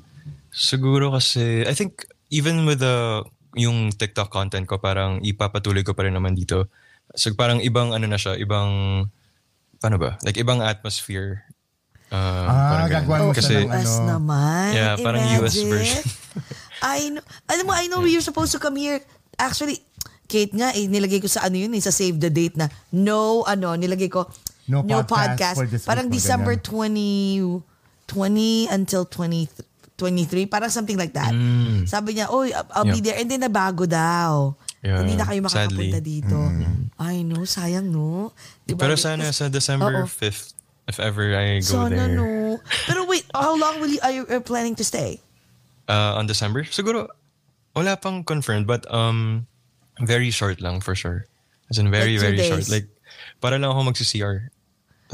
[SPEAKER 6] siguro kasi, I think even with the, yung TikTok content ko, parang ipapatuloy ko pa rin naman dito. So parang ibang ano na siya, ibang, paano ba? Like ibang atmosphere. Uh,
[SPEAKER 4] Ah,
[SPEAKER 6] parang ganun.
[SPEAKER 4] gagawa mo siya
[SPEAKER 6] Kasi,
[SPEAKER 4] ng ano.
[SPEAKER 5] US naman.
[SPEAKER 6] Yeah, parang US
[SPEAKER 5] Imagine.
[SPEAKER 6] version.
[SPEAKER 5] [laughs] I know. Alam mo, I know you're supposed to come here. Actually, Kate nga, eh, nilagay ko sa ano yun, eh, sa save the date na no, ano, nilagay ko,
[SPEAKER 4] No podcast for this
[SPEAKER 5] parang
[SPEAKER 4] week, mga
[SPEAKER 5] December 20, 20 until 20, 23, parang something like that.
[SPEAKER 6] Mm.
[SPEAKER 5] Sabi niya, oy, I'll, I'll be there. And then nabago daw.
[SPEAKER 6] Yeah,
[SPEAKER 5] Hindi na kayo makakapunta
[SPEAKER 6] sadly.
[SPEAKER 5] dito.
[SPEAKER 4] Mm.
[SPEAKER 5] I know, sayang no. Di ba?
[SPEAKER 6] pero sana sa December
[SPEAKER 5] Oo.
[SPEAKER 6] 5th, if ever I go
[SPEAKER 5] Sana
[SPEAKER 6] there.
[SPEAKER 5] no. Pero wait, how long will you, are you are planning to stay?
[SPEAKER 6] uh, on December. Siguro, wala pang confirmed, but um, very short lang for sure. As in very,
[SPEAKER 5] Like two
[SPEAKER 6] very short.
[SPEAKER 5] days.
[SPEAKER 6] Like, para lang ako magsi-CR.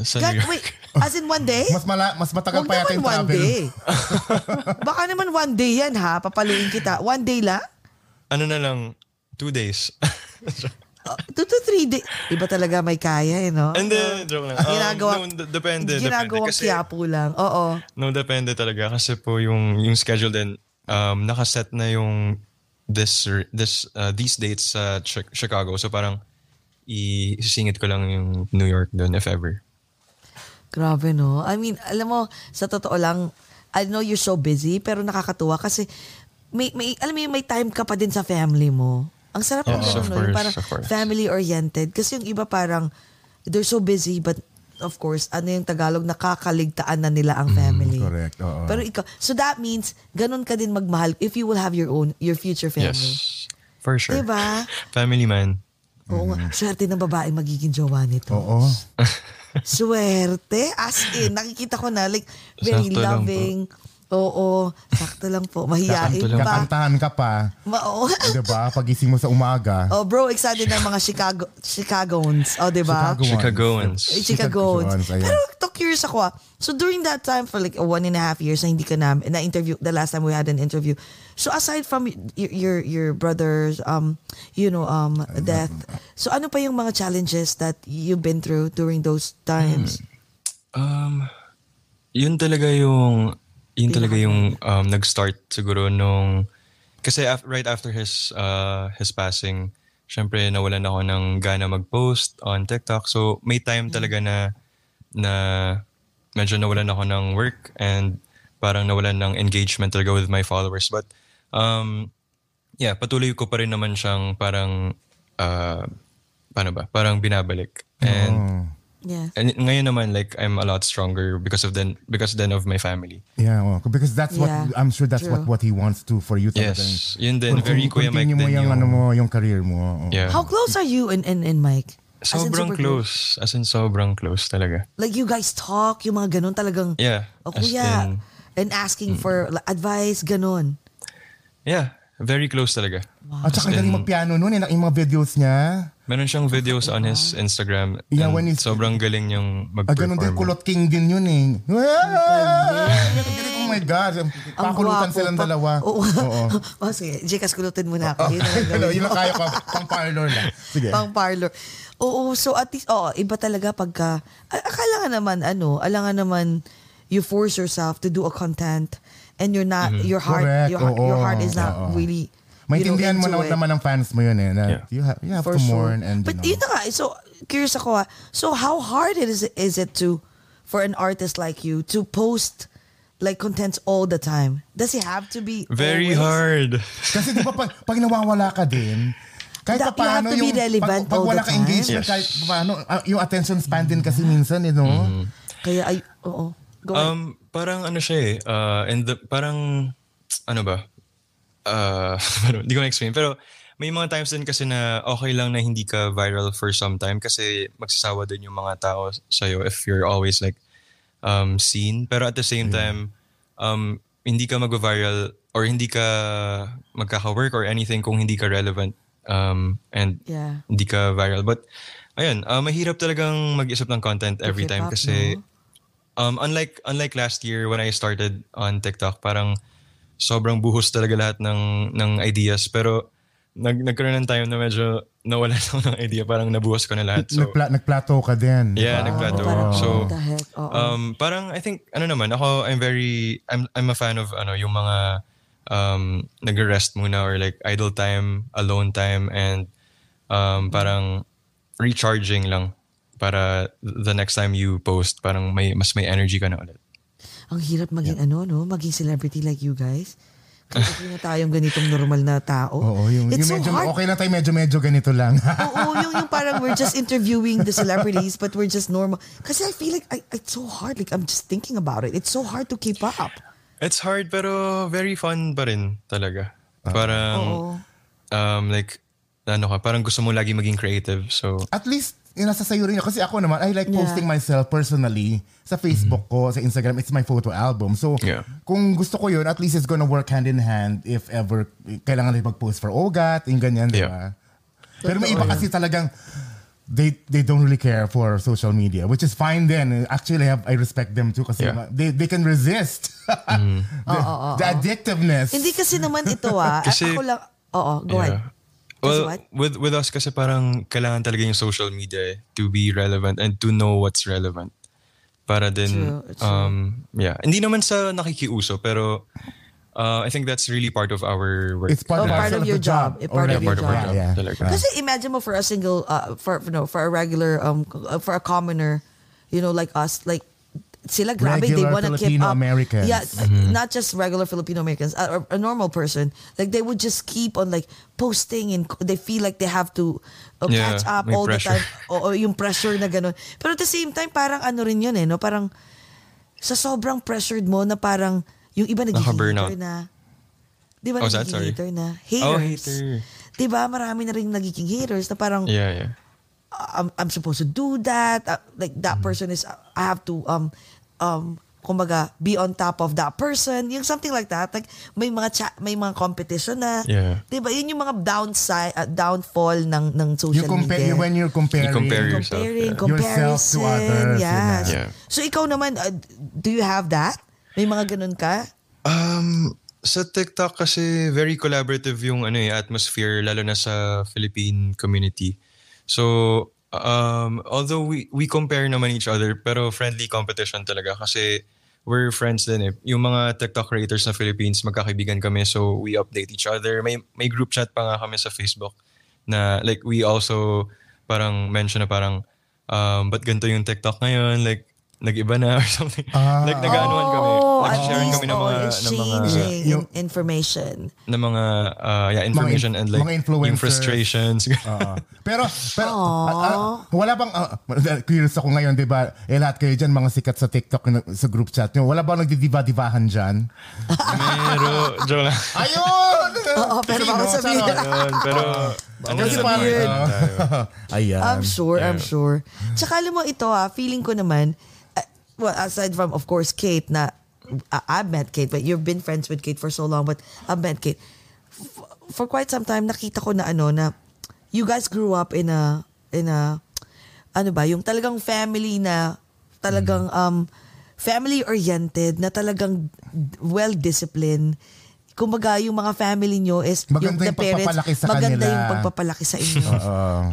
[SPEAKER 6] Sa
[SPEAKER 5] God,
[SPEAKER 6] New York.
[SPEAKER 5] wait, as in one day?
[SPEAKER 4] Mas, mala, mas matagal
[SPEAKER 5] Huwag
[SPEAKER 4] pa yata
[SPEAKER 5] naman
[SPEAKER 4] yung
[SPEAKER 5] one
[SPEAKER 4] travel.
[SPEAKER 5] day. Baka naman one day yan ha, papaluin kita. One day lang?
[SPEAKER 6] Ano na lang, two [laughs] days.
[SPEAKER 5] Uh, two to three days. Iba talaga may kaya eh, no?
[SPEAKER 6] And then, joke lang. Um,
[SPEAKER 5] Ginagawa,
[SPEAKER 6] no, d- depende,
[SPEAKER 5] ginagawa
[SPEAKER 6] depende. Kasi-
[SPEAKER 5] kiyapo lang. Oo.
[SPEAKER 6] no, depende talaga. Kasi po yung, yung schedule din, um, nakaset na yung this r- this uh, these dates sa Chi- Chicago. So parang isisingit ko lang yung New York doon if ever.
[SPEAKER 5] Grabe no. I mean, alam mo, sa totoo lang, I know you're so busy, pero nakakatuwa kasi may, may alam mo yun, may time ka pa din sa family mo. Ang sarap ng
[SPEAKER 6] Yes,
[SPEAKER 5] ganun,
[SPEAKER 6] of
[SPEAKER 5] no? Yung
[SPEAKER 6] course,
[SPEAKER 5] parang
[SPEAKER 6] of course.
[SPEAKER 5] family-oriented. Kasi yung iba parang, they're so busy, but of course, ano yung Tagalog, nakakaligtaan na nila
[SPEAKER 6] Mm,
[SPEAKER 5] ang family.
[SPEAKER 4] correct, oo.
[SPEAKER 5] Pero ikaw, so that means, ganun ka din magmahal if you will have your own, your future family.
[SPEAKER 6] Yes. For sure.
[SPEAKER 5] Diba?
[SPEAKER 6] Family man.
[SPEAKER 5] Oo nga.
[SPEAKER 6] Mm.
[SPEAKER 5] Swerte ng babae magiging jowa nito.
[SPEAKER 4] Oo.
[SPEAKER 5] Swerte. As in, nakikita ko na, like, very
[SPEAKER 6] Sakto lang
[SPEAKER 5] loving. Oo, sakto lang po. Mahiyain
[SPEAKER 6] Sakto lang
[SPEAKER 5] pa.
[SPEAKER 4] Kakantahan ka pa.
[SPEAKER 5] Ma- oo. [laughs]
[SPEAKER 4] Diba? Pagising mo sa umaga.
[SPEAKER 5] oh, bro, excited ng mga Chicago, Chicagoans. Oh, di ba?
[SPEAKER 4] Chicagoans.
[SPEAKER 6] Chicagoans.
[SPEAKER 5] Eh, Chicagoans.
[SPEAKER 4] Chicagoans, ayan.
[SPEAKER 5] Pero to curious ako ah. So during that time for like one and a half years na hindi ka na, na-interview, the last time we had an interview. So aside from y- your, your, your brother's, um, you know, um, death, so ano pa yung mga challenges that you've been through during those times?
[SPEAKER 6] Um, yun talaga yung, yun talaga yung um, nag-start siguro nung, kasi af- right after his, uh, his passing, syempre nawalan ako ng gana mag-post on TikTok. So may time talaga na, na medyo nawalan ako ng work and parang nawalan ng engagement talaga with my followers. But um, yeah, patuloy ko pa rin naman siyang parang, uh, paano ba? Parang binabalik. And
[SPEAKER 5] Yeah.
[SPEAKER 6] And ngayon naman like I'm a lot stronger because of then because then of my family.
[SPEAKER 4] Yeah, well, because that's what
[SPEAKER 5] Yeah,
[SPEAKER 4] I'm sure that's
[SPEAKER 5] true.
[SPEAKER 4] what what he wants to for you talaga.
[SPEAKER 6] Yes. Yun din very
[SPEAKER 4] Continue-
[SPEAKER 6] Kuya Mike
[SPEAKER 4] continue mo
[SPEAKER 6] din
[SPEAKER 4] yung,
[SPEAKER 6] yung-
[SPEAKER 4] ano mo, yung career mo. oo.
[SPEAKER 6] Yeah.
[SPEAKER 5] How close are you and, and, and Mike? As in super
[SPEAKER 6] sobrang close. As in sobrang close talaga.
[SPEAKER 5] Like you guys talk, yung mga ganun talagang,
[SPEAKER 6] Yeah.
[SPEAKER 5] oh
[SPEAKER 6] As
[SPEAKER 5] kuya,
[SPEAKER 6] in- Mm.
[SPEAKER 5] and asking for like, advice, ganun.
[SPEAKER 6] yeah. Very close talaga.
[SPEAKER 4] At saka galing magpiano nun eh, yung mga videos niya.
[SPEAKER 6] Meron siyang videos on his Instagram.
[SPEAKER 4] Yeah,
[SPEAKER 6] and
[SPEAKER 4] when he's-
[SPEAKER 6] sobrang galing niyang
[SPEAKER 4] Ah, ganun din,
[SPEAKER 6] mag-perform.
[SPEAKER 4] kulot king din yun eh. Oh my God.
[SPEAKER 5] Ang
[SPEAKER 4] Pakulutan
[SPEAKER 5] gwapo
[SPEAKER 4] silang
[SPEAKER 5] pa.
[SPEAKER 4] dalawa. Oh,
[SPEAKER 5] Oo. [laughs] oh, sige. Jekas, kulutin mo na ako. Yun
[SPEAKER 4] [laughs]
[SPEAKER 5] ang gawin
[SPEAKER 4] Hello, yun
[SPEAKER 5] mo.
[SPEAKER 4] lang kaya ko. Pang parlor lang. Sige.
[SPEAKER 5] Pang parlor. Oo, so at least, oo, iba talaga pagka, a- akala nga naman, ano, ala nga naman, you force yourself to do a content and you're not,
[SPEAKER 6] Mm-hmm.
[SPEAKER 5] your heart,
[SPEAKER 4] Correct,
[SPEAKER 5] your, heart- your
[SPEAKER 4] oo,
[SPEAKER 5] heart is not
[SPEAKER 4] oo.
[SPEAKER 5] really, you know,
[SPEAKER 4] Maintindihan mo
[SPEAKER 5] into
[SPEAKER 4] na
[SPEAKER 5] it.
[SPEAKER 4] naman ng fans mo yun eh. Na
[SPEAKER 6] Yeah.
[SPEAKER 4] You have, you have
[SPEAKER 5] For
[SPEAKER 4] to
[SPEAKER 5] sure.
[SPEAKER 4] mourn and
[SPEAKER 5] But
[SPEAKER 4] you
[SPEAKER 5] yun
[SPEAKER 4] know.
[SPEAKER 5] na nga, so curious ako ha. So how hard it is is it to for an artist like you to post like contents all the time? Does he have to be
[SPEAKER 6] Very
[SPEAKER 5] always?
[SPEAKER 6] hard.
[SPEAKER 4] Kasi di ba pag, pag nawawala ka din, kahit pa
[SPEAKER 5] Da- you have
[SPEAKER 4] paano
[SPEAKER 5] to be
[SPEAKER 4] yung...
[SPEAKER 5] relevant
[SPEAKER 4] pag, pag
[SPEAKER 5] all
[SPEAKER 4] wala
[SPEAKER 5] the
[SPEAKER 4] ka
[SPEAKER 5] time.
[SPEAKER 4] engagement,
[SPEAKER 6] Yes.
[SPEAKER 4] kahit paano, ah, yung attention span din kasi minsan, eh, you know?
[SPEAKER 6] Mm-hmm.
[SPEAKER 5] Kaya ay oo. Go ahead.
[SPEAKER 6] Um, parang ano siya eh. Uh, and the, parang, ano ba? Uh, [laughs] parang, di ko na-explain. Pero may mga times din kasi na okay lang na hindi ka viral for some time kasi magsasawa din yung mga tao sa'yo if you're always like um, seen. Pero at the same time, um, hindi ka mag-viral or hindi ka magkaka-work or anything kung hindi ka relevant um, and
[SPEAKER 5] Yeah.
[SPEAKER 6] hindi ka viral. But ayun, uh, mahirap talagang mag-isip ng content every
[SPEAKER 5] keep
[SPEAKER 6] time
[SPEAKER 5] up,
[SPEAKER 6] kasi
[SPEAKER 5] no?
[SPEAKER 6] um, unlike unlike last year when I started on TikTok, parang sobrang buhos talaga lahat ng ng ideas pero nag nagkaroon ng time na medyo nawala na [laughs] ako ng idea, parang nabuhos ko na lahat. So,
[SPEAKER 4] Nagpla- nagplateau ka din.
[SPEAKER 6] yeah, nag-plateau. oh. So,
[SPEAKER 5] what the heck? Oo.
[SPEAKER 6] um, parang I think, ano naman, ako, I'm very, I'm, I'm a fan of, ano, yung mga, um, nag-rest muna or like idle time, alone time, and, um, parang recharging lang para the next time you post, parang may, mas may energy ka na ulit.
[SPEAKER 5] Ang hirap maging ano, no? Maging celebrity like you guys. Kaya
[SPEAKER 6] [laughs]
[SPEAKER 5] hindi na tayong ganitong normal na tao.
[SPEAKER 4] Oo, yung,
[SPEAKER 5] It's
[SPEAKER 4] yung
[SPEAKER 5] so
[SPEAKER 4] medyo,
[SPEAKER 5] hard.
[SPEAKER 4] okay lang tayo, medyo-medyo ganito lang. [laughs]
[SPEAKER 5] Oo, yung, yung parang we're just interviewing the celebrities but we're just normal. Kasi I feel like I, it's so hard. Like I'm just thinking about it. It's so hard to keep up.
[SPEAKER 6] It's hard pero very fun pa rin talaga. Parang,
[SPEAKER 5] Oo.
[SPEAKER 6] um, like, ano ka, parang gusto mo lagi maging creative. So,
[SPEAKER 4] at least yun, nasa sayo rin yun. Kasi ako naman, I like
[SPEAKER 5] Yeah.
[SPEAKER 4] posting myself personally sa Facebook ko, sa Instagram. It's my photo album. So,
[SPEAKER 6] Mm-hmm. Yeah.
[SPEAKER 4] kung gusto ko yun, at least it's gonna work hand in hand if ever kailangan natin mag-post for OGAT, yung ganyan, di ba?
[SPEAKER 6] Yeah.
[SPEAKER 4] Pero may iba kasi talagang they they don't really care for social media which is fine then actually I, have, I respect them too kasi
[SPEAKER 6] Yeah. Mm-hmm.
[SPEAKER 4] they they can resist [laughs] the, the addictiveness
[SPEAKER 5] Hindi kasi naman ito ah.
[SPEAKER 6] Kasi-
[SPEAKER 5] ako lang, oo, go ahead.
[SPEAKER 6] Yeah. Well,
[SPEAKER 5] what?
[SPEAKER 6] with with us kasi parang kailangan talaga yung social media eh, to be relevant and to know what's relevant. Para din,
[SPEAKER 5] True, true.
[SPEAKER 6] um, yeah. Hindi naman sa nakikiuso, pero uh, I think that's really part of our work.
[SPEAKER 4] it's part,
[SPEAKER 5] Oh,
[SPEAKER 4] and
[SPEAKER 5] part
[SPEAKER 4] parcel
[SPEAKER 5] of your
[SPEAKER 4] the
[SPEAKER 5] job. Eh, part
[SPEAKER 6] yeah,
[SPEAKER 5] of your
[SPEAKER 6] part of our
[SPEAKER 5] job.
[SPEAKER 6] job.
[SPEAKER 4] Yeah.
[SPEAKER 6] Talaga.
[SPEAKER 5] Kasi imagine mo for a single, uh, for no, for a regular, um, for a commoner, you know, like us, like sila grabe, they
[SPEAKER 4] Regular
[SPEAKER 5] wanna keep up.
[SPEAKER 4] Filipino-Americans. Mm-hmm.
[SPEAKER 5] Yeah, not just regular Filipino Americans, uh, or a normal person. Like they would just keep on like posting and they feel like they have to uh,
[SPEAKER 6] Yeah,
[SPEAKER 5] catch up
[SPEAKER 6] may
[SPEAKER 5] all
[SPEAKER 6] pressure.
[SPEAKER 5] the time. [laughs] Oo, yung pressure na ganun. Pero at the same time, parang ano rin yun eh, no? Parang sa sobrang pressured mo na parang yung iba nagiging
[SPEAKER 6] Naka-burnout.
[SPEAKER 5] hater na. Di ba nagiging
[SPEAKER 6] Oh, is that- sorry.
[SPEAKER 5] hater na? Haters.
[SPEAKER 6] Oh, hater.
[SPEAKER 5] Di ba? Marami na rin nagiging haters na parang uh,
[SPEAKER 6] Yeah, yeah.
[SPEAKER 5] I'm, I'm supposed to do that. Uh, like
[SPEAKER 6] Mm-hmm.
[SPEAKER 5] that person is, I have to, um, um, kumbaga, be on top of that person. Yung something like that. Like, may mga, cha- may mga competition na.
[SPEAKER 6] Yeah.
[SPEAKER 5] Di ba? Yun yung mga downside, uh, downfall ng, ng
[SPEAKER 4] you
[SPEAKER 5] social
[SPEAKER 4] compare
[SPEAKER 5] media.
[SPEAKER 4] when you're comparing
[SPEAKER 6] You compare
[SPEAKER 4] [laughs] comparing
[SPEAKER 6] yourself.
[SPEAKER 5] Comparing,
[SPEAKER 6] yeah.
[SPEAKER 5] comparison.
[SPEAKER 4] Yourself to others, yun
[SPEAKER 5] Yes.
[SPEAKER 4] na.
[SPEAKER 6] Yeah.
[SPEAKER 5] So, ikaw naman, uh, do you have that? May mga ganun ka?
[SPEAKER 6] Um, sa TikTok kasi very collaborative yung ano eh, atmosphere lalo na sa Philippine community. So, um, although we we compare naman each other pero friendly competition talaga kasi we're friends din eh. Yung mga TikTok creators na Philippines, magkakaibigan kami so we update each other. May may group chat pa nga kami sa Facebook na like we also parang mention na parang um, ba't ganito yung TikTok ngayon? Like, nag-iba na [laughs] or something. like, nag-anuan kami.
[SPEAKER 5] Oh, at
[SPEAKER 6] Nag-sharing
[SPEAKER 5] least,
[SPEAKER 6] kami ng
[SPEAKER 5] oh,
[SPEAKER 6] mga, ng mga
[SPEAKER 5] exchanging
[SPEAKER 4] Yung-
[SPEAKER 5] in- information.
[SPEAKER 6] ng mga uh, yeah, information
[SPEAKER 4] Mga in-
[SPEAKER 6] and like
[SPEAKER 4] mga influencers. Ah.
[SPEAKER 6] yung frustrations.
[SPEAKER 4] Oo. Uh-uh. pero, pero ah, ah, wala bang, ah, curious ako ngayon, di ba? Eh, lahat kayo dyan, mga sikat sa TikTok, na- sa group chat nyo. Wala bang nagdidiva-divahan dyan?
[SPEAKER 6] [laughs] pero, joke
[SPEAKER 4] [laughs]
[SPEAKER 6] lang.
[SPEAKER 4] Ayun!
[SPEAKER 5] Oo, pero
[SPEAKER 4] Sino?
[SPEAKER 5] baka sabihin-
[SPEAKER 4] Charot.
[SPEAKER 6] Ayun, pero, ano
[SPEAKER 4] Kasi
[SPEAKER 6] sa
[SPEAKER 4] parang,
[SPEAKER 6] mga-
[SPEAKER 4] ah, Ayan.
[SPEAKER 5] I'm sure, I'm sure. Tsaka alam mo ito ah, feeling ko naman, uh, well, aside from of course ah, Kate na, uh, I've met Kate, but you've been friends with Kate for so long, but I've met Kate. F- for quite some time nakita ko na ano na you guys grew up in a in a ano ba yung talagang family na
[SPEAKER 4] Mm.
[SPEAKER 5] talagang um family oriented na talagang well disciplined kumbaga yung mga family nyo is
[SPEAKER 4] Maganda
[SPEAKER 5] the
[SPEAKER 4] yung pagpapalaki sa
[SPEAKER 5] maganda
[SPEAKER 4] kanila.
[SPEAKER 5] yung pagpapalaki sa inyo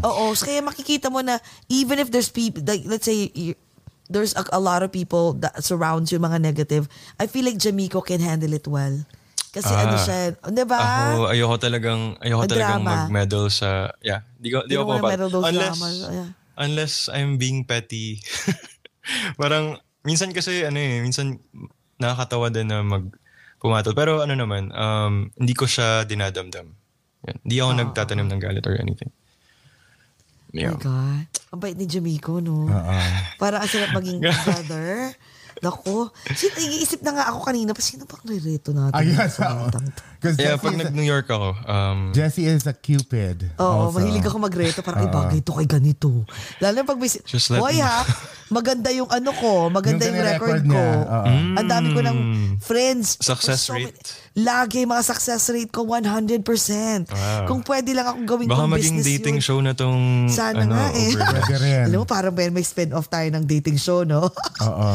[SPEAKER 5] oo so kaya makikita mo na even if there's people like let's say y- there's a, a lot of people that surrounds you mga negative I feel like Jamico can handle it well kasi
[SPEAKER 6] Ah.
[SPEAKER 5] ano siya di ba
[SPEAKER 6] [laughs] Ako, ayoko talagang, ayoko
[SPEAKER 5] Ang
[SPEAKER 6] talagang
[SPEAKER 5] drama.
[SPEAKER 6] mag-medal sa, yeah. Di, ko,
[SPEAKER 5] Di
[SPEAKER 6] di,
[SPEAKER 5] mo
[SPEAKER 6] ako
[SPEAKER 5] wanna medal
[SPEAKER 6] mapat.
[SPEAKER 5] those
[SPEAKER 6] Unless,
[SPEAKER 5] dramas, oh, yeah.
[SPEAKER 6] unless I'm being petty. [laughs] Parang, minsan kasi, ano eh, minsan nakakatawa din na mag pumatol. Pero ano naman, um, hindi ko siya dinadamdam. Yan. Hindi
[SPEAKER 5] Ah.
[SPEAKER 6] ako nagtatanim ng galit or anything.
[SPEAKER 5] Oh
[SPEAKER 6] Yeah.
[SPEAKER 5] my God. Ang bait ni Jamico, no? Parang ang sarap maging brother. Naku. Sino, iisip na nga ako kanina, pa sino bang nirito natin?
[SPEAKER 4] eh. Ayun.
[SPEAKER 5] Sa batang to?
[SPEAKER 4] Because
[SPEAKER 6] Yeah,
[SPEAKER 4] Jesse,
[SPEAKER 6] pag
[SPEAKER 4] is-
[SPEAKER 6] nag-New York ako, um,
[SPEAKER 4] Jesse is a cupid.
[SPEAKER 5] Oo,
[SPEAKER 4] also.
[SPEAKER 5] mahilig ako magreto. Parang, ay,
[SPEAKER 4] Ah.
[SPEAKER 5] bagay to kay ganito. Lalo na pag may...
[SPEAKER 6] Just let
[SPEAKER 5] Hoy,
[SPEAKER 6] me-
[SPEAKER 5] ha? [laughs] Maganda yung ano ko. Maganda yung,
[SPEAKER 4] Yung
[SPEAKER 5] record,
[SPEAKER 4] record
[SPEAKER 5] ko.
[SPEAKER 4] niya, oo.
[SPEAKER 5] Ang dami ko ng friends.
[SPEAKER 6] Mm. Success
[SPEAKER 5] many-
[SPEAKER 6] rate.
[SPEAKER 5] lagi mga success rate ko 100%. Kung pwede lang akong gawin
[SPEAKER 6] baka
[SPEAKER 5] kong
[SPEAKER 6] maging
[SPEAKER 5] business
[SPEAKER 6] dating
[SPEAKER 5] yun.
[SPEAKER 6] show na tong,
[SPEAKER 5] Sana
[SPEAKER 6] ano,
[SPEAKER 5] nga eh.
[SPEAKER 6] overnight.
[SPEAKER 5] [laughs]
[SPEAKER 4] Pwede rin.
[SPEAKER 5] Alam mo, parang may, may spin-off tayo ng dating show,
[SPEAKER 6] [laughs]
[SPEAKER 5] no?
[SPEAKER 4] Oo.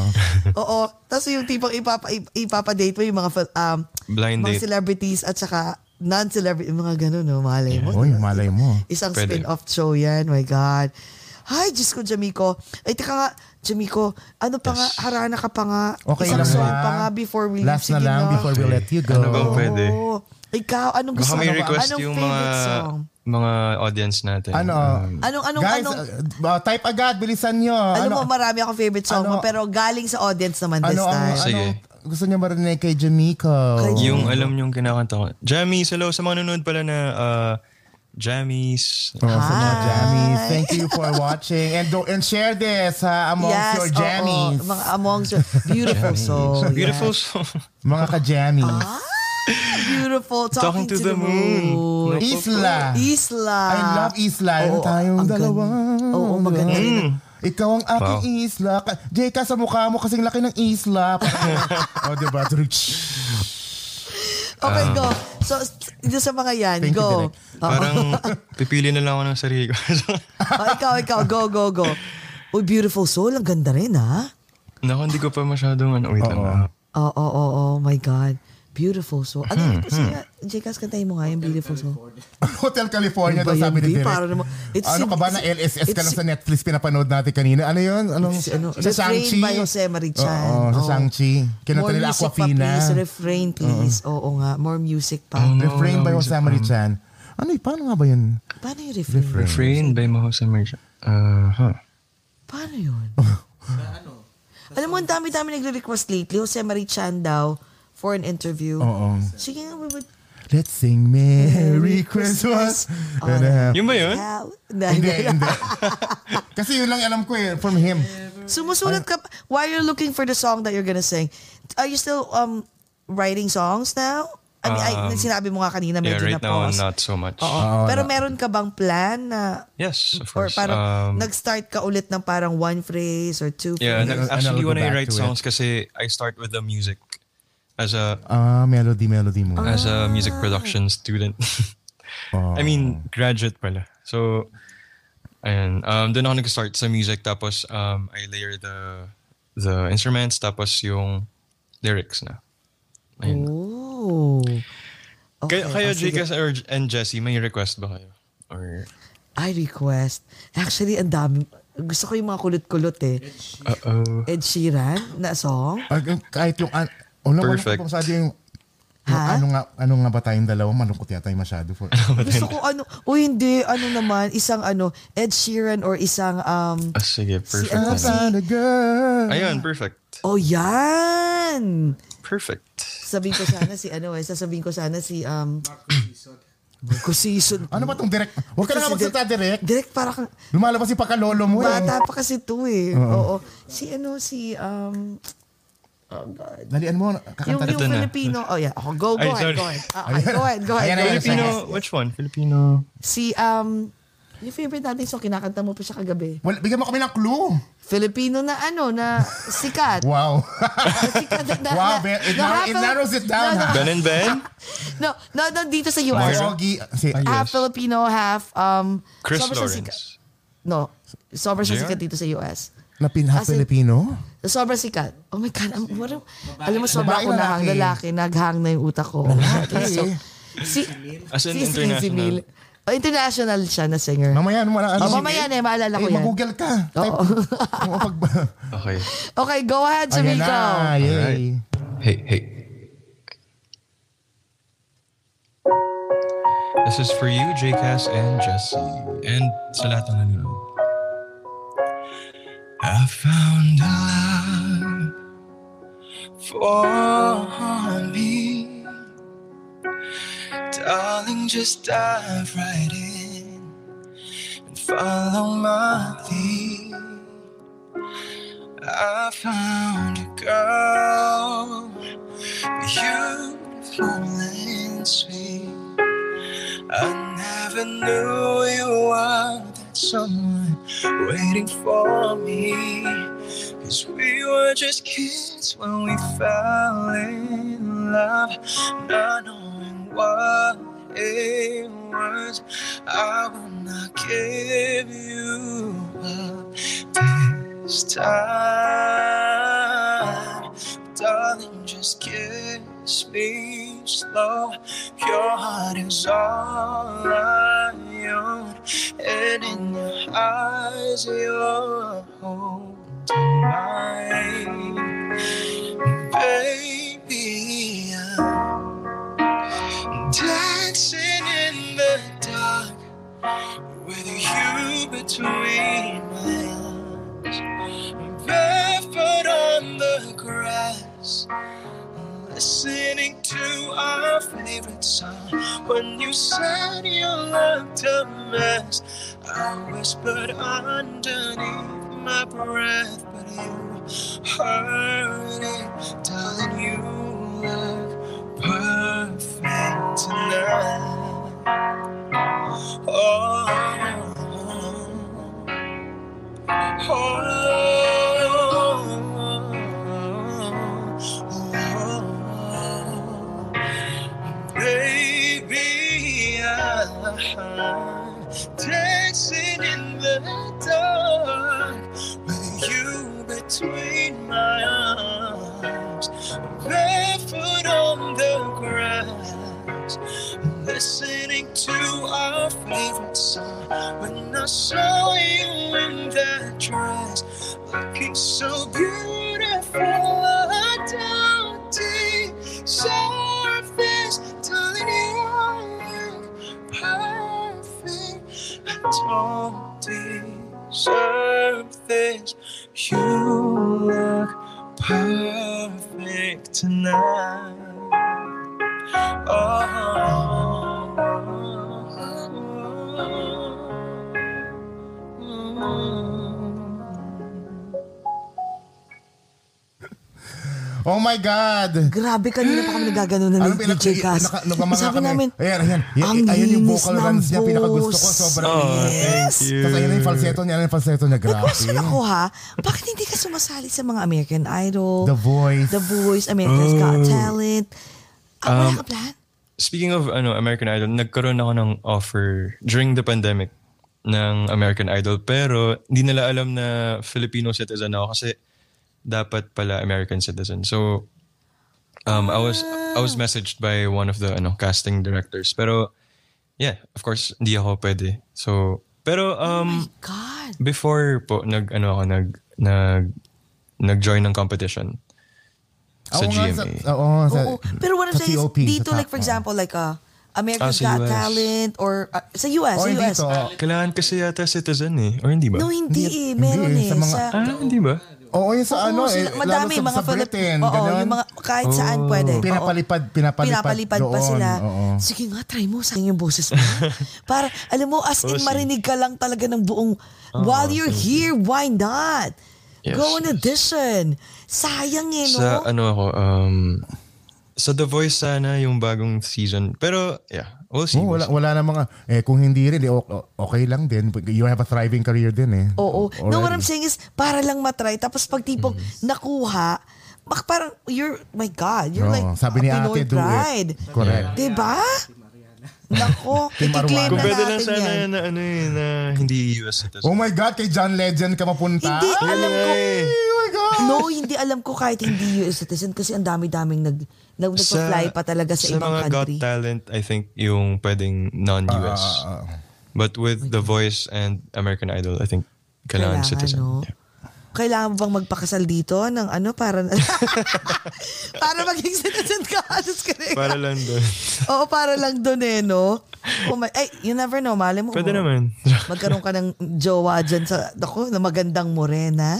[SPEAKER 5] Oo. Tapos yung tipong ipapa, ip- ipapadate mo yung mga fel- um,
[SPEAKER 6] Blind
[SPEAKER 5] mga
[SPEAKER 6] date.
[SPEAKER 5] celebrities at saka non-celebrity, mga ganun, no? Malay mo.
[SPEAKER 4] Uy, malay mo.
[SPEAKER 5] Isang
[SPEAKER 6] Pwede.
[SPEAKER 5] spin-off show yan. My God. Ay, Diyos ko, Jamiko. Ay, teka nga, Jamiko, ano pa nga, harana ka pa nga.
[SPEAKER 4] Okay
[SPEAKER 5] Isang
[SPEAKER 4] lang
[SPEAKER 5] song
[SPEAKER 4] ba?
[SPEAKER 5] pa nga before we
[SPEAKER 4] Last na
[SPEAKER 5] leave. Sige
[SPEAKER 4] lang before we let you go.
[SPEAKER 6] Ano bang pwede?
[SPEAKER 5] Oo. Ikaw, anong gusto
[SPEAKER 6] Baka may
[SPEAKER 5] mo?
[SPEAKER 6] request
[SPEAKER 5] anong
[SPEAKER 6] yung mga,
[SPEAKER 5] favorite song?
[SPEAKER 6] mga audience natin.
[SPEAKER 4] Ano?
[SPEAKER 6] Um,
[SPEAKER 5] Anong, anong,
[SPEAKER 4] Guys,
[SPEAKER 5] anong,
[SPEAKER 4] uh, uh, type agad. Bilisan nyo.
[SPEAKER 5] alam
[SPEAKER 4] Ano,
[SPEAKER 5] mo, marami akong favorite song
[SPEAKER 4] ano-
[SPEAKER 5] mo, pero galing sa audience naman
[SPEAKER 4] ano
[SPEAKER 5] this
[SPEAKER 4] ang
[SPEAKER 5] time.
[SPEAKER 6] Sige.
[SPEAKER 4] ano, gusto nyo marinig kay Jamico?
[SPEAKER 5] Kay Jamico.
[SPEAKER 6] Yung alam yung kinakanta ko. Jammies, hello sa mga nanonood pala na uh, Jammies.
[SPEAKER 4] Oh, sa mga
[SPEAKER 5] Hi.
[SPEAKER 4] jammies. Thank you for watching. And do, and share this ha, amongst your
[SPEAKER 5] oo.
[SPEAKER 4] jammies.
[SPEAKER 5] mga amongst your beautiful soul.
[SPEAKER 6] Beautiful
[SPEAKER 5] yes. [laughs]
[SPEAKER 6] song.
[SPEAKER 4] Mga ka-jammies.
[SPEAKER 5] Ah. Beautiful. Talking, to, the, moon.
[SPEAKER 4] Isla.
[SPEAKER 5] Isla.
[SPEAKER 4] I love Isla. Yung
[SPEAKER 5] Oo,
[SPEAKER 4] tayong
[SPEAKER 5] ang
[SPEAKER 4] dalawa. Mm.
[SPEAKER 5] ganda. Oo, maganda rin.
[SPEAKER 4] Ikaw ang aking isla. Ka- Jay, ka sa mukha mo kasing laki ng isla. [laughs] o, oh, diba?
[SPEAKER 5] Okay, go. So, s- dito sa mga yan,
[SPEAKER 4] Ah. Thank you,
[SPEAKER 5] go.
[SPEAKER 4] Direk.
[SPEAKER 5] [laughs] Oo.
[SPEAKER 6] Parang pipili na lang ako ng sarili ko. [laughs]
[SPEAKER 5] Oh, ikaw, ikaw, go, go, go. Uy, beautiful soul. Ang ganda rin, ha?
[SPEAKER 6] Naku, hindi ko pa masyadong ano. Wait lang. ah.
[SPEAKER 5] Oo, oh, oo, oh, oh, oh, my God. Beautiful soul. Ano
[SPEAKER 4] Hmm,
[SPEAKER 5] yun? Sige, Jekas, kantahin mo nga yung beautiful soul.
[SPEAKER 4] Hotel California daw
[SPEAKER 5] Ba yun,
[SPEAKER 4] sabi
[SPEAKER 5] Bi?
[SPEAKER 4] ni Direk.
[SPEAKER 5] Para naman- It's
[SPEAKER 4] ano
[SPEAKER 5] in-
[SPEAKER 4] ka ba na
[SPEAKER 5] it's-
[SPEAKER 4] LSS ka lang
[SPEAKER 5] it's-
[SPEAKER 4] sa Netflix pinapanood natin kanina? Ano yun? Anong,
[SPEAKER 5] It's, ano,
[SPEAKER 4] sa
[SPEAKER 5] Refrain
[SPEAKER 4] Shang-Chi?
[SPEAKER 5] by Jose Marichan.
[SPEAKER 4] Oo, sa
[SPEAKER 5] Oo.
[SPEAKER 4] Shang-Chi. Kinanta
[SPEAKER 5] More
[SPEAKER 4] nila
[SPEAKER 5] music pa,
[SPEAKER 4] Aquafina.
[SPEAKER 5] please. Refrain, please. Oo nga. More music pa.
[SPEAKER 4] Refrain
[SPEAKER 6] Oh,
[SPEAKER 4] by Jose Marichan. Ano eh, paano nga ba yun?
[SPEAKER 5] Paano yung refrain?
[SPEAKER 6] Refrain by Maho Samerja. Uh, huh.
[SPEAKER 5] Paano
[SPEAKER 4] [laughs]
[SPEAKER 5] yun? Alam mo, ang dami-dami nagre-request lately. Jose Marie Chan daw for an interview.
[SPEAKER 4] Oo.
[SPEAKER 5] Sige nga, we would...
[SPEAKER 4] Let's sing Merry Christmas. And a
[SPEAKER 5] Ah,
[SPEAKER 4] happy-
[SPEAKER 6] Yun ba yun?
[SPEAKER 5] [laughs] Hell,
[SPEAKER 4] Hindi, hindi. [laughs] Kasi yun lang alam ko eh, from him.
[SPEAKER 5] Sumusulat ka. pa- While you're looking for the song that you're gonna sing, are you still um writing songs now? I mean, I,
[SPEAKER 6] Um,
[SPEAKER 5] sinabi mo nga kanina
[SPEAKER 6] Yeah,
[SPEAKER 5] medyo
[SPEAKER 6] right now,
[SPEAKER 5] na-pause.
[SPEAKER 6] not so much.
[SPEAKER 5] Oo. Pero meron ka bang plan na
[SPEAKER 6] Yes, of
[SPEAKER 5] or
[SPEAKER 6] course.
[SPEAKER 5] parang
[SPEAKER 6] Um,
[SPEAKER 5] nag-start ka ulit ng parang one phrase or two
[SPEAKER 6] yeah,
[SPEAKER 5] phrases?
[SPEAKER 6] nag-
[SPEAKER 4] I'll
[SPEAKER 6] actually,
[SPEAKER 4] go
[SPEAKER 6] when I
[SPEAKER 4] back
[SPEAKER 6] write
[SPEAKER 4] to it.
[SPEAKER 6] songs, kasi I start with the music as a
[SPEAKER 4] Ah, melody, melody mo.
[SPEAKER 6] as a music
[SPEAKER 5] Ah.
[SPEAKER 6] production student. [laughs] Ah,
[SPEAKER 4] Oh.
[SPEAKER 6] I mean, graduate pala. So, ayun. Um, doon ako nag-start sa music. Tapos, um, I layer the the instruments. Tapos, yung lyrics na. Ayun.
[SPEAKER 5] Oh.
[SPEAKER 6] Kaya,
[SPEAKER 5] Okay,
[SPEAKER 6] kayo,
[SPEAKER 5] oh, sige.
[SPEAKER 6] Jcas or, and Jesse, may request ba kayo? Or,
[SPEAKER 5] I request. Actually, ang dami. Gusto ko yung mga kulot-kulot eh.
[SPEAKER 6] uh-oh.
[SPEAKER 5] Ed Sheeran na song.
[SPEAKER 4] Ah, kahit yung... An- oh, no,
[SPEAKER 6] Perfect.
[SPEAKER 4] Ano, masyado yung, yung
[SPEAKER 5] Ha?
[SPEAKER 4] ano, nga, ano nga ba tayong dalawa? Malungkot yata yung masyado.
[SPEAKER 6] [laughs]
[SPEAKER 4] For,
[SPEAKER 5] Gusto ko ano. O hindi, ano naman. Isang ano, Ed Sheeran or isang um...
[SPEAKER 6] Ah, sige, perfect.
[SPEAKER 5] ano,
[SPEAKER 4] I
[SPEAKER 6] then.
[SPEAKER 4] found a girl.
[SPEAKER 6] Ayun, perfect.
[SPEAKER 5] Oh, yan!
[SPEAKER 6] Perfect.
[SPEAKER 5] Sabihin ko sana si ano eh. Sasabihin ko sana si um... Marco Season.
[SPEAKER 4] Ano ba tong direct? Huwag ka na nga
[SPEAKER 5] Kasi
[SPEAKER 4] magsalita direct.
[SPEAKER 5] Direct para kang...
[SPEAKER 4] Lumalabas yung pakalolo mo. eh.
[SPEAKER 5] Bata pa kasi to eh. Oo. Si ano, si um... Oh God.
[SPEAKER 4] Dalian mo.
[SPEAKER 5] Yung,
[SPEAKER 4] Kakanta
[SPEAKER 5] yung
[SPEAKER 6] Ito na.
[SPEAKER 5] Filipino. Oh yeah. Oh, go, go
[SPEAKER 6] Ay,
[SPEAKER 5] ahead,
[SPEAKER 6] sorry.
[SPEAKER 5] go ahead. Ah, ah, go ahead, go ahead.
[SPEAKER 4] Ayan,
[SPEAKER 5] go
[SPEAKER 4] ayan,
[SPEAKER 5] ahead.
[SPEAKER 6] Filipino, which one? Filipino.
[SPEAKER 5] Si um Yung favorite natin song, kinakanta mo pa siya kagabi.
[SPEAKER 4] Well, bigyan mo kami ng clue.
[SPEAKER 5] Filipino na ano, na sikat. [laughs]
[SPEAKER 4] Wow.
[SPEAKER 5] sikat na, na,
[SPEAKER 4] wow,
[SPEAKER 5] na-
[SPEAKER 4] man, it,
[SPEAKER 5] na
[SPEAKER 4] narrow- it
[SPEAKER 5] half-
[SPEAKER 4] narrows it down.
[SPEAKER 5] na-
[SPEAKER 4] ha?
[SPEAKER 8] Ben and Ben?
[SPEAKER 5] No, no, no, dito sa
[SPEAKER 4] Si
[SPEAKER 5] US.
[SPEAKER 4] Ogie, si,
[SPEAKER 5] Half Filipino, half... Um,
[SPEAKER 8] Chris
[SPEAKER 5] sobrang
[SPEAKER 8] Lawrence.
[SPEAKER 5] sikat- No, sobrang
[SPEAKER 8] JR?
[SPEAKER 5] sikat dito sa US.
[SPEAKER 4] na pinha
[SPEAKER 5] As in-
[SPEAKER 4] Filipino.
[SPEAKER 5] Sobrang sikat. Oh my God, ang, what a- alam mo,
[SPEAKER 4] Babae,
[SPEAKER 5] sobrang ako nakang
[SPEAKER 4] lalaki.
[SPEAKER 5] lalaki, naghang na yung utak ko. [laughs] so, si,
[SPEAKER 8] As
[SPEAKER 5] si-
[SPEAKER 8] in
[SPEAKER 5] si- si
[SPEAKER 8] international.
[SPEAKER 5] Mil. Oh, international siya na singer.
[SPEAKER 4] Mamaya, ano, wala, ano,
[SPEAKER 5] Oh, mamaya na, eh, maalala ko
[SPEAKER 4] eh,
[SPEAKER 5] yan.
[SPEAKER 4] mag-google ka. Type,
[SPEAKER 5] Oo.
[SPEAKER 4] Oo,
[SPEAKER 5] [laughs]
[SPEAKER 4] pag-
[SPEAKER 8] Okay.
[SPEAKER 5] Okay, go ahead,
[SPEAKER 4] Ayan
[SPEAKER 5] Jamiko.
[SPEAKER 4] na, yay.
[SPEAKER 8] Hey, hey. This is for you, J. Cass and Jesse. And sa lahat ng nanonood. I found a love for me. Darling, just dive right in and follow my lead. I found a girl, beautiful and sweet. I never knew you were that someone waiting for me. Cause we were just kids when we fell in love, not knowing what it was. I will not give you up this time. Darling, just kiss me slow. Your heart is all I own, and in your eyes, you're home to mine. Baby, I'm dancing in the dark with you between my arms. Barefoot on the grass listening to our favorite song. When you said you looked a mess, I whispered underneath my breath, but you heard it, darling. You look perfect tonight. Oh. Oh, baby, I'm dancing in the dark with you between my arms, barefoot on the grass listening to our favorite song. When I saw you in that dress, looking so beautiful, I don't surface, darling, you look perfect. I don't deserve this. You look perfect tonight.
[SPEAKER 4] Oh my God.
[SPEAKER 5] Grabe, kanina pa kami nagagano na
[SPEAKER 4] Ano
[SPEAKER 5] ni
[SPEAKER 4] pinaka
[SPEAKER 5] DJ Cass.
[SPEAKER 4] naka- nagmamanga
[SPEAKER 5] Sabi
[SPEAKER 4] kami.
[SPEAKER 5] namin,
[SPEAKER 4] ayan, ayan. Yan-
[SPEAKER 5] ang
[SPEAKER 4] ayan yung
[SPEAKER 5] linis
[SPEAKER 4] vocal
[SPEAKER 5] ng
[SPEAKER 4] runs niya. Pinakagusto ko.
[SPEAKER 5] boses.
[SPEAKER 4] Sobrang
[SPEAKER 8] Oh,
[SPEAKER 4] linis.
[SPEAKER 8] thank you.
[SPEAKER 4] Tapos ayan yung falsetto niya. Ayan yung falsetto niya.
[SPEAKER 5] May [laughs]
[SPEAKER 4] Grabe.
[SPEAKER 5] question ako ha. Bakit hindi ka sumasali sa mga American Idol?
[SPEAKER 4] The Voice. Oh. Um,
[SPEAKER 5] The Voice, America's Got Talent. Ah, wala ka plan?
[SPEAKER 8] Speaking of ano, American Idol, nagkaroon ako ng offer during the pandemic ng American Idol. Pero hindi nila alam na Filipino citizen ako kasi dapat pala American citizen. So um, I was I was messaged by one of the ano, casting directors. Pero yeah, of course, hindi ako pwede. So, pero um,
[SPEAKER 5] God.
[SPEAKER 8] before po nag ano ako nag nag nag-join ng competition sa
[SPEAKER 4] Oo nga,
[SPEAKER 8] GMA.
[SPEAKER 4] Oo. sa, oh.
[SPEAKER 5] Oo. Pero what I'm
[SPEAKER 4] sa
[SPEAKER 5] saying is,
[SPEAKER 4] TOP,
[SPEAKER 5] dito
[SPEAKER 4] sa
[SPEAKER 5] like for
[SPEAKER 4] top.
[SPEAKER 5] example, like uh, America's
[SPEAKER 8] Ah, sa
[SPEAKER 5] Got
[SPEAKER 8] US.
[SPEAKER 5] Talent or ah, sa US,
[SPEAKER 4] Oh,
[SPEAKER 5] sa
[SPEAKER 4] hindi
[SPEAKER 5] US.
[SPEAKER 4] to.
[SPEAKER 8] Kailangan kasi yata citizen eh. Or hindi ba?
[SPEAKER 5] No,
[SPEAKER 4] Hindi,
[SPEAKER 5] hindi, eh. Meron
[SPEAKER 4] hindi,
[SPEAKER 5] eh.
[SPEAKER 4] sa mga-
[SPEAKER 5] Sa,
[SPEAKER 8] ah, hindi ba?
[SPEAKER 4] Oo, yun sa
[SPEAKER 5] Oo,
[SPEAKER 4] ano eh.
[SPEAKER 5] sila-
[SPEAKER 4] lalo
[SPEAKER 5] madami,
[SPEAKER 4] sa,
[SPEAKER 5] mga
[SPEAKER 4] sa Britain.
[SPEAKER 5] Filip- Oo,
[SPEAKER 4] ganun.
[SPEAKER 5] yung mga, kahit saan
[SPEAKER 8] Oh.
[SPEAKER 5] pwede. Oo.
[SPEAKER 4] pinapalipad, pinapalipad,
[SPEAKER 5] pinapalipad pa
[SPEAKER 4] doon.
[SPEAKER 5] sila.
[SPEAKER 4] Oo.
[SPEAKER 5] Sige nga, try mo sa yung boses
[SPEAKER 8] [laughs]
[SPEAKER 5] mo. Para, alam mo, as in
[SPEAKER 8] Pussy.
[SPEAKER 5] marinig ka lang talaga ng buong, while you're here, why not?
[SPEAKER 8] Ah, Yes,
[SPEAKER 5] Go on
[SPEAKER 8] yes.
[SPEAKER 5] audition. Sayang eh, no?
[SPEAKER 8] Sa ano ako, um,
[SPEAKER 6] So The Voice sana yung bagong season. Pero yeah, we'll see.
[SPEAKER 4] Oh, wala, wala na mga, eh kung hindi rin, eh, o- okay lang din. You have a thriving career din eh.
[SPEAKER 5] Oo. No, what I'm
[SPEAKER 4] Already.
[SPEAKER 5] saying is, para lang matry. Tapos pag tipong
[SPEAKER 8] Mm.
[SPEAKER 5] nakuha, mak parang, you're, my God, you're
[SPEAKER 4] Oo,
[SPEAKER 5] like,
[SPEAKER 4] sabi ni
[SPEAKER 5] a Pinoy
[SPEAKER 4] ate, do it.
[SPEAKER 5] pride.
[SPEAKER 4] Correct.
[SPEAKER 5] Diba? Nako,
[SPEAKER 4] Team
[SPEAKER 5] i-claim
[SPEAKER 4] Arwana.
[SPEAKER 5] na
[SPEAKER 6] Kung pwede lang
[SPEAKER 5] natin
[SPEAKER 6] sana
[SPEAKER 5] yan.
[SPEAKER 6] na ano eh, na hindi US citizen.
[SPEAKER 4] Oh my God, kay John Legend ka mapunta?
[SPEAKER 5] Hindi,
[SPEAKER 4] Oh
[SPEAKER 5] alam ko.
[SPEAKER 4] my God!
[SPEAKER 5] [laughs] No, hindi alam ko kahit hindi US citizen kasi ang dami-daming nag, nag nagpa-fly pa talaga sa, ibang
[SPEAKER 6] mga
[SPEAKER 5] country.
[SPEAKER 6] Got Talent, I think yung pwedeng
[SPEAKER 4] Ah,
[SPEAKER 6] non-US. But with The Voice and American Idol, I think kailangan, citizen.
[SPEAKER 5] no?
[SPEAKER 6] Yeah.
[SPEAKER 5] Kailangan mo bang magpakasal dito ng ano para [laughs] para maging citizen ka [laughs] alas ka rin.
[SPEAKER 6] Para lang [laughs] doon.
[SPEAKER 5] Oo, para lang doon eh, no? Oh my, ay, you never know, mali mo. oh.
[SPEAKER 6] Pwede naman. [laughs]
[SPEAKER 5] Magkaroon ka ng jowa dyan sa, ako, na magandang morena. Na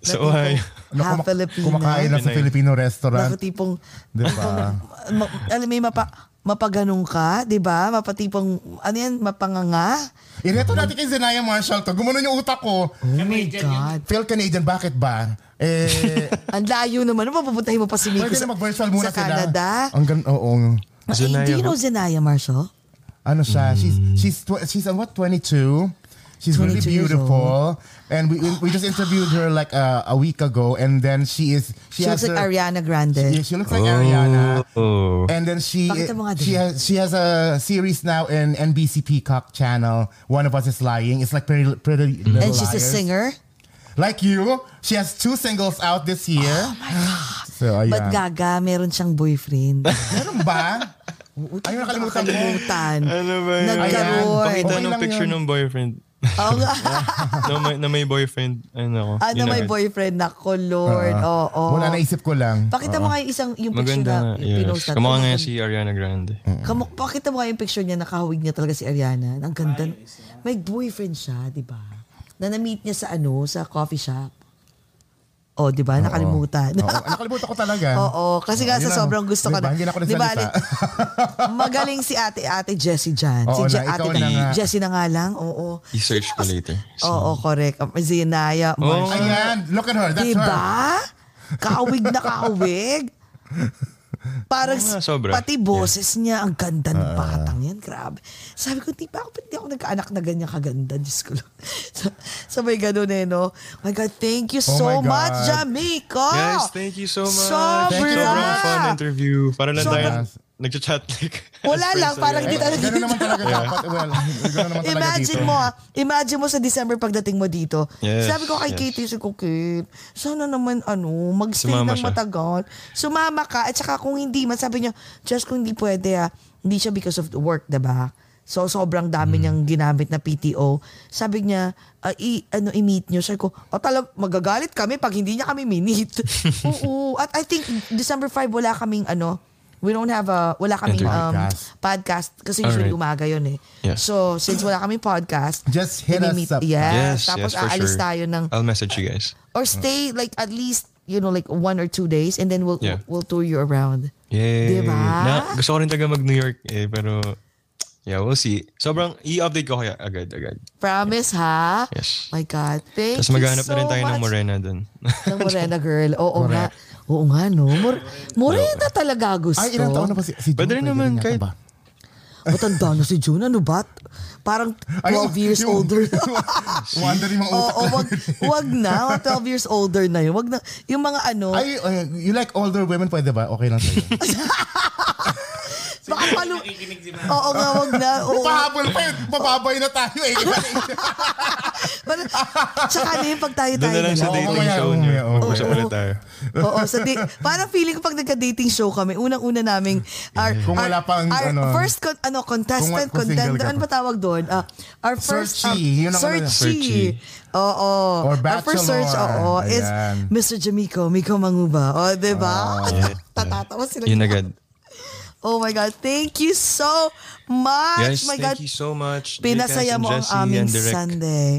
[SPEAKER 6] Sa
[SPEAKER 5] tipong
[SPEAKER 6] Ohio.
[SPEAKER 4] Ano,
[SPEAKER 5] Half
[SPEAKER 4] kuma-
[SPEAKER 5] Filipino.
[SPEAKER 4] Kumakain lang sa
[SPEAKER 6] Pinay.
[SPEAKER 4] Filipino restaurant.
[SPEAKER 5] Baka tipong,
[SPEAKER 4] Di ba?
[SPEAKER 5] [laughs] ma- alam mo, yung mapa, mapaganong ka, di ba? Mapatipong, ano yan, mapanganga.
[SPEAKER 4] Ireto Eh, natin kay Zenaya Marshall to. Gumano yung utak ko.
[SPEAKER 5] Oh my God.
[SPEAKER 4] Phil Canadian, bakit ba?
[SPEAKER 5] [laughs]
[SPEAKER 4] Eh,
[SPEAKER 5] Ang layo naman. Ano, Mapupuntahin mo pa si Miko
[SPEAKER 4] pwede
[SPEAKER 5] sa,
[SPEAKER 4] na mag-virtual muna
[SPEAKER 5] sa
[SPEAKER 4] sila. Oh,
[SPEAKER 5] Canada.
[SPEAKER 4] Ang gan- oo.
[SPEAKER 5] Ay, do you know Zenaya Marshall?
[SPEAKER 4] Ano siya? She's, she's, tw- she's uh, what, 22? She's really
[SPEAKER 5] 22 Mm. years
[SPEAKER 4] beautiful. And we we just interviewed her like uh, a week ago. And then she is...
[SPEAKER 5] She
[SPEAKER 4] has
[SPEAKER 5] looks like
[SPEAKER 4] her-
[SPEAKER 5] Ariana Grande.
[SPEAKER 4] Yeah, she looks like Ariana.
[SPEAKER 6] Oh.
[SPEAKER 4] And then she
[SPEAKER 5] Pakita mo nga din.
[SPEAKER 4] she has she has a series now in NBC Peacock channel. One of us is lying. It's like pretty pretty little
[SPEAKER 5] And she's a
[SPEAKER 4] Liars.
[SPEAKER 5] singer.
[SPEAKER 4] Like you, she has two singles out this year. Oh my god. So ayan.
[SPEAKER 5] But gaga, meron siyang boyfriend.
[SPEAKER 4] Meron
[SPEAKER 5] [laughs]
[SPEAKER 4] ba? Ayun nakalimutan ko.
[SPEAKER 5] Nakalimutan.
[SPEAKER 6] Ano ba yun?
[SPEAKER 5] Nagkaroon.
[SPEAKER 4] Ayan.
[SPEAKER 6] Pakita
[SPEAKER 4] Okay
[SPEAKER 6] nung
[SPEAKER 4] lang
[SPEAKER 6] picture
[SPEAKER 4] yun.
[SPEAKER 6] ng
[SPEAKER 4] [laughs]
[SPEAKER 6] boyfriend.
[SPEAKER 5] Oo nga.
[SPEAKER 6] na, may, na may boyfriend. Ano ko.
[SPEAKER 5] Ano may boyfriend? Nako, Lord. Oo.
[SPEAKER 4] Ah, Wala Ah. naisip ko lang.
[SPEAKER 5] Pakita mo nga yung isang yung picture na
[SPEAKER 6] Maganda nga.
[SPEAKER 5] yung pinost
[SPEAKER 6] Yes.
[SPEAKER 5] natin.
[SPEAKER 6] Kamukha nga
[SPEAKER 5] Ang-
[SPEAKER 6] si Ariana Grande.
[SPEAKER 5] kamu- pakita mo nga yung picture niya, nakahawig niya talaga si Ariana. Ang ganda. May boyfriend siya, di ba? Na na-meet niya sa ano, sa coffee shop. Oh, di ba? Nakalimutan. [laughs]
[SPEAKER 4] Oo, nakalimutan ko talaga.
[SPEAKER 5] Oo, kasi
[SPEAKER 4] Oo,
[SPEAKER 5] nga sa
[SPEAKER 4] yun ang-
[SPEAKER 5] sobrang gusto ko
[SPEAKER 4] Diba,
[SPEAKER 5] na.
[SPEAKER 4] hindi na ako
[SPEAKER 5] Di ba,
[SPEAKER 4] nagsalita.
[SPEAKER 5] Ali- magaling si ate, ate Jessie dyan.
[SPEAKER 4] Oo
[SPEAKER 5] si Je-
[SPEAKER 4] na, ikaw
[SPEAKER 5] ate
[SPEAKER 4] na nga.
[SPEAKER 5] Jessie na nga lang, oo.
[SPEAKER 6] I-search ko later.
[SPEAKER 5] Oo, correct. Um, Zenaya.
[SPEAKER 6] Oh.
[SPEAKER 5] Marshall.
[SPEAKER 4] Ayan, look at her. That's her.
[SPEAKER 5] diba? Kahawig na kahawig. Parang
[SPEAKER 6] Oo nga, sobra.
[SPEAKER 5] pati boses niya, ang ganda
[SPEAKER 4] Ah.
[SPEAKER 5] ng batang yan. Grabe. Sabi ko, di ba ako, ba't di ako nagkaanak na ganyan kaganda? [laughs] Diyos ko lang. So, sabay ganun eh, no? My God, thank you
[SPEAKER 4] Oh
[SPEAKER 5] so
[SPEAKER 4] my God.
[SPEAKER 5] much, Jamaica!
[SPEAKER 6] Guys, thank you so much.
[SPEAKER 5] Ah! Sobra!
[SPEAKER 4] Thank you.
[SPEAKER 6] Sobrang fun interview. Para lang
[SPEAKER 5] Sobra.
[SPEAKER 6] tayo nagchat-chat like.
[SPEAKER 5] [laughs] Wala lang, parang
[SPEAKER 4] Eh,
[SPEAKER 5] hindi talaga
[SPEAKER 4] Ganun naman talaga dapat. Well, ganun naman talaga
[SPEAKER 5] Imagine
[SPEAKER 4] dito.
[SPEAKER 5] mo ah, imagine mo sa December pagdating mo dito.
[SPEAKER 6] Yes,
[SPEAKER 5] Sabi ko kay
[SPEAKER 6] yes.
[SPEAKER 5] Katie, sabi ko, Kate, sana naman ano, magstay
[SPEAKER 6] Sumama
[SPEAKER 5] ng
[SPEAKER 6] siya.
[SPEAKER 5] matagal. Sumama ka, at saka kung hindi man, sabi niya, just kung hindi pwede ah, hindi siya because of the work, diba? So, sobrang
[SPEAKER 6] Hmm.
[SPEAKER 5] dami niyang ginamit na PTO. Sabi niya, ah, i, ano, i-meet niyo. Sabi ko, oh, talag, magagalit kami pag hindi niya kami
[SPEAKER 6] [laughs]
[SPEAKER 5] minit. Oo. At I think December 5, wala kaming ano, we don't have a, wala kaming
[SPEAKER 6] Interview.
[SPEAKER 5] um,
[SPEAKER 4] Podcast.
[SPEAKER 5] podcast. Kasi usually
[SPEAKER 6] Alright.
[SPEAKER 5] umaga yun eh.
[SPEAKER 6] Yes.
[SPEAKER 5] So, since wala kaming podcast,
[SPEAKER 4] Just hit us
[SPEAKER 5] nimi-meet-
[SPEAKER 4] up.
[SPEAKER 5] Yes,
[SPEAKER 6] Yes,
[SPEAKER 5] tapos
[SPEAKER 6] yes, for
[SPEAKER 5] aalis
[SPEAKER 6] sure. Uh,
[SPEAKER 5] tayo ng,
[SPEAKER 6] I'll message you guys.
[SPEAKER 5] or stay like at least, you know, like one or two days and then we'll
[SPEAKER 6] Yeah.
[SPEAKER 5] we'll tour you around.
[SPEAKER 6] Yay.
[SPEAKER 5] Diba?
[SPEAKER 6] Na, gusto ko rin talaga mag New York eh, pero yeah, we'll see. Sobrang i-update ko kaya agad agad.
[SPEAKER 5] Promise, ha?
[SPEAKER 6] Yes.
[SPEAKER 5] My God. Thank
[SPEAKER 6] Tapos
[SPEAKER 5] you
[SPEAKER 6] maghanap
[SPEAKER 5] so
[SPEAKER 6] na rin tayo ng
[SPEAKER 5] much.
[SPEAKER 6] Morena dun.
[SPEAKER 5] Ng Morena
[SPEAKER 6] [laughs]
[SPEAKER 5] girl. Oo nga. Oo nga, no? Mor- Morena talaga gusto.
[SPEAKER 4] Ay, ilang taon na ba si, si Jun?
[SPEAKER 6] Pwede rin naman,
[SPEAKER 4] yata
[SPEAKER 6] kahit-
[SPEAKER 4] ba?
[SPEAKER 5] Matanda na si June. Ano ba? Parang 12
[SPEAKER 4] Ay, oh,
[SPEAKER 5] years
[SPEAKER 4] yung- [laughs]
[SPEAKER 5] older.
[SPEAKER 4] Wonder yung mga utak.
[SPEAKER 5] Oo, wag, wag na. Mga 12 years older na yun. Wag na. Yung mga ano.
[SPEAKER 4] Ay, uh, you like older women, pwede ba? Okay lang sa'yo.
[SPEAKER 5] Baka palo...
[SPEAKER 7] Nakikinig si Ma'am.
[SPEAKER 5] Oo nga, wag na. [laughs] Oo.
[SPEAKER 4] Pahabol pa yun. Mababay na tayo
[SPEAKER 5] [laughs]
[SPEAKER 4] eh.
[SPEAKER 5] But, tsaka na yung pag tayo
[SPEAKER 6] Doon
[SPEAKER 5] tayo Oh,
[SPEAKER 6] na lang sa
[SPEAKER 5] lang.
[SPEAKER 6] dating
[SPEAKER 4] mamaya,
[SPEAKER 6] show
[SPEAKER 4] mamaya,
[SPEAKER 6] niyo.
[SPEAKER 4] mamaya.
[SPEAKER 6] Mag-usap
[SPEAKER 5] Oo.
[SPEAKER 6] ulit tayo.
[SPEAKER 5] Oo, sa di- parang feeling ko pag nagka-dating show kami, unang-una naming our,
[SPEAKER 4] Kung
[SPEAKER 5] our-
[SPEAKER 4] wala pang,
[SPEAKER 5] our
[SPEAKER 4] ano,
[SPEAKER 5] first con- ano, contestant,
[SPEAKER 4] kung single
[SPEAKER 5] contender,
[SPEAKER 4] ka
[SPEAKER 5] ano
[SPEAKER 4] pa.
[SPEAKER 5] ba tawag doon? Ah, our first
[SPEAKER 4] Searchee, yun ang ano na.
[SPEAKER 5] searchee. Oo.
[SPEAKER 4] Or
[SPEAKER 5] Our first search,
[SPEAKER 4] bachelor.
[SPEAKER 5] oo, is
[SPEAKER 4] Ayan. Oh,
[SPEAKER 5] Mr. Jamico, Miko Manguba. O, di ba? [laughs] Tatatawa sila.
[SPEAKER 6] Yun agad.
[SPEAKER 5] Oh my God, thank you so much.
[SPEAKER 6] Guys,
[SPEAKER 5] my God.
[SPEAKER 6] thank you so much.
[SPEAKER 5] Pinasaya
[SPEAKER 6] Jcas and
[SPEAKER 5] mo ang
[SPEAKER 6] Jessie
[SPEAKER 5] aming
[SPEAKER 6] and Direk.
[SPEAKER 5] Sunday.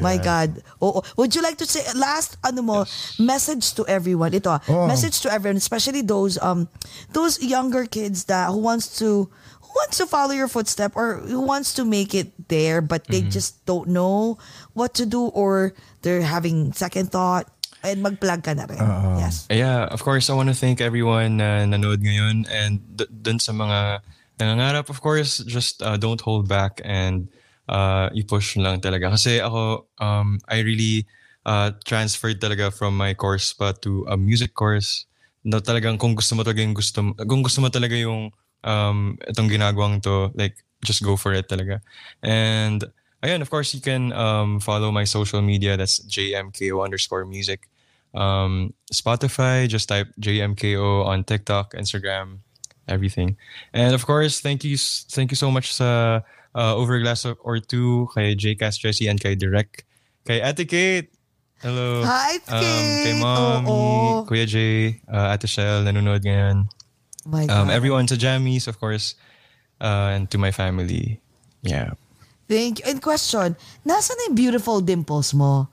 [SPEAKER 5] My God. Oo. Would you like to say last ano mo message to everyone? Ito, ah,
[SPEAKER 4] Oo.
[SPEAKER 5] message to everyone, especially those um those younger kids that who wants to who wants to follow your footstep or who wants to make it
[SPEAKER 6] Mm-hmm.
[SPEAKER 5] there but they just don't know what to do or they're having second thought. And mag-plug ka na rin. Yes.
[SPEAKER 6] Yeah, of course, I want to thank everyone na nanood ngayon and d- dun sa mga nangangarap, of course, just uh, don't hold back and uh, i-push lang talaga. Kasi ako, um, I really uh, transferred talaga from my course pa to a music course na talagang kung gusto mo talaga yung gusto mo, kung gusto mo talaga yung um, itong ginagawang to, like, just go for it talaga. And, ayun, of course, you can um, follow my social media, that's jmko underscore music um, Spotify. Just type JMKO on TikTok, Instagram, everything. And of course, thank you, s- thank you so much sa uh, Overglass or Two, kay JCast Jesse and kay Direct, kay Ate Kate. Hello. Um,
[SPEAKER 5] Hi, Ate
[SPEAKER 6] kay
[SPEAKER 5] Kate.
[SPEAKER 6] Mommy,
[SPEAKER 5] Oo.
[SPEAKER 6] Kuya Jay, uh, Ate Shell, nanonood ngayon.
[SPEAKER 5] My
[SPEAKER 6] Um,
[SPEAKER 5] God.
[SPEAKER 6] everyone sa Jammies, of course, uh, and to my family. Yeah.
[SPEAKER 5] Thank you. And question, nasa na yung beautiful dimples mo?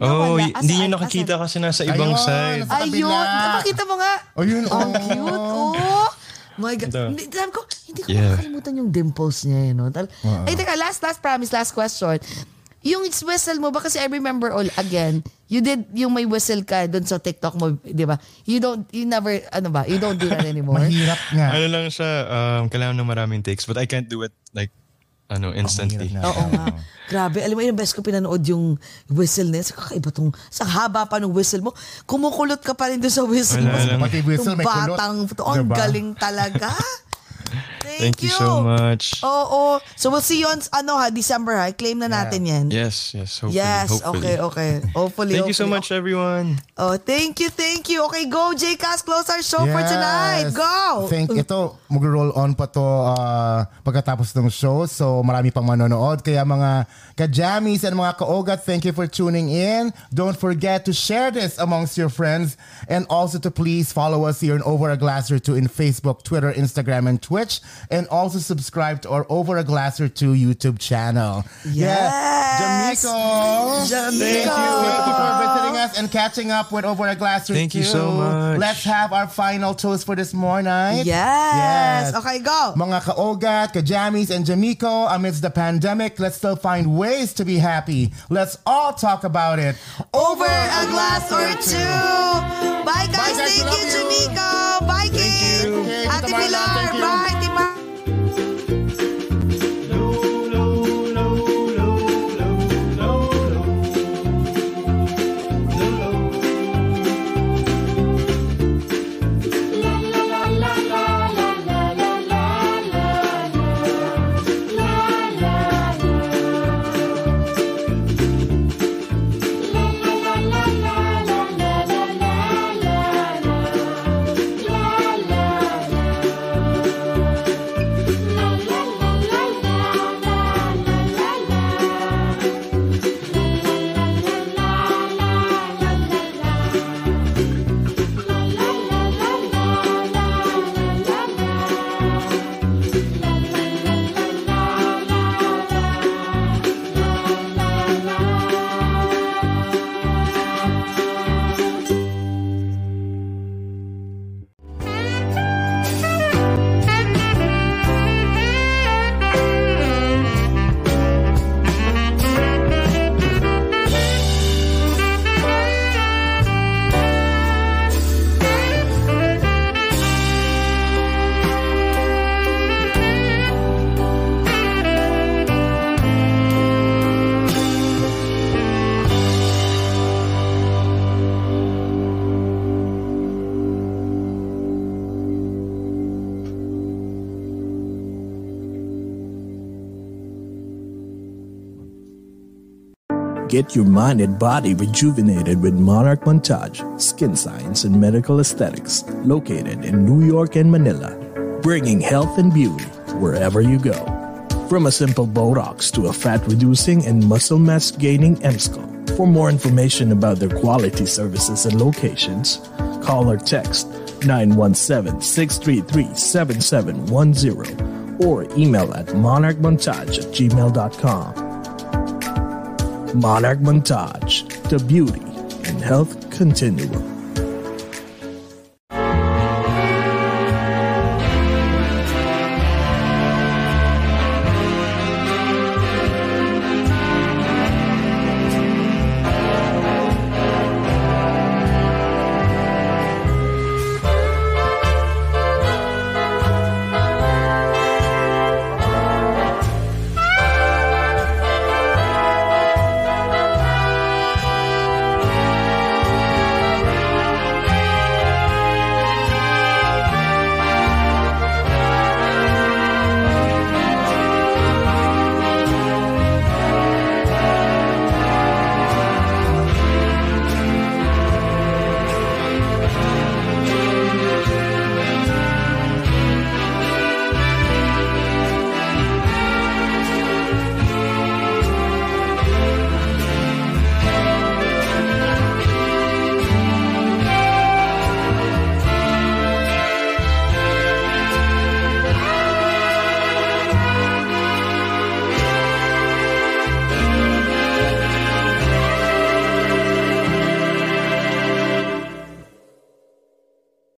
[SPEAKER 6] Oh,
[SPEAKER 5] Nawala.
[SPEAKER 6] y- hindi
[SPEAKER 5] Asan?
[SPEAKER 6] nyo nakikita kasi nasa ibang
[SPEAKER 4] Ayun,
[SPEAKER 6] side.
[SPEAKER 4] nasa- Sa kabila.
[SPEAKER 5] Ayun, napakita mo nga.
[SPEAKER 4] Oh, yun,
[SPEAKER 5] Ang
[SPEAKER 4] oh.
[SPEAKER 5] cute, oh. My God.
[SPEAKER 6] Ito.
[SPEAKER 5] Hindi, sabi ko, hindi ko
[SPEAKER 6] Yeah.
[SPEAKER 5] makakalimutan yung dimples niya, you know. Tal-
[SPEAKER 4] Uh-uh.
[SPEAKER 5] Ay, teka, last, last promise, last question. Yung whistle mo ba, kasi I remember all, again, you did, yung may whistle ka dun sa TikTok mo, di ba? You don't, you never, ano ba, you don't do that
[SPEAKER 4] [laughs]
[SPEAKER 5] anymore?
[SPEAKER 4] Mahirap nga.
[SPEAKER 6] Ano lang siya, um, kailangan ng maraming takes. But I can't do it like, ano, instantly.
[SPEAKER 4] mahirap
[SPEAKER 5] Oo nga. Grabe. Alam mo, yung best ko pinanood yung whistle na yun. Sa kakaiba tong, sa haba pa ng whistle mo, kumukulot ka pa rin doon sa whistle
[SPEAKER 6] Wala
[SPEAKER 5] mo.
[SPEAKER 6] lang.
[SPEAKER 4] Pati whistle,
[SPEAKER 5] Itong
[SPEAKER 4] may kulot.
[SPEAKER 5] batang, to, ang
[SPEAKER 4] Diba?
[SPEAKER 5] galing
[SPEAKER 4] [laughs]
[SPEAKER 5] talaga. Thank, Oh.
[SPEAKER 6] Thank you so much.
[SPEAKER 5] Oo. So we'll see you on, ano ha, December ha. Claim na natin yan.
[SPEAKER 6] Yes, yes. Hopefully,
[SPEAKER 5] Yes,
[SPEAKER 6] hopefully.
[SPEAKER 5] okay, okay. Hopefully,
[SPEAKER 6] Thank you so
[SPEAKER 5] hopefully.
[SPEAKER 6] much, everyone.
[SPEAKER 5] Oh, thank you, thank you. Okay, go, J-Cast. Close our show for tonight. Go!
[SPEAKER 4] Thank ito, mag-roll on pa to ah, pagkatapos ng show. So marami pang manonood. Kaya mga kajamis and mga kaogat, thank you for tuning in. Don't forget to share this amongst your friends and also to please follow us here on Over a Glass or Two in Facebook, Twitter, Instagram, and Twitch. And also subscribe to our Over a Glass or Two YouTube channel.
[SPEAKER 5] Yes.
[SPEAKER 4] Jamico! Thank you. Thank you for visiting us and catching up with Over a Glass or
[SPEAKER 6] Thank
[SPEAKER 4] Two.
[SPEAKER 6] you so much.
[SPEAKER 4] Let's have our final toast for this morning.
[SPEAKER 5] Yes. Okay, go.
[SPEAKER 4] Mga kaogat, kajamis, and jamiko, amidst the pandemic, let's still find ways to be happy. Let's all talk about it.
[SPEAKER 5] over a glass or two. Bye
[SPEAKER 4] guys.
[SPEAKER 5] guys, thank you,
[SPEAKER 4] Love you.
[SPEAKER 5] Jamiko. Bye Kim.
[SPEAKER 4] you. Okay,
[SPEAKER 5] Ate
[SPEAKER 4] Tita Marla,
[SPEAKER 5] Pilar.
[SPEAKER 4] thank you.
[SPEAKER 5] Bye, Timar.
[SPEAKER 1] Get your mind and body rejuvenated with Monarch Montage, Skin Science and Medical Aesthetics, located in New York and Manila, bringing health and beauty wherever you go. From a simple Botox to a fat reducing and muscle mass gaining EMSCO. For more information about their quality services and locations, call or text 917 633 7710 or email at monarchmontage at gmail.com. Monarch Montage, the beauty and health continuum.